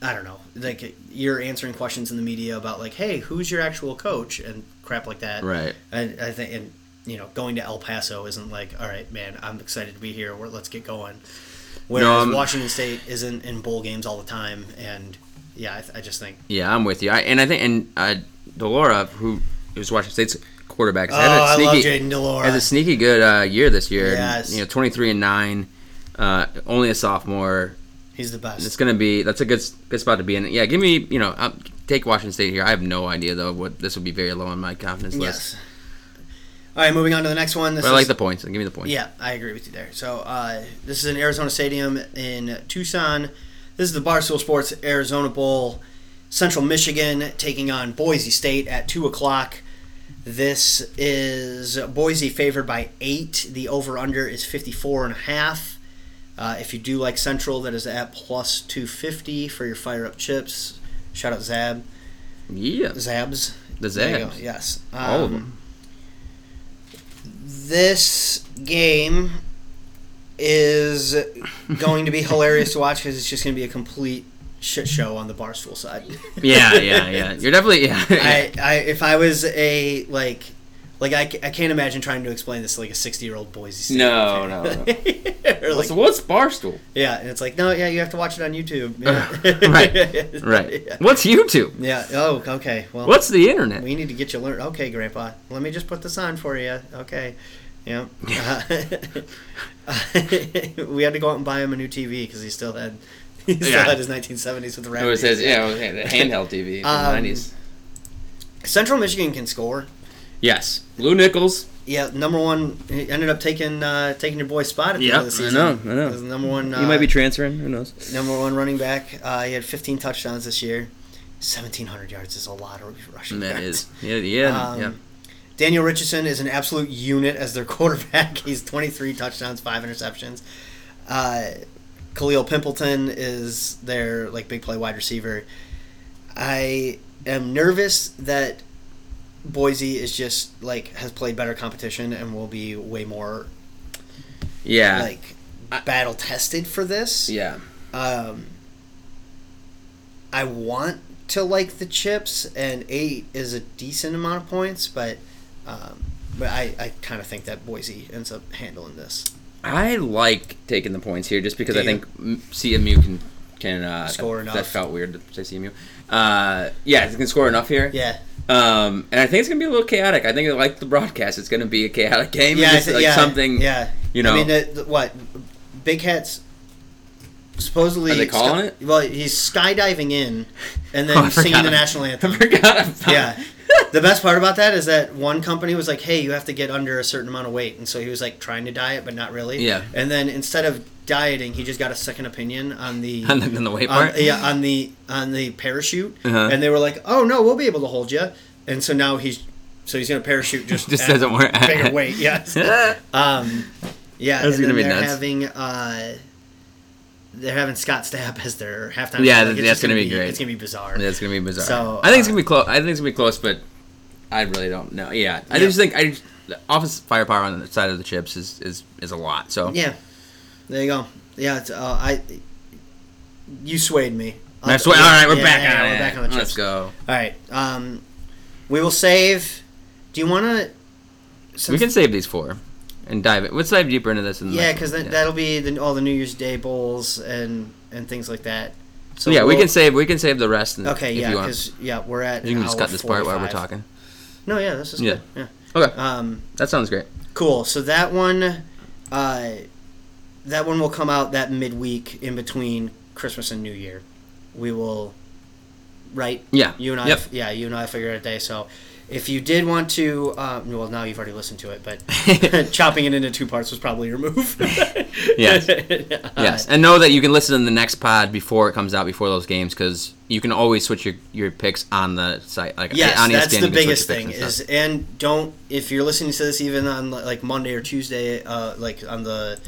I don't know. Like you're answering questions in the media about like, hey, who's your actual coach and crap like that.
Right.
I, I think, and you know, going to El Paso isn't like, all right, man, I'm excited to be here. We're, let's get going. Whereas
I'm-
Washington State isn't in bowl games all the time, and yeah, I, th- I just think.
Yeah, I'm with you. I, and I think and uh, Delora, who was Washington State's quarterback,
Oh,
has had a
I love
sneaky-
Jaden Delora.
has a sneaky good uh, year this year.
Yes.
You know, 23 and nine, uh, only a sophomore.
He's the best.
It's gonna be that's a good s- good spot to be in. Yeah, give me you know i take Washington State here. I have no idea though what this would be very low on my confidence list.
yes. All right, moving on to the next one. This
But I like
is-
the points. Give me the points.
Yeah, I agree with you there. So uh, this is in Arizona Stadium in Tucson. This is the Barstool Sports Arizona Bowl. Central Michigan taking on Boise State at two o'clock. This is Boise favored by eight. The over under is 54 and a half. Uh, if you do like Central, that is at plus 250 for your fire up chips. Shout out Zab.
Yeah.
Zabs.
The
There you go.
Zabs.
Yes.
All of
Um,
them.
this game is going to be hilarious to watch because it's just going to be a complete shit show on the barstool side.
Yeah, yeah, yeah. You're definitely yeah.
I, I, if I was a like, like I, ca- I can't imagine trying to explain this to like a sixty-year-old Boise. State
No,
fan.
no, no.
Or, like,
So what's Barstool?
yeah, and it's like no, yeah, you have to watch it on YouTube.
Right, Right.
Yeah.
What's YouTube?
Yeah. Oh, okay. Well,
What's the internet?
we need to get you learned. Okay, Grandpa. Let me just put this on for you. Okay. Yeah. we had to go out and buy him a new TV because he still had he still
Yeah.
had his 1970s with the
Oh, it
rabbit.
says yeah, okay, the handheld TV from
Um,
the 90s.
Central Michigan can score.
Yes, Lou Nichols.
Yeah, number one he ended up taking uh, taking your boy's spot at the
Yeah,
end of the
I
season.
know, I know.
He was the number one. Uh,
He might be transferring. Who knows?
number one running back. Uh, he had 15 touchdowns this year. 1,700 yards is a lot of rushing.
And that
yards.
is yeah, yeah,
Um,
yeah.
Daniel Richardson is an absolute unit as their quarterback. He's 23 touchdowns, five interceptions. Uh, Khalil Pimpleton is their like big play wide receiver. I am nervous that Boise is just like has played better competition and will be way more
Yeah.
like battle tested for this.
yeah.
Um, I want to like the chips, and eight is a decent amount of points, but um, but I, I kind of think that Boise ends up handling this.
I like taking the points here just because
Do
I
you?
think M- CMU can can uh,
Score
that,
enough.
That felt weird to say CMU. Uh, yeah, it can score enough here.
Yeah,
Um, and I think it's gonna be a little chaotic. I think like the broadcast, it's gonna be a chaotic game.
yeah,
Yeah,
I
just,
thi-
like
yeah,
something.
Yeah,
you know.
I mean, the, the, what Big Hat's supposedly
Are they calling it?
Well, he's skydiving in, and then
Oh, I
singing
forgot.
the national
I
anthem.
forgot. About
Yeah. The best part about that is that one company was like, "Hey, you have to get under a certain amount of weight," and so he was like trying to diet, but not really.
Yeah.
And then instead of dieting, he just got a second opinion on the
on the, on the weight
on,
part.
Um, yeah on the on the parachute,
Uh-huh.
and they were like, "Oh no, we'll be able to hold you," and so now he's so he's gonna parachute just
just
at
doesn't work.
bigger weight. Uh, Yes. Um, yeah,
That's
and
gonna
then
be
they're
nuts.
having uh, they're having Scott Stapp as their halftime.
Yeah,
it's
that's
just
gonna be great.
It's gonna be bizarre.
That's gonna be bizarre.
So,
I think it's
uh,
gonna be close. I think it's gonna be close, but I really don't know. Yeah, I
Yeah.
just think I the office firepower on the side of the chips is is, is a lot. So
Yeah, there you go. Yeah, it's, uh, I you swayed me.
that's what. All right, we're
Yeah,
back
yeah,
on
we're
it.
back on the
Let's
chips.
go.
All right, um, we will save. Do you want to?
we can save these four and dive. it. Let's dive deeper into this. In the
Yeah,
next
because
one.
that'll be the, all the New Year's Day bowls and and things like that. So
yeah, we
we'll-
can save. We can save the rest. And,
Okay,
if
yeah,
you, want.
because yeah, we're at.
you can just
hour
cut this part while we're
45.
talking.
No, yeah, this is
Yeah.
good. Yeah.
Okay,
Um,
that sounds great.
cool. So that one, uh, that one will come out that midweek in between Christmas and New Year. We will, right?
Yeah.
You and I,
Yep.
yeah, you and I figured out a day. So, if you did want to, um, well, now you've already listened to it, but chopping it into two parts was probably your move.
Yes. yes, and know that you can listen to the next pod before it comes out before those games because you can always switch your, your picks on the site. Like
Yes,
on E
that's
ESPN,
the
you can switch your
biggest
picks
thing
and stuff.
is, and don't if you're listening to this even on like Monday or Tuesday, uh, like on the,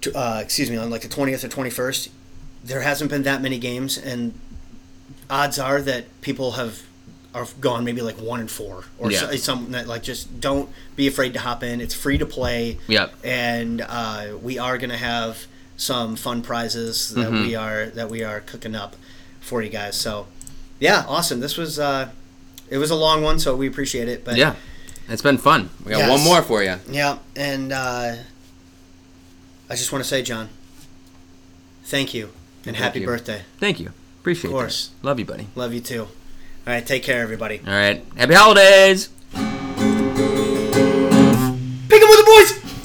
t- uh, excuse me, on like the twentieth or twenty first, there hasn't been that many games, and odds are that people have are gone maybe like one and four or
Yeah.
so, something that like just don't be afraid to hop in. It's free to play.
Yep.
and uh, we are gonna have some fun prizes that
Mm-hmm.
we are that we are cooking up for you guys. So yeah, awesome. This was uh, it was a long one, so we appreciate it. But
Yeah, it's been fun. We got
Yes.
one more for you.
yeah, and uh, I just want to say, John, thank you and
Thank
happy
you.
birthday.
Thank you. Appreciate it.
Of course.
Love you, buddy.
Love you too. All right, take care, everybody.
All right. Happy holidays. Mm-hmm.